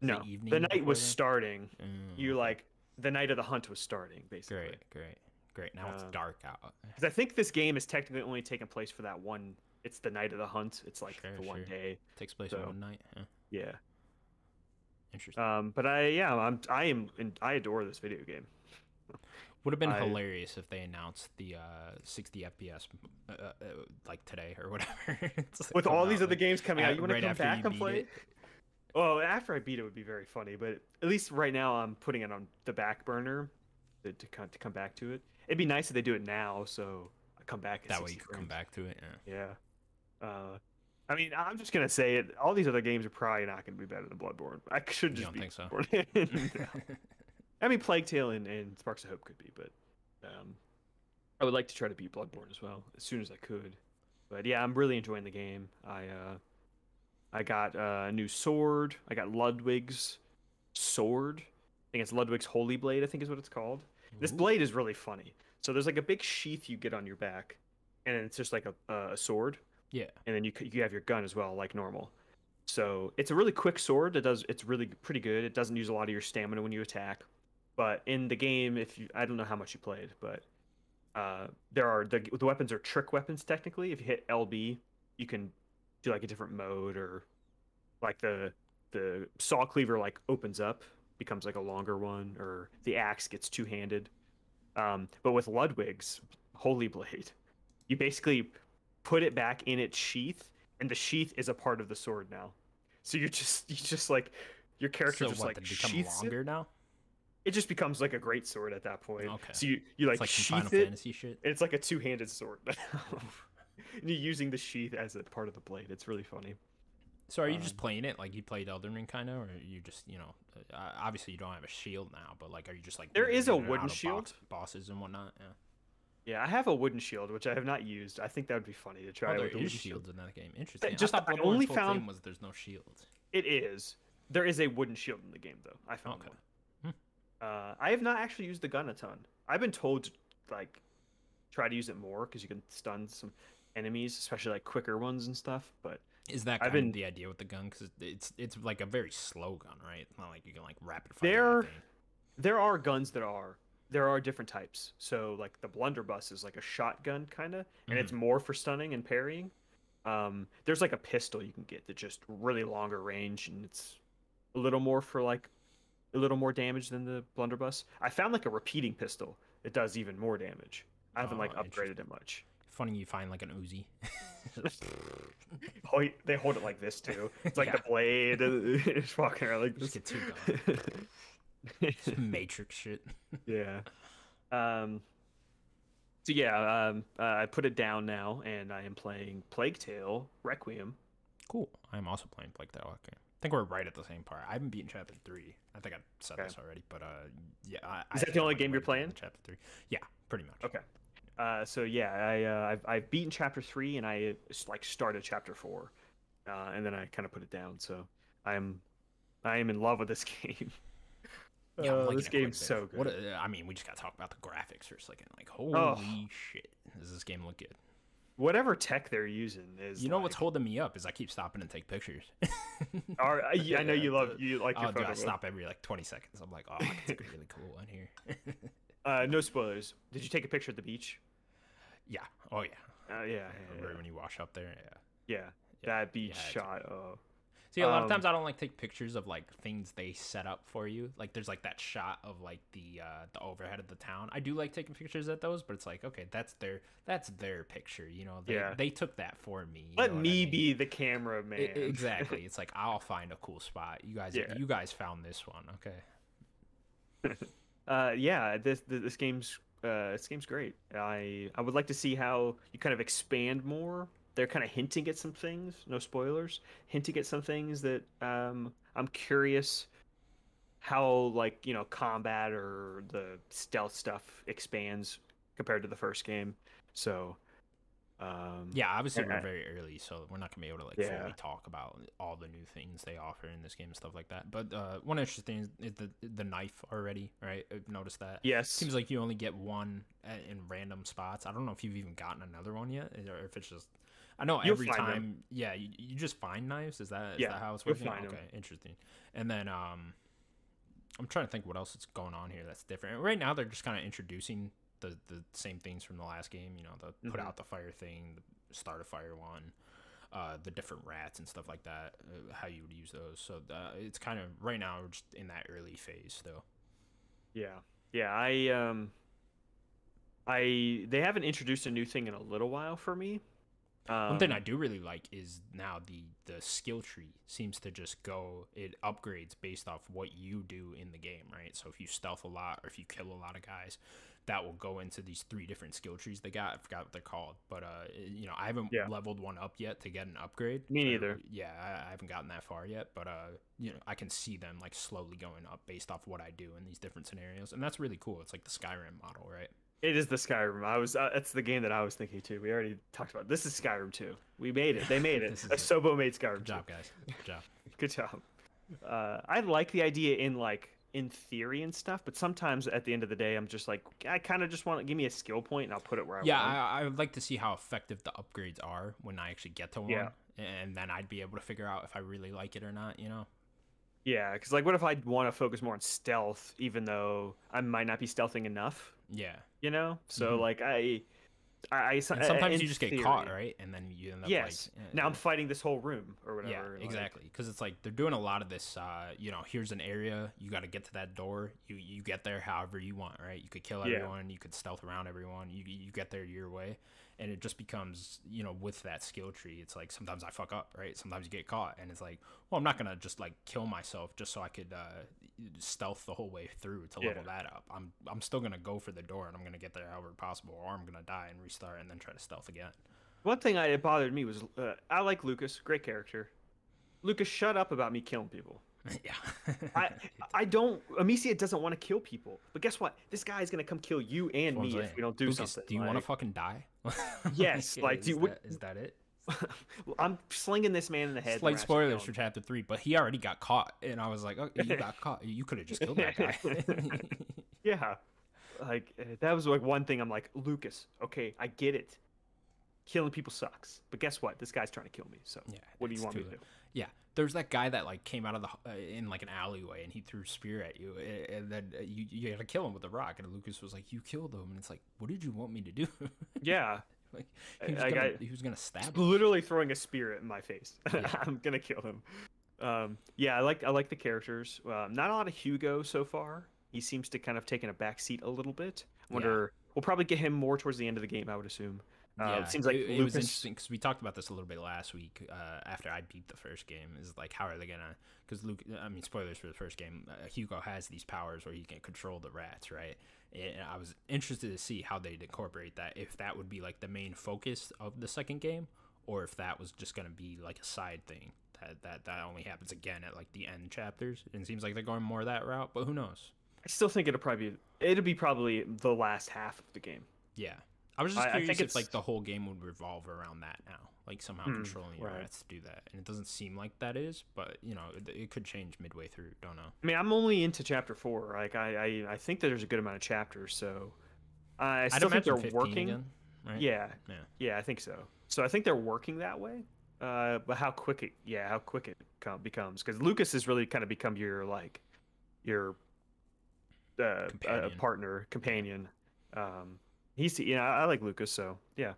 Speaker 2: No,
Speaker 1: evening
Speaker 2: the night
Speaker 1: before
Speaker 2: was
Speaker 1: then?
Speaker 2: starting.
Speaker 1: Mm,
Speaker 2: You like the night of the hunt was starting, basically.
Speaker 1: great, great, great. Now it's
Speaker 2: Um,
Speaker 1: dark out.
Speaker 2: Because I think this game is technically only taking place for that one. It's the night of the hunt. It's like
Speaker 1: Sure,
Speaker 2: the one
Speaker 1: sure.
Speaker 2: day.
Speaker 1: Takes place in
Speaker 2: so-
Speaker 1: one night. Huh?
Speaker 2: Yeah.
Speaker 1: Interesting.
Speaker 2: Um. But I yeah I'm I am and I adore this video game.
Speaker 1: Would have been
Speaker 2: uh, I-
Speaker 1: hilarious if they announced the uh, 60 FPS uh, uh, like today or [LAUGHS] whatever. It's like
Speaker 2: With
Speaker 1: come
Speaker 2: all these
Speaker 1: out,
Speaker 2: other
Speaker 1: like,
Speaker 2: games coming out,
Speaker 1: at-
Speaker 2: you want
Speaker 1: right
Speaker 2: to come
Speaker 1: after you
Speaker 2: back and
Speaker 1: beat
Speaker 2: play?
Speaker 1: it?
Speaker 2: It? Well, after I beat it would be very funny, but at least right now I'm putting it on the back burner to to, co- to come back to it. It'd be nice if they do it now, so I come back. At
Speaker 1: That way
Speaker 2: 60
Speaker 1: you could come
Speaker 2: frames.
Speaker 1: back to it. Yeah.
Speaker 2: Yeah. Uh, I mean, I'm just gonna say it. All these other games are probably not gonna be better than Bloodborne. I should
Speaker 1: You don't
Speaker 2: just be
Speaker 1: think so?
Speaker 2: [LAUGHS] Bloodborne. No.
Speaker 1: [LAUGHS]
Speaker 2: I mean, Plague Tale and, and Sparks of Hope could be, but um, I would like to try to beat Bloodborne as well as soon as I could. But yeah, I'm really enjoying the game. I uh, I got uh, a new sword. I got Ludwig's sword. I think it's Ludwig's Holy Blade. I think is what it's called. This
Speaker 1: Ooh.
Speaker 2: blade is really funny. So there's like a big sheath you get on your back, and it's just like a a sword
Speaker 1: yeah.
Speaker 2: and then you c- you have your gun as well, like normal. So it's a really quick sword. It does it's really pretty good. It doesn't use a lot of your stamina when you attack. But in the game, if you I don't know how much you played, but uh, there are the the weapons are trick weapons technically. If you hit LB, you can do like a different mode or like the the saw cleaver like opens up, becomes like a longer one, or the axe gets two handed. Um, but with Ludwig's Holy Blade, you basically put it back in its sheath, and the sheath is a part of the sword now. So you're just you just like your character
Speaker 1: so
Speaker 2: just
Speaker 1: what,
Speaker 2: like
Speaker 1: they become
Speaker 2: sheaths it.
Speaker 1: longer now?
Speaker 2: It just becomes like a great sword at that point.
Speaker 1: Okay.
Speaker 2: So you you like,
Speaker 1: it's like some
Speaker 2: sheath
Speaker 1: Final
Speaker 2: it.
Speaker 1: Fantasy shit.
Speaker 2: and It's like a two-handed sword. [LAUGHS] And You're using the sheath as a part of the blade. It's really funny.
Speaker 1: So are you
Speaker 2: Um,
Speaker 1: just playing it like you played Elden Ring kind of, or are you just you know, uh, obviously you don't have a shield now, but like are you just like
Speaker 2: There is a
Speaker 1: weaving in and
Speaker 2: wooden
Speaker 1: out of
Speaker 2: shield.
Speaker 1: box- bosses and whatnot? Yeah.
Speaker 2: Yeah, I have a wooden shield which I have not used. I think that would be funny to try.
Speaker 1: Oh, there
Speaker 2: with the
Speaker 1: is
Speaker 2: wooden
Speaker 1: shields in that game. Interesting.
Speaker 2: just-
Speaker 1: I thought
Speaker 2: I
Speaker 1: Bloodborne's
Speaker 2: only
Speaker 1: whole
Speaker 2: found-
Speaker 1: claim was there's no shield.
Speaker 2: It is. There is a wooden shield in the game, though. I found
Speaker 1: Okay. Hmm.
Speaker 2: one. Uh, I have not actually used the gun a ton. I've been told to, like, try to use it more because you can stun some enemies, especially like quicker ones and stuff. But
Speaker 1: Is that kind
Speaker 2: I've been-
Speaker 1: of the idea with the gun? Because it's it's like a very slow gun, right? It's not like you can like rapid fire.
Speaker 2: There-
Speaker 1: anything.
Speaker 2: there are guns that are there are different types. So like the blunderbuss is like a shotgun kind of, and it's
Speaker 1: Mm-hmm.
Speaker 2: more for stunning and parrying. Um, there's like a pistol you can get that just really longer range, and it's a little more for like a little more damage than the blunderbuss. I found like a repeating pistol that does even more damage. I haven't like
Speaker 1: Oh,
Speaker 2: upgraded it much.
Speaker 1: Funny you find like an Uzi. [LAUGHS]
Speaker 2: Oh, they hold it like this too. It's like
Speaker 1: [LAUGHS]
Speaker 2: the
Speaker 1: Yeah.
Speaker 2: blade [LAUGHS] and it's walking around like [LAUGHS]
Speaker 1: just
Speaker 2: this.
Speaker 1: get two guns. Some Matrix shit.
Speaker 2: yeah. Um. So yeah, um, uh, I put it down now, and I am playing Plague Tale Requiem.
Speaker 1: Cool. I'm also playing Plague Tale. Okay. I think we're right at the same part. I haven't beaten chapter three. I think I've said
Speaker 2: Okay.
Speaker 1: this already, but uh, yeah. I,
Speaker 2: Is that
Speaker 1: I
Speaker 2: the
Speaker 1: actually
Speaker 2: only
Speaker 1: haven't
Speaker 2: game you're
Speaker 1: really beaten
Speaker 2: playing?
Speaker 1: Chapter three. Yeah, pretty much.
Speaker 2: Okay. Uh, so yeah, I uh, I've, I've beaten chapter three, and I uh, s- like started chapter four, uh, and then I kind of put it down. So I'm I am in love with this [LAUGHS] game.
Speaker 1: Yeah, I'm
Speaker 2: Uh,
Speaker 1: looking
Speaker 2: this
Speaker 1: at quick
Speaker 2: game's
Speaker 1: bits.
Speaker 2: so good.
Speaker 1: What a, I mean, we just got to talk about the graphics for a second. Like, holy
Speaker 2: Oh.
Speaker 1: shit, does this game look good?
Speaker 2: Whatever tech they're using is
Speaker 1: You know what's
Speaker 2: like,
Speaker 1: holding me up is I keep stopping and take pictures. [LAUGHS]
Speaker 2: are, I, I know
Speaker 1: Yeah,
Speaker 2: you love
Speaker 1: the-
Speaker 2: you like your
Speaker 1: oh, dude, I
Speaker 2: photo. book.
Speaker 1: stop every like 20 seconds. I'm like, oh, I can take a really cool one here.
Speaker 2: Uh, no spoilers. Did you take a picture at the beach?
Speaker 1: yeah. Oh yeah.
Speaker 2: Uh, yeah, [LAUGHS] yeah,
Speaker 1: Right when you wash up there. Yeah.
Speaker 2: yeah. That beach
Speaker 1: yeah, I took-
Speaker 2: shot. Oh.
Speaker 1: See, a lot
Speaker 2: Um,
Speaker 1: of times I don't like take pictures of like things they set up for you. Like there's like that shot of like the uh the overhead of the town. I do like taking pictures at those, but it's like okay, that's their that's their picture. You know, they,
Speaker 2: Yeah.
Speaker 1: they took that for me. you
Speaker 2: Let
Speaker 1: know what I
Speaker 2: me
Speaker 1: mean? E,
Speaker 2: be the camera man.
Speaker 1: I-
Speaker 2: [LAUGHS]
Speaker 1: exactly. It's like I'll find a cool spot. You guys,
Speaker 2: Yeah.
Speaker 1: you guys found this one. Okay.
Speaker 2: Uh, yeah, this th- this game's uh, this game's great. I I would like to see how you kind of expand more. They're kind of hinting at some things. No spoilers. Hinting at some things that um, I'm curious how like you know combat or the stealth stuff expands compared to the first game. So um,
Speaker 1: Yeah, obviously
Speaker 2: I-
Speaker 1: we're very early, so we're not gonna be able to like
Speaker 2: Yeah.
Speaker 1: fully talk about all the new things they offer in this game and stuff like that. But uh, one interesting thing is the the knife already, right? I've noticed that.
Speaker 2: Yes.
Speaker 1: Seems like you only get one a- in random spots. I don't know if you've even gotten another one yet, or if it's just. I know
Speaker 2: You'll
Speaker 1: every
Speaker 2: find them.
Speaker 1: time, yeah, you, you just find knives. Is that is
Speaker 2: Yeah,
Speaker 1: that how it's
Speaker 2: you'll
Speaker 1: working?
Speaker 2: find 'em.
Speaker 1: okay, interesting. And then um, I'm trying to think what else is going on here that's different. Right now, they're just kind of introducing the the same things from the last game. You know, the put
Speaker 2: Mhm.
Speaker 1: out the fire thing, the start a fire one, uh, the different rats and stuff like that. Uh, how you would use those. So uh, it's kind of right now we're just in that early phase still.
Speaker 2: Yeah. Yeah, I um I they haven't introduced a new thing in a little while for me. Um,
Speaker 1: One thing I do really like is now the the skill tree seems to just go it upgrades based off what you do in the game, right? So if you stealth a lot or if you kill a lot of guys, that will go into these three different skill trees they got. I forgot what they're called, but uh, you know, I haven't
Speaker 2: Yeah.
Speaker 1: leveled one up yet to get an upgrade.
Speaker 2: Me
Speaker 1: or-
Speaker 2: neither.
Speaker 1: yeah, I, I haven't gotten that far yet, but uh, you know, I can see them like slowly going up based off what I do in these different scenarios, and that's really cool. It's like the Skyrim model, right?
Speaker 2: it is the Skyrim. I was uh, that's the game that I was thinking too. We already talked about. This is Skyrim 2. We made
Speaker 1: [LAUGHS]
Speaker 2: it. They made it.
Speaker 1: This is it.
Speaker 2: Asobo made Skyrim
Speaker 1: Good
Speaker 2: 2.
Speaker 1: job, guys. Good job.
Speaker 2: Good job. Uh, I like the idea in like in theory and stuff, but sometimes at the end of the day I'm just like I kind of just want to give me a skill point and I'll put it where I
Speaker 1: Yeah,
Speaker 2: want.
Speaker 1: I, I would like to see how effective the upgrades are when I actually get to one,
Speaker 2: Yeah.
Speaker 1: and then I'd be able to figure out if I really like it or not. You know?
Speaker 2: Yeah, cuz like what if I want to focus more on stealth even though I might not be stealthing enough?
Speaker 1: Yeah.
Speaker 2: you know so
Speaker 1: Mhm.
Speaker 2: like i i, I so-
Speaker 1: And sometimes
Speaker 2: Uh, in
Speaker 1: you just get caught,
Speaker 2: theory-
Speaker 1: right? And then you end up
Speaker 2: yes
Speaker 1: like. eh,
Speaker 2: now i'm
Speaker 1: eh.
Speaker 2: fighting this whole room or whatever
Speaker 1: yeah,
Speaker 2: like-
Speaker 1: exactly. Because it's like they're doing a lot of this. Uh, you know, here's an area. You got to get to that door. You you get there however you want, right? You could kill
Speaker 2: Yeah.
Speaker 1: everyone. You could stealth around everyone. You you get there your way, and it just becomes you know with that skill tree it's like sometimes i fuck up right sometimes you get caught and it's like well i'm not gonna just like kill myself just so i could uh, stealth the whole way through to level
Speaker 2: Yeah.
Speaker 1: that up i'm i'm still gonna go for the door and i'm gonna get there however possible or i'm gonna die and restart and then try to stealth again [LAUGHS]
Speaker 2: One thing I, it bothered me was uh, I like Lucas, great character. Lucas, shut up about me killing people.
Speaker 1: yeah [LAUGHS]
Speaker 2: I I don't. Amicia doesn't want to kill people, but guess what? This guy is gonna come kill you
Speaker 1: That's what
Speaker 2: and
Speaker 1: I'm
Speaker 2: me if
Speaker 1: saying.
Speaker 2: we don't do
Speaker 1: Lucas,
Speaker 2: something.
Speaker 1: do you want to
Speaker 2: like,
Speaker 1: fucking die [LAUGHS]
Speaker 2: Yes, like,
Speaker 1: is
Speaker 2: do you-
Speaker 1: that- is that it
Speaker 2: [LAUGHS] I'm slinging this man in the head. and
Speaker 1: Slight
Speaker 2: ratchet
Speaker 1: spoilers
Speaker 2: down.
Speaker 1: for chapter three, but he already got caught, and I was like, "Oh, you
Speaker 2: [LAUGHS]
Speaker 1: got caught. You could have just killed that guy." [LAUGHS]
Speaker 2: Yeah. Like uh, that was like one thing I'm like, Lucas, okay, I get it. Killing people sucks. But guess what? This guy's trying to kill me. So
Speaker 1: Yeah,
Speaker 2: what do you
Speaker 1: it's
Speaker 2: want me to
Speaker 1: too-
Speaker 2: do?
Speaker 1: yeah, there's that guy that like came out of the uh, in like an alleyway, and he threw a spear at you, a- and then uh, you you had to kill him with a rock, and Lucas was like, "You killed him," and it's like, "What did you want me to do?"
Speaker 2: [LAUGHS]
Speaker 1: [LAUGHS]
Speaker 2: Yeah.
Speaker 1: like he was,
Speaker 2: Uh, I- I
Speaker 1: gonna,
Speaker 2: got-
Speaker 1: he was gonna
Speaker 2: [LAUGHS]
Speaker 1: stab him.
Speaker 2: Literally throwing a spear in my face. [LAUGHS]
Speaker 1: Yeah.
Speaker 2: I'm gonna kill him. Um, yeah, I like I like the characters. Um, not a lot of Hugo so far. He seems to kind of taken a back seat a little bit. I
Speaker 1: Yeah.
Speaker 2: wonder we'll probably get him more towards the end of the game, I would assume. Uh,
Speaker 1: yeah,
Speaker 2: it seems like
Speaker 1: it, it was
Speaker 2: Lucas
Speaker 1: interesting because we talked about this a little bit last week uh, after I beat the first game. Is like, how are they gonna? Because Luke, I mean, spoilers for the first game. Uh, Hugo has these powers where he can control the rats, right? And I was interested to see how they'd incorporate that. If that would be like the main focus of the second game, or if that was just gonna be like a side thing that that that only happens again at like the end chapters. And it seems like they're going more that route, but who knows?
Speaker 2: I still think it'll probably be it'll be probably the last half of the game.
Speaker 1: Yeah. I was just
Speaker 2: I- I
Speaker 1: curious
Speaker 2: think
Speaker 1: if like
Speaker 2: it's- Hmm.
Speaker 1: the whole game would revolve around that now, like somehow controlling your
Speaker 2: right.
Speaker 1: rats to do that, and it doesn't seem like that is, but you know it, it could change midway through. Don't know.
Speaker 2: I mean, I'm only into chapter four. Like, I, I, I think there's a good amount of chapters, so I
Speaker 1: I'd
Speaker 2: still think
Speaker 1: imagine
Speaker 2: they're
Speaker 1: 15
Speaker 2: working.
Speaker 1: again, right?
Speaker 2: Yeah,
Speaker 1: Yeah.
Speaker 2: yeah, I think so. So I think they're working that way. Uh, but how quick it, yeah, how quick it com- becomes because Lucas has really kind of become your like, your, uh, uh,
Speaker 1: Companion.
Speaker 2: partner companion. Um, he's you know I, I like Lucas so yeah,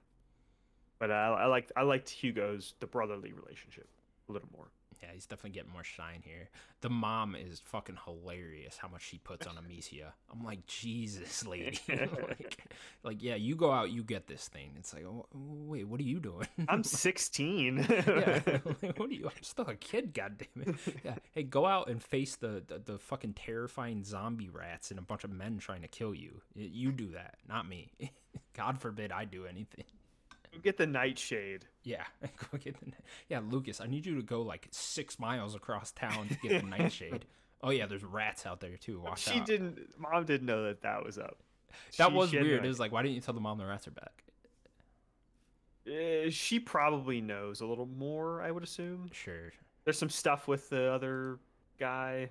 Speaker 2: but I, I liked I liked Hugo's the brotherly relationship a little more.
Speaker 1: Yeah, he's definitely getting more shine here. The mom is fucking hilarious. How much she puts on Amicia. I'm like, Jesus,
Speaker 2: [LAUGHS]
Speaker 1: lady. [LAUGHS] like, like, yeah, you go out, you get this thing. It's like, oh, wait, what are you doing? [LAUGHS]
Speaker 2: I'm 16. [LAUGHS]
Speaker 1: yeah. [LAUGHS] Like, what are you? I'm still a kid, goddammit. [LAUGHS] Yeah. Hey, go out and face the, the the fucking terrifying zombie rats and a bunch of men trying to kill you. Y- You do that, not me. [LAUGHS] God forbid I do anything.
Speaker 2: Go get the nightshade.
Speaker 1: Yeah. [LAUGHS] Go get the. ni- Yeah, Lucas, I need you to go like six miles across town to get the
Speaker 2: [LAUGHS]
Speaker 1: nightshade. Oh yeah, there's rats out there too. Watch
Speaker 2: She
Speaker 1: out.
Speaker 2: didn't. Mom didn't know that that was up.
Speaker 1: that
Speaker 2: She-
Speaker 1: was
Speaker 2: she had
Speaker 1: weird.
Speaker 2: no
Speaker 1: It was like, why didn't you tell the mom the rats are back?
Speaker 2: idea. Uh, she probably knows a little more. I would assume.
Speaker 1: Sure.
Speaker 2: There's some stuff with the other guy.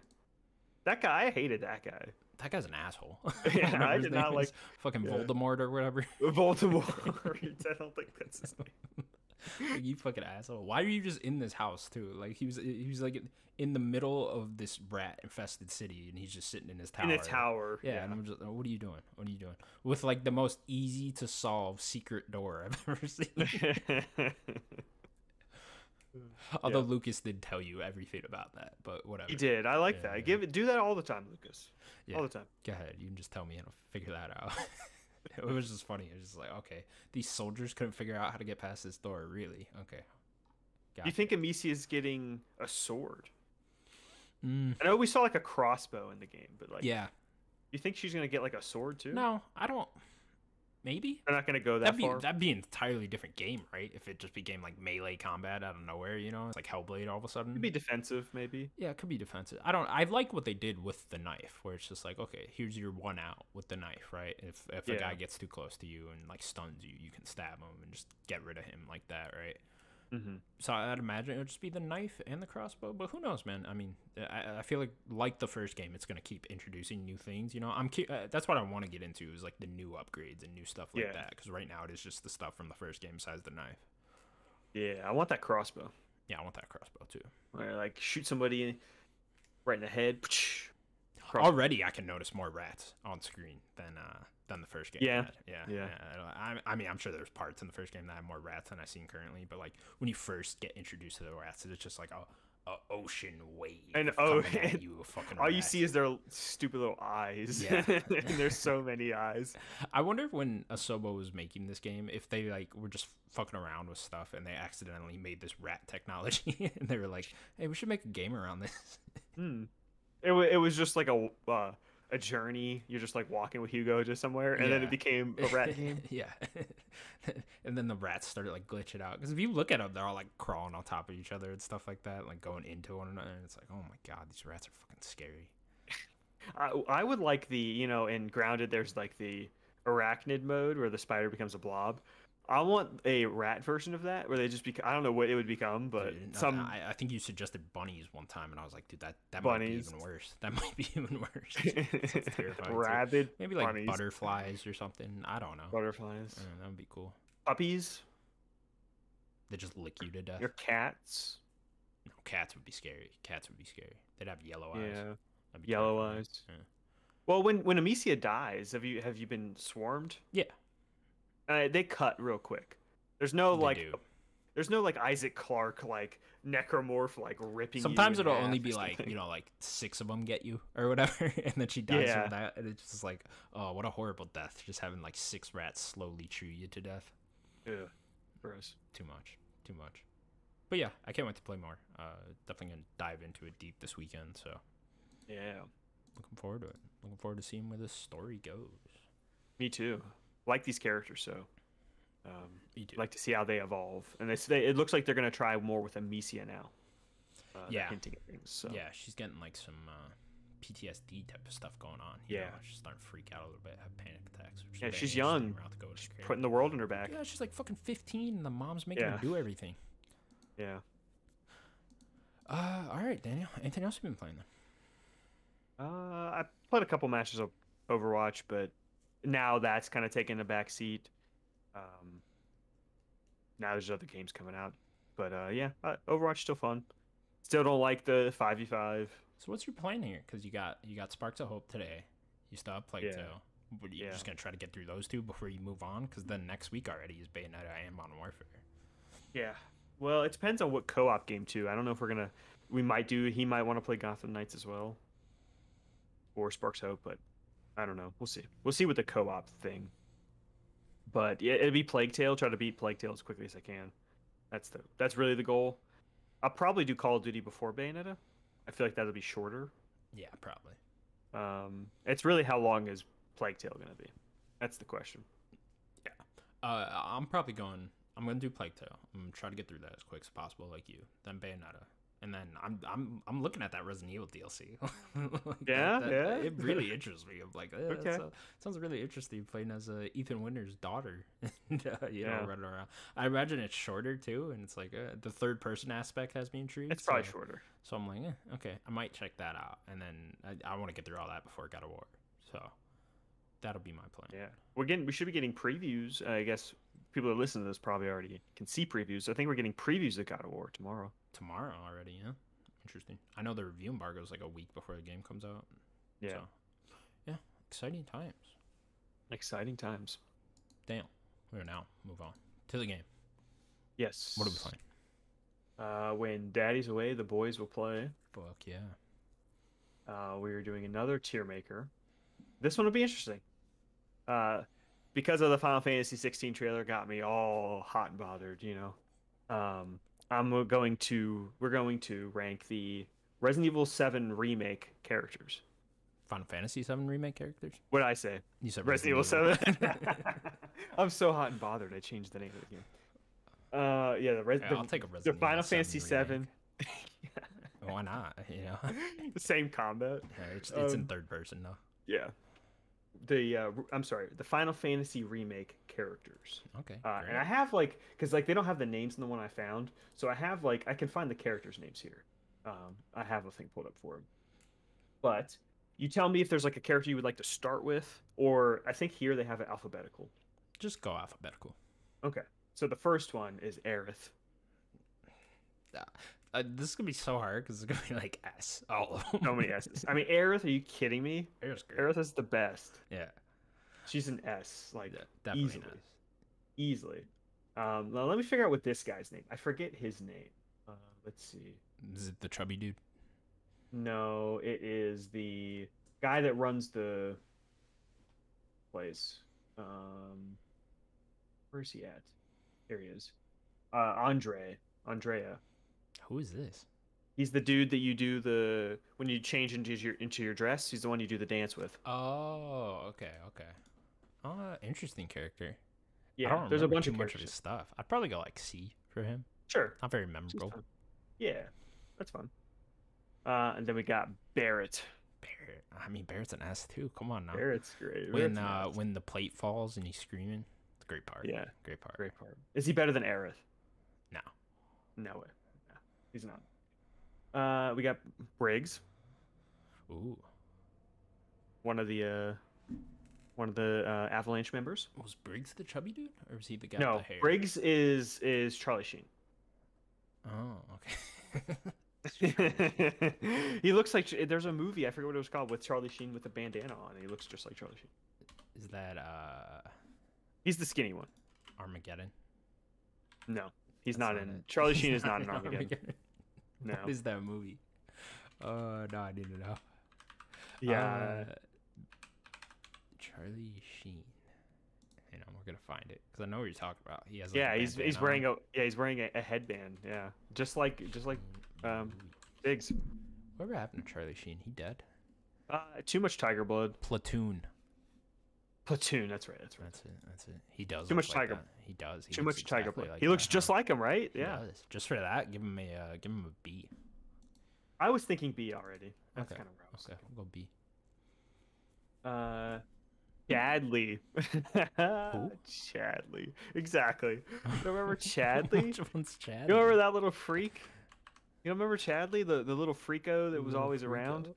Speaker 2: That guy, I hated that guy.
Speaker 1: That guy's an asshole. [LAUGHS]
Speaker 2: Yeah,
Speaker 1: don't remember
Speaker 2: I
Speaker 1: his
Speaker 2: did
Speaker 1: name.
Speaker 2: not like-
Speaker 1: It's fucking
Speaker 2: yeah.
Speaker 1: Voldemort or whatever.
Speaker 2: Voldemort. [LAUGHS] I don't think that's his name.
Speaker 1: Like, you fucking asshole. Why are you just in this house too? Like he was he was like in the middle of this rat infested city and he's just sitting in his tower.
Speaker 2: In a tower.
Speaker 1: Yeah, and I'm just, what are you doing? What are you doing? With like the most easy to solve secret door I've [LAUGHS] ever
Speaker 2: [LAUGHS]
Speaker 1: seen. Although Lucas did tell you everything about that, but whatever.
Speaker 2: he did. I like that.
Speaker 1: Yeah.
Speaker 2: Give it. Do that all the time, Lucas.
Speaker 1: Yeah.
Speaker 2: All the time.
Speaker 1: Go ahead, you can just tell me and I'll figure that out. [LAUGHS] it was just funny. It was just like, okay, these soldiers couldn't figure out how to get past this door. Really? Okay.
Speaker 2: Do you
Speaker 1: Gotcha.
Speaker 2: think Amicia is getting a sword?
Speaker 1: Mm,
Speaker 2: I know we saw like a crossbow in the game, but like,
Speaker 1: yeah.
Speaker 2: you think she's gonna get like a sword too?
Speaker 1: No, I don't. Maybe.
Speaker 2: They're not gonna go that
Speaker 1: that'd be
Speaker 2: far.
Speaker 1: that'd be an entirely different game, right? If it just became like melee combat out of nowhere, you know, it's like Hellblade all of a sudden.
Speaker 2: Could be defensive, maybe.
Speaker 1: yeah, it could be defensive. I don't. I like what they did with the knife, where it's just like, okay, here's your one out with the knife, right? If if a
Speaker 2: Yeah.
Speaker 1: guy gets too close to you and like stuns you, you can stab him and just get rid of him like that, right?
Speaker 2: Mm-hmm.
Speaker 1: So I'd imagine it would just be the knife and the crossbow, but who knows, man? I mean, I, I feel like like the first game, it's gonna keep introducing new things. You know, I'm cu- uh, that's what I want to get into is like the new upgrades and new stuff like
Speaker 2: Yeah.
Speaker 1: that. Because right now it is just the stuff from the first game besides the knife.
Speaker 2: Yeah, I want that crossbow.
Speaker 1: Yeah, I want that crossbow too.
Speaker 2: Where like shoot somebody in- right in the head. Crossbow.
Speaker 1: Already, I can notice more rats on screen than uh than the first game.
Speaker 2: Yeah.
Speaker 1: had. yeah,
Speaker 2: Yeah.
Speaker 1: I don't- I, I mean, I'm sure there's parts in the first game that have more rats than I've seen currently, but like when you first get introduced to the rats, it's just like, oh, a ocean wave.
Speaker 2: An
Speaker 1: coming
Speaker 2: o-
Speaker 1: at you, a fucking
Speaker 2: All you
Speaker 1: rat.
Speaker 2: see is their stupid little eyes.
Speaker 1: Yeah.
Speaker 2: [LAUGHS] and there's so many eyes.
Speaker 1: I wonder if when Asobo was making this game, if they like were just fucking around with stuff and they accidentally made this rat technology, [LAUGHS] and they were like, "Hey, we should make a game around this."
Speaker 2: Hmm. It, wa it was just like a uh, a journey. You're just like walking with Hugo to somewhere, and then
Speaker 1: Yeah.
Speaker 2: it became a
Speaker 1: [LAUGHS]
Speaker 2: rat game.
Speaker 1: yeah. and then the rats started like glitching out because if you look at them, they're all like crawling on top of each other and stuff like that, like going into one another. And it's like, oh my god, these rats are fucking scary.
Speaker 2: I, I would like the you know in Grounded there's like the arachnid mode where the spider becomes a blob. I want a rat version of that where they just bec I don't know what it would become, but
Speaker 1: Dude, no,
Speaker 2: some
Speaker 1: I, I think you suggested bunnies one time, and I was like, dude, that that might
Speaker 2: Bunnies.
Speaker 1: be even worse. That [LAUGHS] might be even
Speaker 2: [LAUGHS]
Speaker 1: worse. Sounds terrifying, too.
Speaker 2: rabid
Speaker 1: Maybe like
Speaker 2: bunnies,
Speaker 1: butterflies or something. I don't know.
Speaker 2: butterflies,
Speaker 1: I don't know, that would be cool.
Speaker 2: puppies,
Speaker 1: They just lick you to death.
Speaker 2: your cats,
Speaker 1: No, [LAUGHS] cats would be scary. Cats would be scary. They'd have yellow eyes.
Speaker 2: yeah,
Speaker 1: That'd be
Speaker 2: yellow
Speaker 1: terrifying.
Speaker 2: eyes.
Speaker 1: Yeah. Oh,
Speaker 2: Well, when when Amicia dies, have you have you been swarmed?
Speaker 1: Yeah,
Speaker 2: Uh, they cut real quick. There's no
Speaker 1: they
Speaker 2: like
Speaker 1: do.
Speaker 2: there's no like Isaac Clarke like necromorph like ripping. you
Speaker 1: Sometimes
Speaker 2: in
Speaker 1: it'll
Speaker 2: half
Speaker 1: only
Speaker 2: or
Speaker 1: be like
Speaker 2: something.
Speaker 1: you know, like six of them get you or whatever, [LAUGHS] and then she dies
Speaker 2: Yeah.
Speaker 1: from that, and it's just like, oh, what a horrible death! Just having like six rats slowly chew you to death.
Speaker 2: [LAUGHS] Ugh, gross.
Speaker 1: Too much, too much. But yeah, I can't wait to play more. Uh, definitely gonna dive into it deep this weekend. So
Speaker 2: Yeah.
Speaker 1: looking forward to it. Looking forward to seeing where this story goes.
Speaker 2: Me too. Like these characters, so um,
Speaker 1: You do.
Speaker 2: like to see how they evolve. And they, they it looks like they're gonna try more with Amicia now. Uh, they're
Speaker 1: Yeah.
Speaker 2: hinting at things. So
Speaker 1: Yeah, she's getting like some uh, PTSD type of stuff going on. You
Speaker 2: Yeah.
Speaker 1: know? she's starting to freak out a little bit, have panic attacks. Which is
Speaker 2: Yeah,
Speaker 1: a bit
Speaker 2: she's
Speaker 1: interesting
Speaker 2: young.
Speaker 1: route to go. It's great.
Speaker 2: putting the world in her back.
Speaker 1: yeah, she's like fucking 15, and the mom's making her
Speaker 2: Yeah.
Speaker 1: do everything.
Speaker 2: Yeah.
Speaker 1: Uh, all right, Daniel. Anything else you've been playing? Then?
Speaker 2: Uh, I played a couple matches of Overwatch, but now that's kind of taken a back seat. Um, now there's other games coming out, but uh, yeah, uh, Overwatch still fun. Still don't like the five v five.
Speaker 1: So what's your plan here? Because you got you got Sparks of Hope today. You still have Plague
Speaker 2: Yeah.
Speaker 1: Tale. But you're
Speaker 2: Yeah.
Speaker 1: just gonna try to get through those two before you move on. Because then next week already is Bayonetta and Modern Warfare.
Speaker 2: Yeah. Well, it depends on what co-op game too. I don't know if we're gonna. We might do. He might want to play Gotham Knights as well, or Sparks Hope, but I don't know. We'll see. We'll see with the co-op thing. But yeah, it'd be Plague Tale. Try to beat Plague Tale as quickly as I can. That's the. That's really the goal. I'll probably do Call of Duty before Bayonetta. I feel like that'll be shorter.
Speaker 1: Yeah, probably.
Speaker 2: Um, it's really how long is Plague Tale gonna be? That's the question.
Speaker 1: Uh, I'm probably going. I'm gonna do Plague Tale. I'm gonna try to get through that as quick as possible, like you. Then Bayonetta, and then I'm I'm I'm looking at that Resident Evil DLC. [LAUGHS] Like,
Speaker 2: Yeah, yeah.
Speaker 1: It really interests me. I'm like, eh, that's,
Speaker 2: Okay.
Speaker 1: uh, sounds really interesting playing as uh, Ethan Winter's daughter, [LAUGHS] and, uh, you
Speaker 2: Yeah.
Speaker 1: know, running around. I imagine it's shorter too, and it's like uh, the third person aspect has me intrigued.
Speaker 2: It's probably
Speaker 1: so,
Speaker 2: shorter.
Speaker 1: So I'm like, eh, okay, I might check that out, and then I, I want to get through all that before God of War. So that'll be my plan.
Speaker 2: Yeah, we're getting. We should be getting previews. Uh, I guess people that listen to this probably already can see previews. I think we're getting previews of God of War tomorrow.
Speaker 1: tomorrow already. Yeah, interesting. I know the review embargo is like a week before the game comes out.
Speaker 2: Yeah,
Speaker 1: So, yeah, exciting times.
Speaker 2: exciting times.
Speaker 1: Damn, we are now move on to the game.
Speaker 2: Yes.
Speaker 1: What are we playing?
Speaker 2: Uh, when Daddy's away, the boys will play.
Speaker 1: Fuck yeah.
Speaker 2: Uh, we are doing another tier maker. This one will be interesting. Uh, because of the Final Fantasy 16 trailer, got me all hot and bothered. You know, um, I'm going to. We're going to rank the Resident Evil 7 remake characters.
Speaker 1: Final Fantasy Seven remake characters.
Speaker 2: What did I say?
Speaker 1: You said
Speaker 2: Resident Evil Seven. [LAUGHS] I'm so hot and bothered. I changed the name of the game. Uh, yeah, the, Res-
Speaker 1: [LAUGHS] Yeah,
Speaker 2: the,
Speaker 1: I'll take a
Speaker 2: the
Speaker 1: Resident Evil
Speaker 2: Final Fantasy
Speaker 1: 7
Speaker 2: Seven,
Speaker 1: Why not? [LAUGHS] You know,
Speaker 2: the same combat.
Speaker 1: Yeah, it's, it's in
Speaker 2: Um,
Speaker 1: third person though.
Speaker 2: Yeah, the uh, r- I'm sorry, the Final Fantasy remake characters.
Speaker 1: Okay.
Speaker 2: Uh,
Speaker 1: great.
Speaker 2: and I have like, cause like they don't have the names in the one I found, so I have like I can find the characters' names here. Um, I have a thing pulled up for them. But you tell me if there's like a character you would like to start with, or I think here they have it alphabetical.
Speaker 1: Just go alphabetical.
Speaker 2: Okay, so the first one is Aerith.
Speaker 1: Uh, this is gonna be so hard because it's gonna be like S. Oh, [LAUGHS]
Speaker 2: So many S's. I mean, Aerith, are you kidding me?
Speaker 1: Aerith's great.
Speaker 2: Aerith is the best.
Speaker 1: Yeah,
Speaker 2: She's an S, like
Speaker 1: yeah, definitely
Speaker 2: easily,
Speaker 1: not.
Speaker 2: easily. Um, now let me figure out what this guy's name. I forget his name. Uh, let's see.
Speaker 1: Is it the chubby dude?
Speaker 2: No, it is the guy that runs the place. Um, where is he at? Here he is. Uh, Andre, Andrea.
Speaker 1: Who is this?
Speaker 2: He's the dude that you do the when you change into your into your dress. He's the one you do the dance with.
Speaker 1: Oh, okay, okay. Uh, interesting character. I
Speaker 2: Yeah,
Speaker 1: don't
Speaker 2: there's a
Speaker 1: remember
Speaker 2: bunch
Speaker 1: too
Speaker 2: of
Speaker 1: much of
Speaker 2: characters.
Speaker 1: his stuff. I'd probably go like C for him.
Speaker 2: Sure.
Speaker 1: Not very
Speaker 2: she's
Speaker 1: memorable.
Speaker 2: fun. Yeah, that's fun. Uh, and then we got Barrett.
Speaker 1: Barrett. I mean, Barrett's an ass too. Come on now.
Speaker 2: Barrett's great.
Speaker 1: when
Speaker 2: Barrett's an
Speaker 1: uh,
Speaker 2: ass.
Speaker 1: when the plate falls and he's screaming, it's a great part.
Speaker 2: yeah,
Speaker 1: great part.
Speaker 2: great part. Is he better than Aerith?
Speaker 1: No.
Speaker 2: No way. No, he's not. Uh, we got Briggs,
Speaker 1: Ooh,
Speaker 2: one of the uh, one of the uh, Avalanche members.
Speaker 1: was Briggs the chubby dude, or was he the guy
Speaker 2: no,
Speaker 1: with the hair?
Speaker 2: Briggs is is Charlie Sheen.
Speaker 1: Oh, okay.
Speaker 2: [LAUGHS] he looks like there's a movie I forget what it was called with Charlie Sheen with a bandana on. and He looks just like Charlie Sheen.
Speaker 1: Is that uh
Speaker 2: He's the skinny one.
Speaker 1: Armageddon?
Speaker 2: No, he's
Speaker 1: That's
Speaker 2: not in.
Speaker 1: [LAUGHS]
Speaker 2: Charlie Sheen is not in Armageddon. No.
Speaker 1: What is that movie? Uh, no, I didn't know.
Speaker 2: Yeah,
Speaker 1: Uh, Charlie Sheen. Hang on, we're gonna find it because I know what you're talking about. He has. like,
Speaker 2: yeah, he's he's
Speaker 1: bandana
Speaker 2: wearing
Speaker 1: on.
Speaker 2: a yeah he's wearing a, a headband. Yeah, just like just like um
Speaker 1: Ooh.
Speaker 2: Biggs.
Speaker 1: Whatever happened to Charlie Sheen? He dead.
Speaker 2: Uh, too much tiger blood.
Speaker 1: Platoon.
Speaker 2: Platoon. That's right. That's right.
Speaker 1: That's it. That's it. He does.
Speaker 2: Too
Speaker 1: look
Speaker 2: much
Speaker 1: like
Speaker 2: tiger-
Speaker 1: that. He does. He
Speaker 2: too
Speaker 1: looks
Speaker 2: much tiger
Speaker 1: exactly
Speaker 2: blood.
Speaker 1: like
Speaker 2: he looks
Speaker 1: that,
Speaker 2: just
Speaker 1: huh?
Speaker 2: like him, right?
Speaker 1: He
Speaker 2: Yeah.
Speaker 1: does. Just for that, give him a uh, give him a B.
Speaker 2: I was thinking B already. That's
Speaker 1: Okay,
Speaker 2: kind of where I was
Speaker 1: Okay, we'll go B. [LAUGHS]
Speaker 2: Uh, Chadley. [LAUGHS] Chadley.
Speaker 1: [LAUGHS]
Speaker 2: Exactly. You remember Chadley?
Speaker 1: Which one's Chadley?
Speaker 2: You remember that little freak? You remember Chadley, the, the little freako that was
Speaker 1: Little
Speaker 2: always
Speaker 1: freako?
Speaker 2: around?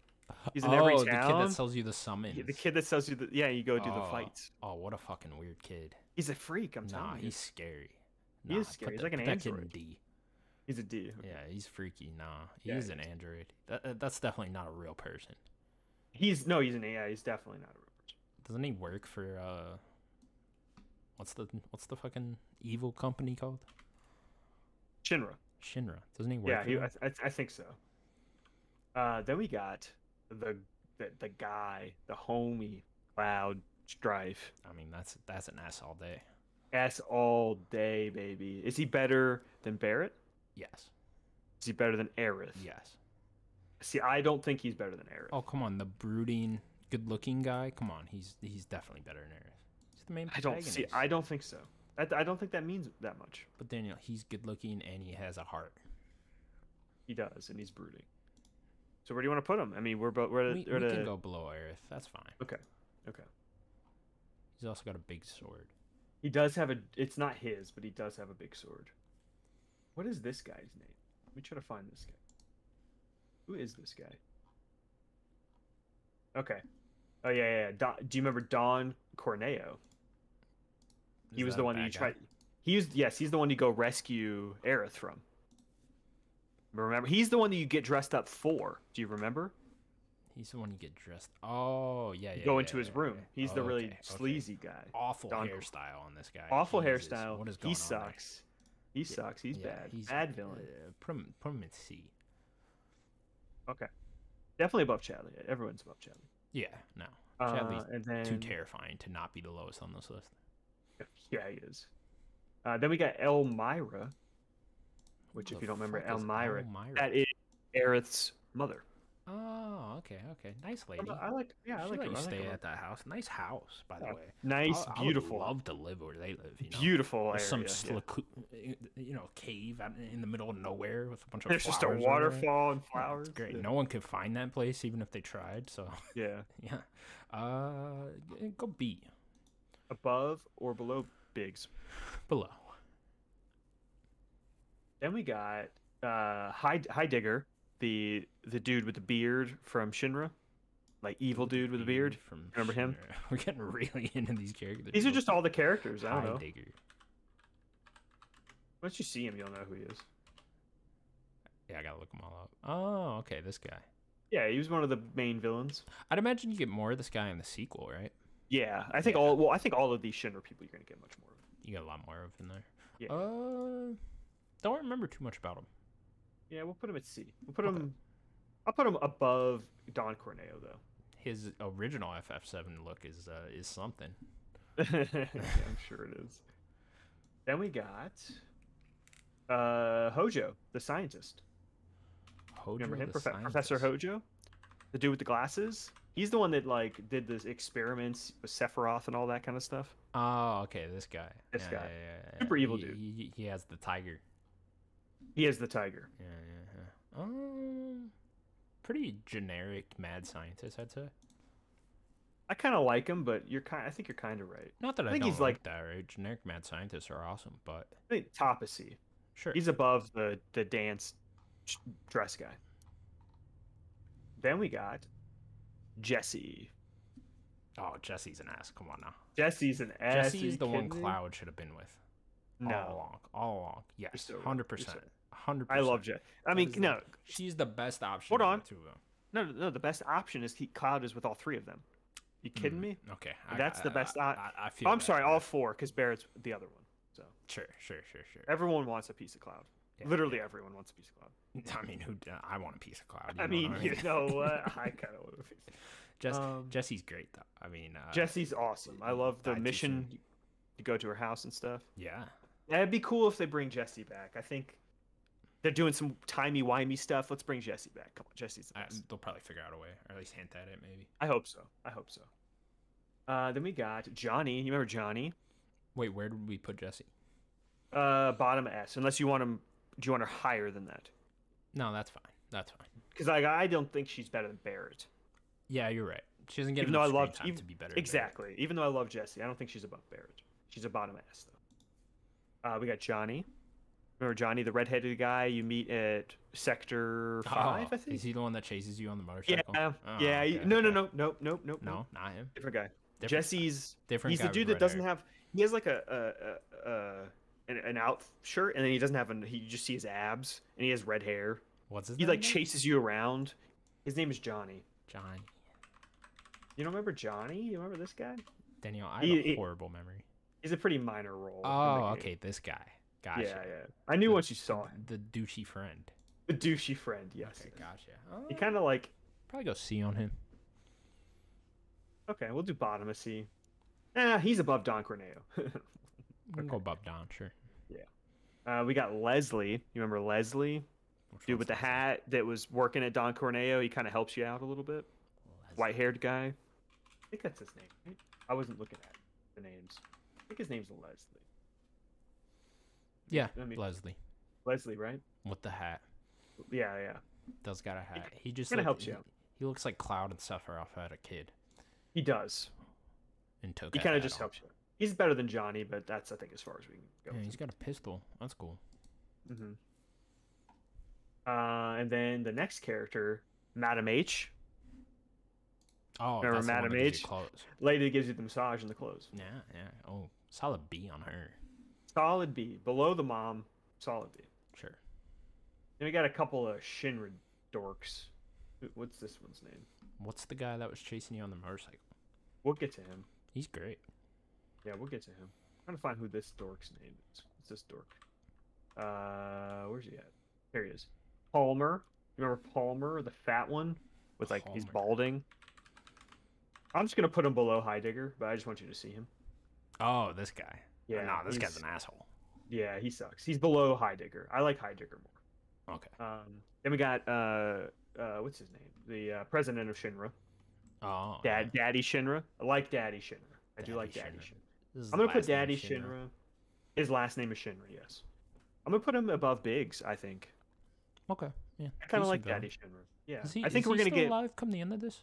Speaker 2: He's in
Speaker 1: oh,
Speaker 2: every
Speaker 1: the kid
Speaker 2: town.
Speaker 1: that sells you the summons.
Speaker 2: Yeah, The kid that sells you the yeah, you go do the
Speaker 1: Oh.
Speaker 2: fights.
Speaker 1: Oh, what a fucking weird kid.
Speaker 2: He's a freak. I'm
Speaker 1: nah,
Speaker 2: telling you.
Speaker 1: he's scary.
Speaker 2: He
Speaker 1: Nah,
Speaker 2: is
Speaker 1: put
Speaker 2: scary. He's
Speaker 1: that-
Speaker 2: like an
Speaker 1: put that kid in
Speaker 2: android.
Speaker 1: D.
Speaker 2: He's a D.
Speaker 1: Yeah, he's freaky. Nah, he
Speaker 2: Yeah,
Speaker 1: is
Speaker 2: he
Speaker 1: an android. That, uh, that's definitely not a real person.
Speaker 2: He's no, he's an AI. He's definitely not a real person.
Speaker 1: Doesn't he work for uh? What's the what's the fucking evil company called?
Speaker 2: Shinra.
Speaker 1: Shinra. Doesn't he work?
Speaker 2: Yeah,
Speaker 1: for
Speaker 2: he,
Speaker 1: them?
Speaker 2: I, I, I think so. Uh, then we got the, the the guy, the homie, Cloud Strife.
Speaker 1: I mean, that's that's an ass all day.
Speaker 2: S all day, baby. Is he better than Barrett?
Speaker 1: Yes.
Speaker 2: Is he better than Aerith?
Speaker 1: Yes.
Speaker 2: See, I don't think he's better than Aerith.
Speaker 1: Oh come on, the brooding, good-looking guy. Come on, he's he's definitely better than Aerith. He's the main.
Speaker 2: I don't see.
Speaker 1: protagonist.
Speaker 2: I don't think so. I, I don't think that means that much.
Speaker 1: But Daniel, he's good-looking and he has a heart.
Speaker 2: He does, and he's brooding. So where do you want to put him? I mean, we're both we're, at-
Speaker 1: We,
Speaker 2: we're
Speaker 1: we
Speaker 2: at
Speaker 1: can
Speaker 2: a-
Speaker 1: go below Aerith. That's fine.
Speaker 2: Okay, okay.
Speaker 1: He's also got a big sword.
Speaker 2: He does have a. It's not his, but he does have a big sword. What is this guy's name? Let me try to find this guy. Who is this guy? Okay. Oh yeah, yeah. yeah. Don, do you remember Don Corneo? He
Speaker 1: Is
Speaker 2: was
Speaker 1: that
Speaker 2: the
Speaker 1: a
Speaker 2: one that
Speaker 1: bad
Speaker 2: you
Speaker 1: guy?
Speaker 2: tried. He was yes, he's the one you go rescue Aerith from. Remember, he's the one that you get dressed up for. Do you remember?
Speaker 1: He's the one you get dressed. Oh yeah, yeah.
Speaker 2: You go
Speaker 1: yeah,
Speaker 2: into his
Speaker 1: yeah,
Speaker 2: room.
Speaker 1: yeah.
Speaker 2: He's the
Speaker 1: Oh,
Speaker 2: really
Speaker 1: okay, okay.
Speaker 2: sleazy guy.
Speaker 1: Awful
Speaker 2: Don-
Speaker 1: hairstyle on this guy.
Speaker 2: Awful
Speaker 1: Jesus,
Speaker 2: hairstyle.
Speaker 1: What is going
Speaker 2: he
Speaker 1: on there?
Speaker 2: sucks. He sucks. He's
Speaker 1: Yeah,
Speaker 2: bad.
Speaker 1: He's
Speaker 2: bad villain.
Speaker 1: Uh, put him, put him in C.
Speaker 2: Okay. Definitely above Chadley. Everyone's above Chadley.
Speaker 1: Yeah, no.
Speaker 2: Uh,
Speaker 1: Chadley's
Speaker 2: and then,
Speaker 1: too terrifying to not be the lowest on this list.
Speaker 2: Yeah, he is. Uh, then we got Elmira, which,
Speaker 1: The
Speaker 2: if you don't remember,
Speaker 1: fuck is
Speaker 2: Elmira,
Speaker 1: Elmira?
Speaker 2: that is Aerith's mother.
Speaker 1: Oh, okay, okay. Nice lady.
Speaker 2: I'm- I like. Yeah, I
Speaker 1: She
Speaker 2: like.
Speaker 1: let
Speaker 2: her,
Speaker 1: you
Speaker 2: I like
Speaker 1: stay
Speaker 2: her.
Speaker 1: at that house. Nice house, by the
Speaker 2: Yeah,
Speaker 1: way.
Speaker 2: Nice,
Speaker 1: I- I would
Speaker 2: beautiful,
Speaker 1: love to live where they live. You know?
Speaker 2: beautiful area.
Speaker 1: There's some
Speaker 2: yeah.
Speaker 1: slick- you know, cave out in the middle of nowhere with a bunch of
Speaker 2: There's just a
Speaker 1: flowers everywhere.
Speaker 2: waterfall and
Speaker 1: Yeah, it's
Speaker 2: flowers.
Speaker 1: great.
Speaker 2: Yeah.
Speaker 1: No one could find that place, even if they tried. So [LAUGHS]
Speaker 2: Yeah.
Speaker 1: yeah, uh, g- go B
Speaker 2: Above or below Biggs.
Speaker 1: below.
Speaker 2: Then we got uh High High Digger, the the dude with the beard from Shinra, like evil dude with a beard.
Speaker 1: from
Speaker 2: Remember him?
Speaker 1: Shinra. [LAUGHS] We're getting really into these characters.
Speaker 2: These are just all the characters. I don't
Speaker 1: high
Speaker 2: know.
Speaker 1: digger.
Speaker 2: Once you see him, you'll know who he is.
Speaker 1: Yeah, I gotta look them all up. Oh, okay, this guy.
Speaker 2: Yeah, he was one of the main villains.
Speaker 1: I'd imagine you get more of this guy in the sequel, right?
Speaker 2: Yeah, I think
Speaker 1: Yeah.
Speaker 2: all well, I think all of these Shinra people you're gonna get much more of.
Speaker 1: You get a lot more of in there.
Speaker 2: Yeah.
Speaker 1: Uh, don't remember too much about him.
Speaker 2: Yeah, we'll put him at C. We'll put him. I'll put him above Don Corneo though. [LAUGHS]
Speaker 1: His original FF7 look is uh, is something.
Speaker 2: Yeah, I'm sure it is. Then we got uh, Hojo, the scientist.
Speaker 1: Hojo
Speaker 2: Remember him,
Speaker 1: the
Speaker 2: Profe- Professor
Speaker 1: scientist.
Speaker 2: Hojo, the dude with the glasses. He's the one that like did those experiments with Sephiroth and all that kind of stuff.
Speaker 1: Oh, okay, this guy.
Speaker 2: This
Speaker 1: Yeah,
Speaker 2: guy.
Speaker 1: yeah, yeah, yeah.
Speaker 2: Super evil
Speaker 1: He-
Speaker 2: dude.
Speaker 1: He, he has the tiger.
Speaker 2: He is the tiger.
Speaker 1: Yeah, yeah, yeah. Um, pretty generic mad scientist, I'd say.
Speaker 2: I kind of like him, but you're kind. I think you're kind of right.
Speaker 1: Not that I,
Speaker 2: think
Speaker 1: don't
Speaker 2: he's
Speaker 1: like,
Speaker 2: like-
Speaker 1: that, right? Generic mad scientists are awesome, but
Speaker 2: I think Topacy.
Speaker 1: sure.
Speaker 2: He's above the the dance sh- dress guy. Then we got Jesse.
Speaker 1: oh, Jesse's an ass. Come on now.
Speaker 2: Jesse's an ass.
Speaker 1: Jesse is the one
Speaker 2: clown.
Speaker 1: Cloud should have been with. All
Speaker 2: No,
Speaker 1: along. All along. Yes.
Speaker 2: so right, you're
Speaker 1: Hundred
Speaker 2: so
Speaker 1: percent.
Speaker 2: right.
Speaker 1: Hundred
Speaker 2: I
Speaker 1: percent.
Speaker 2: love Jesse. I mean,
Speaker 1: is the-
Speaker 2: no,
Speaker 1: She's the best option.
Speaker 2: Hold
Speaker 1: of the
Speaker 2: on.
Speaker 1: two of them.
Speaker 2: no, no. The best option is he, Cloud is with all three of them. You kidding
Speaker 1: Mm,
Speaker 2: me?
Speaker 1: Okay.
Speaker 2: That's the best
Speaker 1: I,
Speaker 2: op-
Speaker 1: I, I feel.
Speaker 2: Oh, I'm
Speaker 1: that,
Speaker 2: sorry,
Speaker 1: yeah.
Speaker 2: all four, because Barrett's the other one. So
Speaker 1: Sure. Sure. Sure. Sure.
Speaker 2: everyone wants a piece of Cloud.
Speaker 1: Yeah,
Speaker 2: Literally everyone wants a piece of
Speaker 1: [LAUGHS]
Speaker 2: Cloud.
Speaker 1: I mean, who? d- I want a piece of
Speaker 2: [LAUGHS]
Speaker 1: Cloud.
Speaker 2: I mean, you
Speaker 1: Jesse's
Speaker 2: know what? I kind of want a piece.
Speaker 1: Jess,
Speaker 2: um,
Speaker 1: Jesse's great though. I mean, uh,
Speaker 2: Jesse's awesome. I love the
Speaker 1: I do too.
Speaker 2: mission. You, you go to her house and stuff.
Speaker 1: Yeah.
Speaker 2: That'd be cool if they bring Jesse back. I think they're doing some timey wimey stuff. Let's bring Jesse back. Come on, Jesse's the
Speaker 1: I,
Speaker 2: best.
Speaker 1: they'll probably figure out a way, or at least hint at it, maybe.
Speaker 2: I hope so. I hope so. Uh, then we got Johnny. You remember Johnny?
Speaker 1: Wait, where did we put Jesse?
Speaker 2: Uh, bottom S. Unless you want him. Do you want her higher than that?
Speaker 1: No, that's fine. That's fine.
Speaker 2: Because like I don't think she's better than Barrett.
Speaker 1: Yeah, you're right. She doesn't get
Speaker 2: Even though
Speaker 1: enough
Speaker 2: I
Speaker 1: screen
Speaker 2: love
Speaker 1: time
Speaker 2: ev-
Speaker 1: to be better. than Barrett.
Speaker 2: exactly. Even though I love Jesse, I don't think she's above Barrett. She's a bottom S though. Uh, we got Johnny. Remember Johnny, the redheaded guy you meet at Sector Five,
Speaker 1: Oh,
Speaker 2: I think.
Speaker 1: Is he the one that chases you on the
Speaker 2: Yeah,
Speaker 1: motorcycle?
Speaker 2: yeah.
Speaker 1: Oh,
Speaker 2: he-
Speaker 1: okay,
Speaker 2: no, no,
Speaker 1: okay.
Speaker 2: no, nope, nope, nope, nope.
Speaker 1: No, not him.
Speaker 2: Different guy.
Speaker 1: Different
Speaker 2: Jesse's
Speaker 1: Different
Speaker 2: he's
Speaker 1: guy
Speaker 2: the
Speaker 1: with
Speaker 2: dude
Speaker 1: red
Speaker 2: that doesn't
Speaker 1: hair.
Speaker 2: have. He has like a a, a, a an, an out shirt, and then he doesn't have an. He you just see his abs, and he has red hair.
Speaker 1: What's his
Speaker 2: He
Speaker 1: name?
Speaker 2: like
Speaker 1: again?
Speaker 2: chases you around. His name is Johnny.
Speaker 1: Johnny.
Speaker 2: You don't remember Johnny? You remember this guy?
Speaker 1: Daniel, I have
Speaker 2: He-
Speaker 1: a
Speaker 2: he-
Speaker 1: horrible memory.
Speaker 2: He's a pretty minor role. in the
Speaker 1: Oh,
Speaker 2: game.
Speaker 1: okay, this guy. Gotcha.
Speaker 2: Yeah, yeah. I knew once you saw him.
Speaker 1: The douchey friend.
Speaker 2: The douchey friend. Yes.
Speaker 1: Okay,
Speaker 2: yes.
Speaker 1: gotcha.
Speaker 2: He
Speaker 1: Oh,
Speaker 2: kind of like
Speaker 1: probably go C on him.
Speaker 2: okay. We'll do bottom of C. Eh, he's above Don Corneo. [LAUGHS]
Speaker 1: We can go Bob Don, sure.
Speaker 2: uh, we got Leslie. You remember Leslie?
Speaker 1: Which
Speaker 2: dude
Speaker 1: one's
Speaker 2: with the
Speaker 1: that?
Speaker 2: hat that was working at Don Corneo. He kind of helps you out a little bit.
Speaker 1: Leslie.
Speaker 2: White haired guy. I think that's his name. right? I wasn't looking at the names. I think his name's Leslie.
Speaker 1: Yeah,
Speaker 2: I mean-
Speaker 1: Leslie
Speaker 2: Leslie, right?
Speaker 1: with the hat.
Speaker 2: Yeah, yeah.
Speaker 1: Does got a hat. He just
Speaker 2: kinda
Speaker 1: look-
Speaker 2: helps you
Speaker 1: he-
Speaker 2: out.
Speaker 1: He looks like Cloud and Sephiroth had a kid
Speaker 2: He does.
Speaker 1: and took.
Speaker 2: He
Speaker 1: that
Speaker 2: kind of
Speaker 1: hat
Speaker 2: just
Speaker 1: off.
Speaker 2: helps you. He's better than Johnny, but that's I think as far as we can go.
Speaker 1: Yeah, he's got a pistol. That's cool.
Speaker 2: Mm-hmm. Uh, and then the next character, Madam H,
Speaker 1: Oh,
Speaker 2: Remember
Speaker 1: that's the one
Speaker 2: Madam
Speaker 1: that gives you
Speaker 2: H?
Speaker 1: clothes.
Speaker 2: lady that gives you the massage and the clothes.
Speaker 1: Yeah, yeah. Oh, solid B on her.
Speaker 2: Solid B, below the mom, solid B.
Speaker 1: Sure.
Speaker 2: Then we got a couple of Shinra dorks. Wh- What's this one's name?
Speaker 1: What's the guy that was chasing you on the motorcycle?
Speaker 2: We'll get to him.
Speaker 1: He's great.
Speaker 2: Yeah, we'll get to him. I'm trying to find who this dork's name is. What's this dork? Uh, where's he at? Here he is. Palmer. You remember Palmer, the fat one, with like he's
Speaker 1: Palmer.
Speaker 2: balding. I'm just gonna put him below Heidegger, but I just want you to see him.
Speaker 1: Oh, this guy. Yeah,
Speaker 2: Yeah,
Speaker 1: no, this guy's
Speaker 2: he's-
Speaker 1: an asshole.
Speaker 2: Yeah, he sucks. He's below Heidegger. I like Heidegger more.
Speaker 1: Okay.
Speaker 2: Um, then we got uh, uh, what's his name? The uh, president of Shinra,
Speaker 1: Oh,
Speaker 2: Dad,
Speaker 1: yeah.
Speaker 2: Daddy Shinra. I like Daddy Shinra. I
Speaker 1: Daddy
Speaker 2: do like Daddy
Speaker 1: Shinra.
Speaker 2: Shinra.
Speaker 1: This is
Speaker 2: I'm
Speaker 1: the
Speaker 2: gonna put
Speaker 1: last name,
Speaker 2: Daddy Shinra. His last name is Shinra. Yes. I'm gonna put him above Biggs. I think.
Speaker 1: Okay. Yeah.
Speaker 2: I kind
Speaker 1: decent
Speaker 2: of like
Speaker 1: villain.
Speaker 2: Daddy Shinra. Yeah.
Speaker 1: Is he,
Speaker 2: I think
Speaker 1: is
Speaker 2: we're
Speaker 1: he
Speaker 2: gonna
Speaker 1: still
Speaker 2: get.
Speaker 1: alive come the end of this.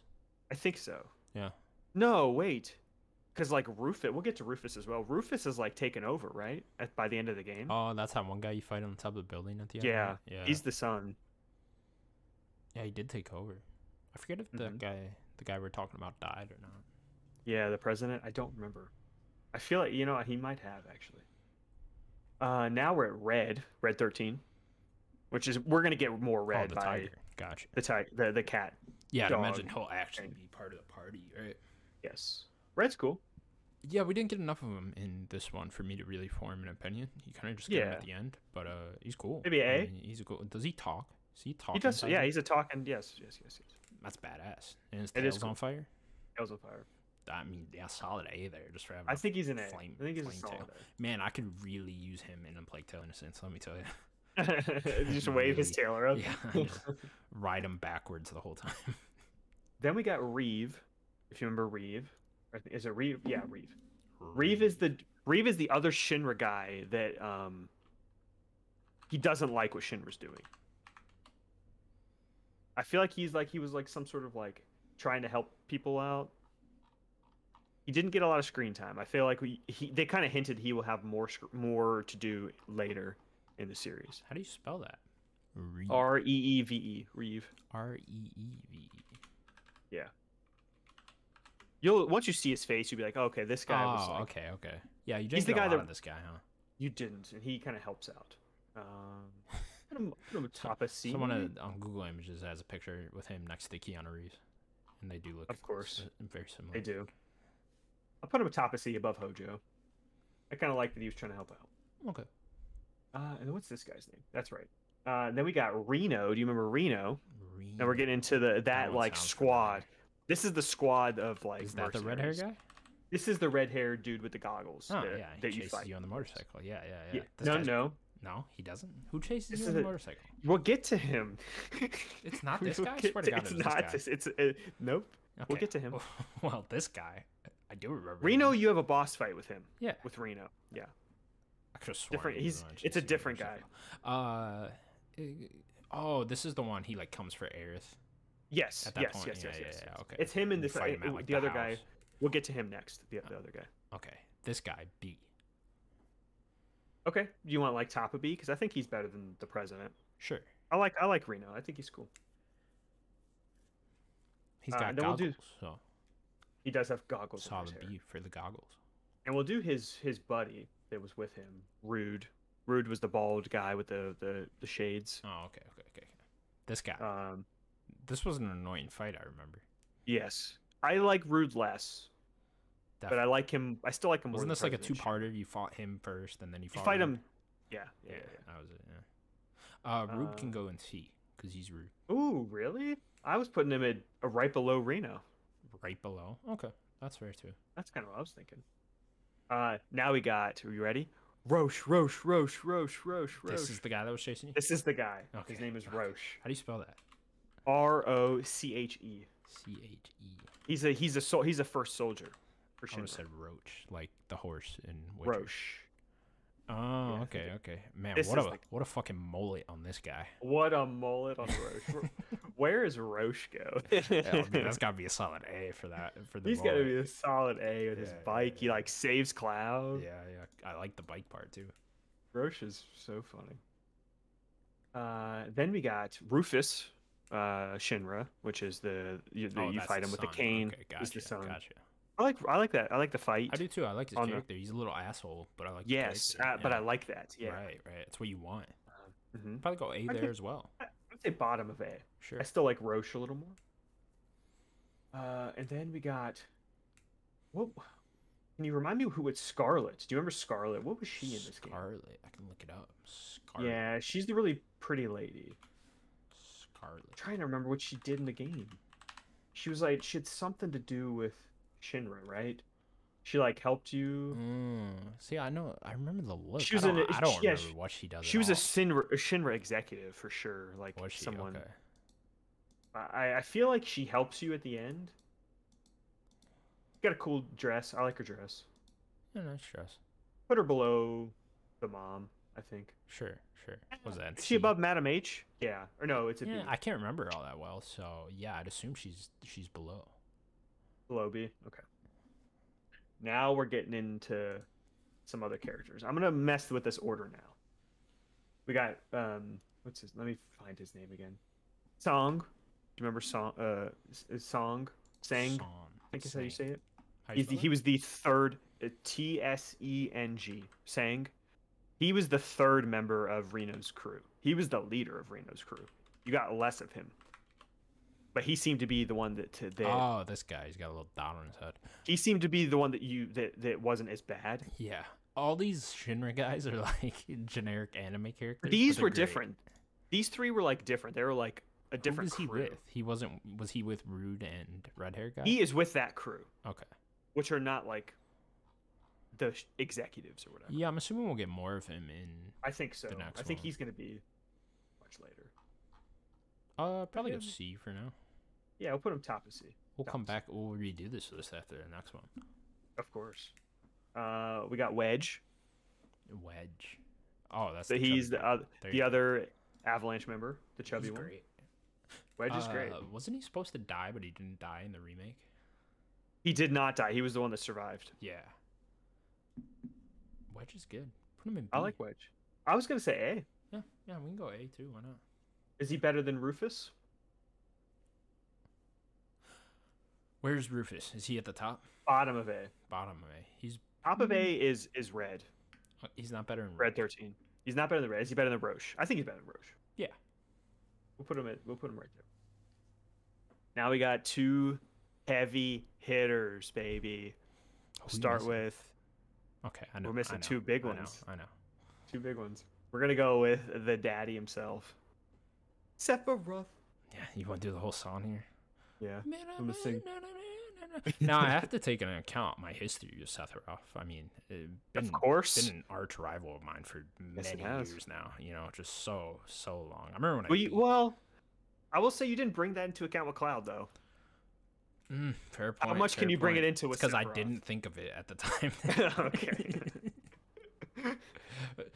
Speaker 2: I think so.
Speaker 1: Yeah.
Speaker 2: No, wait. Because like Rufus, we'll get to Rufus as well. Rufus is like taken over, right? At, by the end of the game.
Speaker 1: Oh, that's how one guy you fight on top of the building at the end.
Speaker 2: yeah.
Speaker 1: right? Yeah.
Speaker 2: He's the son.
Speaker 1: Yeah, he did take over. I forget if the
Speaker 2: Mhm.
Speaker 1: guy the guy we're talking about died or not.
Speaker 2: Yeah, the president. I don't remember. I feel like you know he might have actually. Uh, now we're at red, red thirteen, which is we're gonna get more red
Speaker 1: oh, the
Speaker 2: by
Speaker 1: tiger. Gotcha.
Speaker 2: the tiger, the the cat.
Speaker 1: Yeah, I'd
Speaker 2: dog
Speaker 1: imagine he'll actually
Speaker 2: thing.
Speaker 1: be part of the party, right?
Speaker 2: Yes, red's cool.
Speaker 1: Yeah, we didn't get enough of him in this one for me to really form an opinion. You kind of just get him at
Speaker 2: Yeah.
Speaker 1: the end, but uh, he's cool.
Speaker 2: Maybe
Speaker 1: I
Speaker 2: A?
Speaker 1: mean, he's a cool. Does he talk? Is he talking?
Speaker 2: He does.
Speaker 1: tiger?
Speaker 2: Yeah, he's a talking. Yes, yes, yes, yes.
Speaker 1: that's badass. And his
Speaker 2: It is
Speaker 1: tail's on fire.
Speaker 2: Tails of fire.
Speaker 1: I mean, yeah, solid A there, just for having.
Speaker 2: I
Speaker 1: a
Speaker 2: think he's an A.
Speaker 1: Oh, Flame-
Speaker 2: I think he's a
Speaker 1: flame
Speaker 2: solid
Speaker 1: Man, I could really use him in a Plague Tale Innocence. Let me tell you.
Speaker 2: [LAUGHS] A. Just wave his
Speaker 1: Really?
Speaker 2: tailor up.
Speaker 1: Yeah, I know. ride him backwards the whole time.
Speaker 2: [LAUGHS] Then we got Reeve. If you remember Reeve, I thi- is it Reeve? Yeah, Reeve. Reeve is the Reeve is the other Shinra guy that um. He doesn't like what Shinra's doing. I feel like he's like he was like some sort of like trying to help people out. He didn't get a lot of screen time. I feel like we he they kind of hinted he will have more sc- more to do later in the series.
Speaker 1: How do you spell that? Reeve.
Speaker 2: R e e v e Reeve.
Speaker 1: R E E V E.
Speaker 2: You'll once you see his face, you'll be like, "Oh, okay, this guy was
Speaker 1: Oh,
Speaker 2: like
Speaker 1: okay, okay. Yeah, you didn't
Speaker 2: the
Speaker 1: get
Speaker 2: guy
Speaker 1: a lot
Speaker 2: that-
Speaker 1: of this guy, huh?
Speaker 2: you didn't, and he kind of helps out. Um,
Speaker 1: [LAUGHS]
Speaker 2: put him, put him atop a scene.
Speaker 1: Someone on- on Google Images has a picture with him next to Keanu Reeves, and they do look
Speaker 2: Of course.
Speaker 1: s- uh, very similar.
Speaker 2: They do. I'll put him atop a C above Hojo. I kind of like that he was trying to help out.
Speaker 1: Okay.
Speaker 2: Uh, and what's this guy's name? That's right. Uh, and then we got Reno. Do you remember Reno? And we're getting into the that
Speaker 1: one
Speaker 2: like
Speaker 1: sounds
Speaker 2: squad.
Speaker 1: familiar.
Speaker 2: This is the squad of like.
Speaker 1: Is that the red hair
Speaker 2: mercenaries.
Speaker 1: guy?
Speaker 2: This is the red haired dude with the goggles.
Speaker 1: Oh
Speaker 2: that,
Speaker 1: yeah, he
Speaker 2: that you
Speaker 1: chases
Speaker 2: fight.
Speaker 1: you on the motorcycle. Yeah, yeah, yeah.
Speaker 2: Yeah,
Speaker 1: This
Speaker 2: No,
Speaker 1: guy's-
Speaker 2: no.
Speaker 1: no, he doesn't. Who chases
Speaker 2: This
Speaker 1: you
Speaker 2: is
Speaker 1: on the
Speaker 2: a-
Speaker 1: motorcycle?
Speaker 2: We'll get to him.
Speaker 1: [LAUGHS] It's
Speaker 2: [LAUGHS]
Speaker 1: not this
Speaker 2: We'll
Speaker 1: guy. I
Speaker 2: get
Speaker 1: swear to God,
Speaker 2: it's
Speaker 1: it was
Speaker 2: not
Speaker 1: this
Speaker 2: this. It's uh, nope.
Speaker 1: guy.
Speaker 2: we'll get to him.
Speaker 1: [LAUGHS] Well, this guy, I do remember. him.
Speaker 2: Reno, you have a boss fight with him.
Speaker 1: Yeah,
Speaker 2: With Reno, yeah.
Speaker 1: I could have sworn.
Speaker 2: Different.
Speaker 1: he was
Speaker 2: He's.
Speaker 1: the one that
Speaker 2: It's a
Speaker 1: chased you on the
Speaker 2: different guy.
Speaker 1: motorcycle. Uh, eh, oh, this is the one he like comes for Aerith.
Speaker 2: Yes.
Speaker 1: At that
Speaker 2: yes.
Speaker 1: point,
Speaker 2: Yes.
Speaker 1: yeah,
Speaker 2: Yes.
Speaker 1: yeah,
Speaker 2: yes,
Speaker 1: yeah,
Speaker 2: yes.
Speaker 1: okay.
Speaker 2: It's him and
Speaker 1: You
Speaker 2: this.
Speaker 1: fight him
Speaker 2: uh,
Speaker 1: at,
Speaker 2: uh,
Speaker 1: like,
Speaker 2: the
Speaker 1: the
Speaker 2: other guy.
Speaker 1: house.
Speaker 2: We'll get to him next. The, the other guy.
Speaker 1: Okay, this guy B.
Speaker 2: Okay. You want like Tapa B? Because I think he's better than the president.
Speaker 1: Sure,
Speaker 2: I like. I like Reno. I think he's cool.
Speaker 1: he's
Speaker 2: Uh,
Speaker 1: got
Speaker 2: and then we'll
Speaker 1: goggles.
Speaker 2: do-
Speaker 1: so
Speaker 2: He does have goggles. over
Speaker 1: solid
Speaker 2: his hair.
Speaker 1: B for the goggles.
Speaker 2: And we'll do his his buddy that was with him. Rude. Rude was the bald guy with the the, the shades.
Speaker 1: Oh, okay, okay, okay. okay. This guy.
Speaker 2: Um.
Speaker 1: this was an annoying fight. I remember.
Speaker 2: Yes. I like Rude less, but I
Speaker 1: Definitely.
Speaker 2: like him. I still like him more.
Speaker 1: Wasn't
Speaker 2: than
Speaker 1: this like a
Speaker 2: President Xi.
Speaker 1: two-parter? You fought him first, and then you
Speaker 2: You
Speaker 1: fought
Speaker 2: fight
Speaker 1: Rube?
Speaker 2: him. Yeah. Yeah.
Speaker 1: Yeah,
Speaker 2: yeah.
Speaker 1: that was it. Yeah. Uh, Rube can
Speaker 2: Uh,
Speaker 1: go in C because he's Rube
Speaker 2: Ooh, really? I was putting him at uh, right below Reno.
Speaker 1: right below. Okay, that's fair too.
Speaker 2: That's kind of what I was thinking. Uh, now we got. Are you ready? Roche, Roche, Roche, Roche, Roche, Roche.
Speaker 1: This is the guy that was chasing you.
Speaker 2: the guy.
Speaker 1: Okay,
Speaker 2: His name is
Speaker 1: okay.
Speaker 2: Roche.
Speaker 1: How do you spell that?
Speaker 2: R O C H E.
Speaker 1: C H E.
Speaker 2: He's a he's a sol- he's a first soldier. For
Speaker 1: I would have
Speaker 2: Shinra.
Speaker 1: said Roach, like the horse in Witcher.
Speaker 2: Roche.
Speaker 1: Oh,
Speaker 2: I
Speaker 1: okay, okay. Man,
Speaker 2: This
Speaker 1: what
Speaker 2: is
Speaker 1: a
Speaker 2: the-
Speaker 1: what a fucking mullet on this
Speaker 2: [LAUGHS]
Speaker 1: guy.
Speaker 2: What a mullet on
Speaker 1: [LAUGHS]
Speaker 2: Roche. Ro- Where is Roche go?
Speaker 1: Yeah, I mean, Oh, that's got to be a solid A for that. For the
Speaker 2: [LAUGHS] he's got to
Speaker 1: mullet.
Speaker 2: be a solid A with his
Speaker 1: Yeah, yeah,
Speaker 2: bike. He
Speaker 1: yeah.
Speaker 2: like saves Cloud.
Speaker 1: Yeah, yeah. I like the bike part too.
Speaker 2: Roche is so funny. Uh, then we got Rufus uh, Shinra, which is the you, the,
Speaker 1: Oh,
Speaker 2: you
Speaker 1: that's
Speaker 2: fight him with the
Speaker 1: son.
Speaker 2: cane.
Speaker 1: Okay,
Speaker 2: is
Speaker 1: gotcha,
Speaker 2: the son.
Speaker 1: gotcha.
Speaker 2: I like I like that. I like the fight.
Speaker 1: I do too. I like his
Speaker 2: On the-
Speaker 1: character. He's a little asshole, but I like. the
Speaker 2: yes,
Speaker 1: character,
Speaker 2: uh, but
Speaker 1: yeah.
Speaker 2: I like that. Yeah,
Speaker 1: Right, right. It's what you want.
Speaker 2: hmm
Speaker 1: Probably go A
Speaker 2: I
Speaker 1: there
Speaker 2: could-
Speaker 1: as well.
Speaker 2: I, I'd say bottom of A.
Speaker 1: Sure.
Speaker 2: I still like Roche a little more. Uh, and then we got what? Can you remind me who it's Scarlet? Do you remember Scarlet? What was she in this game?
Speaker 1: Scarlet. I can look it up. Scarlet.
Speaker 2: Yeah, she's the really pretty lady.
Speaker 1: Scarlet.
Speaker 2: trying to remember what she did in the game. She was like she had something to do with Shinra, right? She like helped you.
Speaker 1: Mm. See, I know. I remember the look.
Speaker 2: She was
Speaker 1: I don't,
Speaker 2: in a-
Speaker 1: I don't
Speaker 2: she- yeah,
Speaker 1: remember
Speaker 2: she-
Speaker 1: what she does.
Speaker 2: She
Speaker 1: at
Speaker 2: was a
Speaker 1: all.
Speaker 2: Shinra, a Shinra executive for sure. Like
Speaker 1: Was she?
Speaker 2: someone.
Speaker 1: Okay.
Speaker 2: I I feel like she helps you at the end. Got a cool dress. I like her dress.
Speaker 1: No, no stress.
Speaker 2: Put her below the mom. I think.
Speaker 1: Sure, sure. What Was that?
Speaker 2: Is
Speaker 1: C?
Speaker 2: she above Madam H? Yeah. Or no, it's a B.
Speaker 1: Yeah, I can't remember all that well. So yeah, I'd assume she's she's below.
Speaker 2: Below B. Okay. Now we're getting into some other characters. I'm gonna mess with this order now. We got um, what's his? Let me find his name again. Song. Do you remember Song? Uh, S- is Song. Sang.
Speaker 1: Son,
Speaker 2: I think is how you say
Speaker 1: Sang.
Speaker 2: it.
Speaker 1: How you
Speaker 2: He's the,
Speaker 1: spell
Speaker 2: he
Speaker 1: that?
Speaker 2: was the third. uh, T S E N G. Sang. He was the third member of Reno's crew. He was the leader of Reno's crew. You got less of him. But he seemed to be the one that, that
Speaker 1: Oh, this guy. He's got a little dot on his head. [LAUGHS]
Speaker 2: he seemed to be the one that you that that wasn't as bad.
Speaker 1: [LAUGHS] Yeah. All these Shinra guys are like generic anime characters. but
Speaker 2: These
Speaker 1: they're
Speaker 2: were
Speaker 1: great.
Speaker 2: different. These three were like different. They were like a different
Speaker 1: Who was he
Speaker 2: crew.
Speaker 1: with? He wasn't. Was he with Rude and red hair guy?
Speaker 2: He is with that crew,
Speaker 1: okay.
Speaker 2: which are not like the sh- executives or whatever.
Speaker 1: Yeah, I'm assuming we'll get more of him in.
Speaker 2: I think so.
Speaker 1: next
Speaker 2: I think
Speaker 1: one.
Speaker 2: he's going to be much later.
Speaker 1: Uh, probably go
Speaker 2: him.
Speaker 1: C for now.
Speaker 2: Yeah, we'll put him top of C.
Speaker 1: We'll come
Speaker 2: Nice.
Speaker 1: back. We'll redo this list after the next one.
Speaker 2: Of course. Uh, we got Wedge.
Speaker 1: Wedge. Oh, that's
Speaker 2: So
Speaker 1: chubby
Speaker 2: he's the
Speaker 1: guy.
Speaker 2: other,
Speaker 1: There
Speaker 2: the
Speaker 1: you go.
Speaker 2: other Avalanche member, the chubby
Speaker 1: He's
Speaker 2: one.
Speaker 1: great.
Speaker 2: Wedge is great.
Speaker 1: Uh, Wasn't he supposed to die, but he didn't die in the remake?
Speaker 2: He did not die. He was the one that survived.
Speaker 1: Yeah. Wedge is good. Put him in B.
Speaker 2: I like Wedge. I was gonna say
Speaker 1: Yeah, yeah, we can go A too. Why not?
Speaker 2: A. Is he better than Rufus?
Speaker 1: Where's Rufus? Is he at the top?
Speaker 2: Bottom of A.
Speaker 1: Bottom of A. He's
Speaker 2: Top of
Speaker 1: Mm.
Speaker 2: A is is Red.
Speaker 1: uh, he's not better than
Speaker 2: Red thirteen. He's not better than Red. Is he better than Roche? I think he's better than Roche.
Speaker 1: Yeah.
Speaker 2: We'll put him at we'll put him right there. Now we got two heavy hitters, baby.
Speaker 1: Who are we
Speaker 2: Start
Speaker 1: missing?
Speaker 2: with
Speaker 1: Okay, I know.
Speaker 2: we're missing
Speaker 1: I know,
Speaker 2: two big
Speaker 1: I know,
Speaker 2: ones.
Speaker 1: I know.
Speaker 2: Two big ones. We're gonna go with the daddy himself, Sephiroth.
Speaker 1: Yeah, you want to do the whole song
Speaker 2: [LAUGHS]
Speaker 1: here?
Speaker 2: Yeah. gonna sing.
Speaker 1: [LAUGHS] now I have to take into account my history with Sephiroth. I mean, it been,
Speaker 2: Of course.
Speaker 1: been an arch rival of mine for
Speaker 2: Yes, it
Speaker 1: many
Speaker 2: has.
Speaker 1: years now. You know, just so so long. I remember when
Speaker 2: Well,
Speaker 1: I
Speaker 2: you,
Speaker 1: beat-
Speaker 2: well, I will say you didn't bring that into account with Cloud though.
Speaker 1: Mm, fair point.
Speaker 2: much can
Speaker 1: fair
Speaker 2: you bring it
Speaker 1: point.
Speaker 2: into
Speaker 1: It's
Speaker 2: with
Speaker 1: I
Speaker 2: Sephiroth?
Speaker 1: didn't think of it at the
Speaker 2: [LAUGHS]
Speaker 1: time.
Speaker 2: Okay.
Speaker 1: But-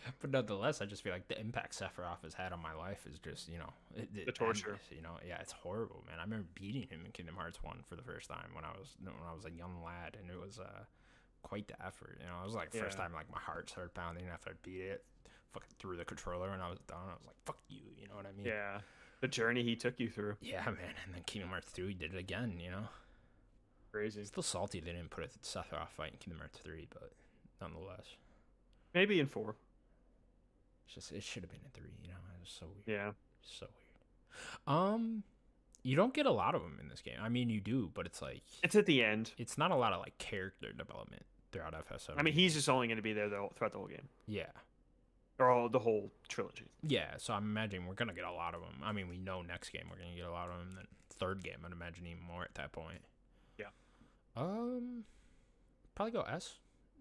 Speaker 1: [LAUGHS] but nonetheless, I just feel like the impact Sephiroth has had on my life is just, you know, it, it- and,
Speaker 2: torture.
Speaker 1: you know, yeah, it's horrible, man. I remember beating him in Kingdom Hearts One for the first time when I was when I was a young lad, and it was uh, quite the effort. You know, it was like first
Speaker 2: Yeah.
Speaker 1: time like my heart started pounding after I beat it. Fucking threw the controller and I was done. I was like, "Fuck you," you know what I mean?
Speaker 2: Yeah. The journey he took you through.
Speaker 1: Yeah, man. And then Kingdom Hearts Two, he did it again. You know,
Speaker 2: Crazy.
Speaker 1: still salty they didn't put a Sephiroth fight in Kingdom Hearts Three, but nonetheless,
Speaker 2: Maybe in four.
Speaker 1: it's just it should have been a three. You know, it was so weird.
Speaker 2: Yeah.
Speaker 1: So weird. Um, you don't get a lot of them in this game. I mean, you do, but it's like it's,
Speaker 2: It's at the end.
Speaker 1: not a lot of like character development throughout FS7.
Speaker 2: I mean, he's just only going to be there though throughout the whole game
Speaker 1: yeah,
Speaker 2: or all, the whole trilogy.
Speaker 1: yeah. So I'm imagining we're gonna get a lot of them. I mean, we know next game we're gonna get a lot of them. Then third game, I'd imagine even more at that point.
Speaker 2: Yeah.
Speaker 1: Um, probably go S.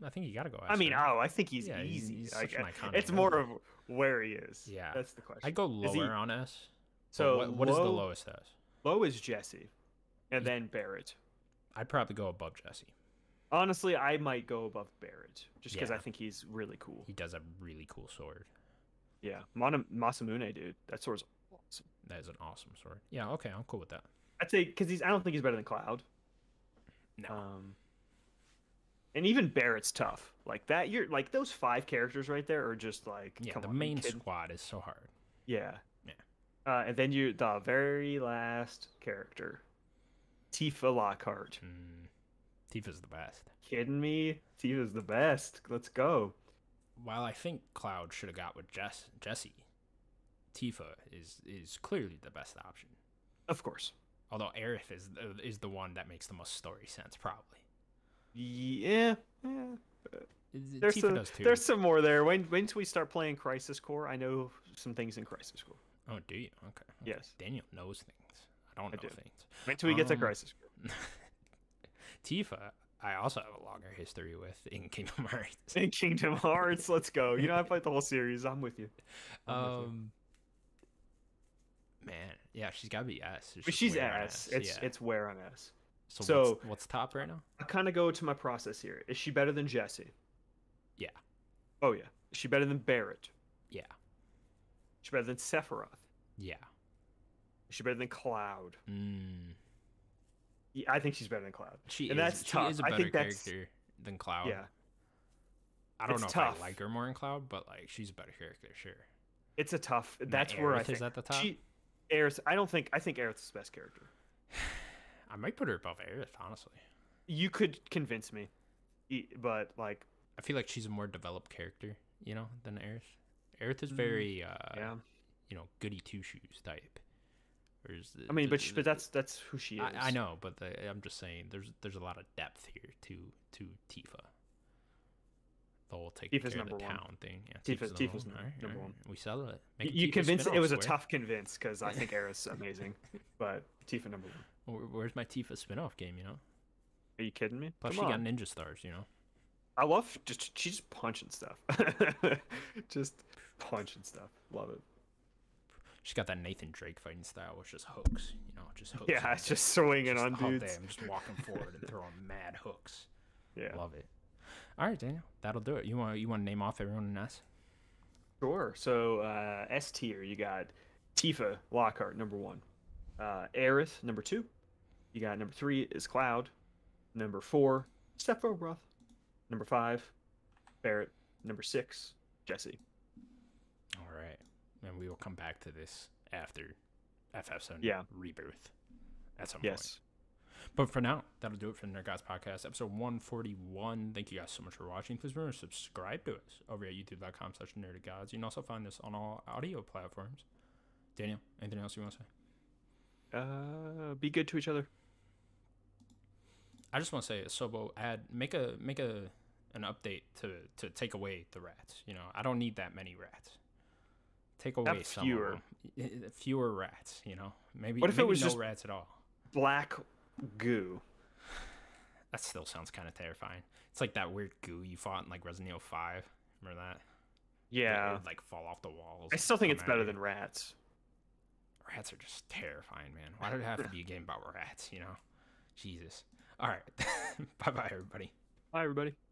Speaker 1: I think you gotta go S.
Speaker 2: I mean,
Speaker 1: right?
Speaker 2: oh, I think he's
Speaker 1: Yeah, he's-
Speaker 2: easy.
Speaker 1: he's
Speaker 2: Like,
Speaker 1: such an
Speaker 2: uh,
Speaker 1: iconic
Speaker 2: it's more of
Speaker 1: member.
Speaker 2: where he is.
Speaker 1: Yeah.
Speaker 2: That's the question.
Speaker 1: I'd go lower
Speaker 2: Is he-
Speaker 1: on S. but
Speaker 2: so
Speaker 1: what, what is the
Speaker 2: low-
Speaker 1: lowest S?
Speaker 2: Low is Jesse, and
Speaker 1: Yeah.
Speaker 2: then Barrett.
Speaker 1: I'd probably go above Jesse.
Speaker 2: Honestly, I might go above Barrett just because I
Speaker 1: Yeah.
Speaker 2: think he's really cool.
Speaker 1: He does a really cool sword.
Speaker 2: Yeah, Mon- Masamune, dude, that sword's awesome.
Speaker 1: That is an awesome sword. Yeah. Okay, I'm cool with that.
Speaker 2: I'd say because he's. I don't think he's better than Cloud.
Speaker 1: No.
Speaker 2: Um, and even Barrett's tough. Like that, you're like those five characters right there are just like
Speaker 1: Yeah,
Speaker 2: come
Speaker 1: the
Speaker 2: on, you
Speaker 1: main
Speaker 2: kidding?
Speaker 1: squad is so hard.
Speaker 2: Yeah.
Speaker 1: Yeah.
Speaker 2: Uh, and then you the very last character, Tifa Lockhart.
Speaker 1: Mm. Tifa's the best.
Speaker 2: Kidding me? Tifa's the best. Let's go.
Speaker 1: While I think Cloud should have got with Jess, Jesse, Tifa is is clearly the best option.
Speaker 2: Of course.
Speaker 1: Although Aerith is the- is the one that makes the most story sense, probably.
Speaker 2: Yeah. Yeah.
Speaker 1: Is-
Speaker 2: There's
Speaker 1: Tifa
Speaker 2: some,
Speaker 1: does too.
Speaker 2: there's some more there. When when we start playing Crisis Core, I know some things in Crisis Core.
Speaker 1: Oh, do you? Okay. okay.
Speaker 2: Yes.
Speaker 1: Daniel knows things. I don't
Speaker 2: I
Speaker 1: know
Speaker 2: do.
Speaker 1: things.
Speaker 2: Wait till we get to
Speaker 1: Um,
Speaker 2: Crisis Core.
Speaker 1: [LAUGHS] Tifa, I also have a longer history with in Kingdom [LAUGHS] Hearts. [LAUGHS]
Speaker 2: In Kingdom Hearts, let's go. You know I played the whole series. I'm with you. I'm with you.
Speaker 1: Um, man, yeah, she's gotta be S. It's
Speaker 2: but
Speaker 1: just
Speaker 2: she's
Speaker 1: weird on
Speaker 2: ass. It's
Speaker 1: yeah.
Speaker 2: it's wear on ass.
Speaker 1: so,
Speaker 2: so-
Speaker 1: what's, what's top right now?
Speaker 2: I kind of go to my process here. Is she better than Jesse?
Speaker 1: Yeah.
Speaker 2: Oh yeah. Is she better than Barrett?
Speaker 1: Yeah,
Speaker 2: Is she better than Sephiroth?
Speaker 1: yeah.
Speaker 2: Is she better than Cloud?
Speaker 1: Mm.
Speaker 2: Yeah, I think she's better than Cloud.
Speaker 1: She
Speaker 2: and
Speaker 1: is,
Speaker 2: that's
Speaker 1: she
Speaker 2: tough.
Speaker 1: is a
Speaker 2: I
Speaker 1: better
Speaker 2: think that's-
Speaker 1: character than Cloud.
Speaker 2: Yeah.
Speaker 1: I don't
Speaker 2: it's
Speaker 1: know
Speaker 2: tough.
Speaker 1: if I like her more in Cloud, but like she's a better character, sure.
Speaker 2: It's a tough.
Speaker 1: And
Speaker 2: That's where I
Speaker 1: Aerith
Speaker 2: think
Speaker 1: is at the top.
Speaker 2: She, Aerith, I don't think. I think Aerith's the best character.
Speaker 1: I might put her above Aerith, honestly.
Speaker 2: You could convince me, E- but like,
Speaker 1: I feel like she's a more developed character, you know, than Aerith. Aerith is
Speaker 2: Mm,
Speaker 1: very, uh,
Speaker 2: yeah.
Speaker 1: you know, goody two shoes type. Whereas the-
Speaker 2: I mean,
Speaker 1: the-
Speaker 2: but she,
Speaker 1: the-
Speaker 2: but that's that's who she is.
Speaker 1: I, I know, but the, I'm just saying, there's there's a lot of depth here to to Tifa. the whole take
Speaker 2: Tifa's
Speaker 1: care of the
Speaker 2: number one.
Speaker 1: town thing. Yeah,
Speaker 2: Tifa's-
Speaker 1: the
Speaker 2: Tifa's
Speaker 1: number
Speaker 2: num-
Speaker 1: one. Alright,
Speaker 2: number
Speaker 1: alright.
Speaker 2: one.
Speaker 1: We settled it.
Speaker 2: You,
Speaker 1: Make a
Speaker 2: you
Speaker 1: Tifa
Speaker 2: convinced it
Speaker 1: spin-off,
Speaker 2: was a
Speaker 1: swear.
Speaker 2: tough convince because I
Speaker 1: [LAUGHS]
Speaker 2: think Aerith's amazing, but Tifa number one.
Speaker 1: Where- Where's my Tifa spin-off game? You know.
Speaker 2: Are you kidding me?
Speaker 1: Plus,
Speaker 2: Come
Speaker 1: she
Speaker 2: on.
Speaker 1: got ninja stars. You know.
Speaker 2: I love just she's just punching stuff, [LAUGHS] just punching stuff. Love it.
Speaker 1: She's got that Nathan Drake fighting style, which is hooks. You know, just hooks.
Speaker 2: Yeah,
Speaker 1: on
Speaker 2: it's [LAUGHS] just swinging on
Speaker 1: all
Speaker 2: dudes.
Speaker 1: day. I'm just walking forward and throwing mad hooks.
Speaker 2: [LAUGHS] Yeah.
Speaker 1: Love it. All right, Daniel, that'll do it. You want you want to name off everyone in S?
Speaker 2: Sure. So uh, S tier, you got Tifa Lockhart number one, uh, Aerith number two. You got number three is Cloud, number four Sephiroth, number five Barrett, number six Jesse.
Speaker 1: All right, and we will come back to this after FF7
Speaker 2: Yeah.
Speaker 1: rebirth at some point.
Speaker 2: Yes.
Speaker 1: But for now, that'll do it for the Nerd Guys Podcast, episode 141. Thank you guys so much for watching. Please remember to subscribe to us over at youtube.com slash nerdgods. You can also find this on all audio platforms. Daniel, anything else you want to say?
Speaker 2: Uh, be good to each other.
Speaker 1: I just want to say, Sobo, add make a make a an update to to take away the rats. You know, I don't need that many rats. Take away some
Speaker 2: fewer.
Speaker 1: fewer fewer rats. You know, maybe
Speaker 2: What if it
Speaker 1: maybe
Speaker 2: was
Speaker 1: no
Speaker 2: just-
Speaker 1: rats at all.
Speaker 2: Black goo.
Speaker 1: That still sounds kind of terrifying. It's like that weird goo you fought in like Resident Evil Five. Remember that? It
Speaker 2: Yeah.
Speaker 1: would, like fall off the walls.
Speaker 2: I
Speaker 1: and
Speaker 2: still think
Speaker 1: come
Speaker 2: it's
Speaker 1: at
Speaker 2: better
Speaker 1: you.
Speaker 2: than rats.
Speaker 1: rats are just terrifying, man. Why did it have to be [LAUGHS] a game about rats? You know, Jesus. All right, bye bye everybody.
Speaker 2: Bye, everybody.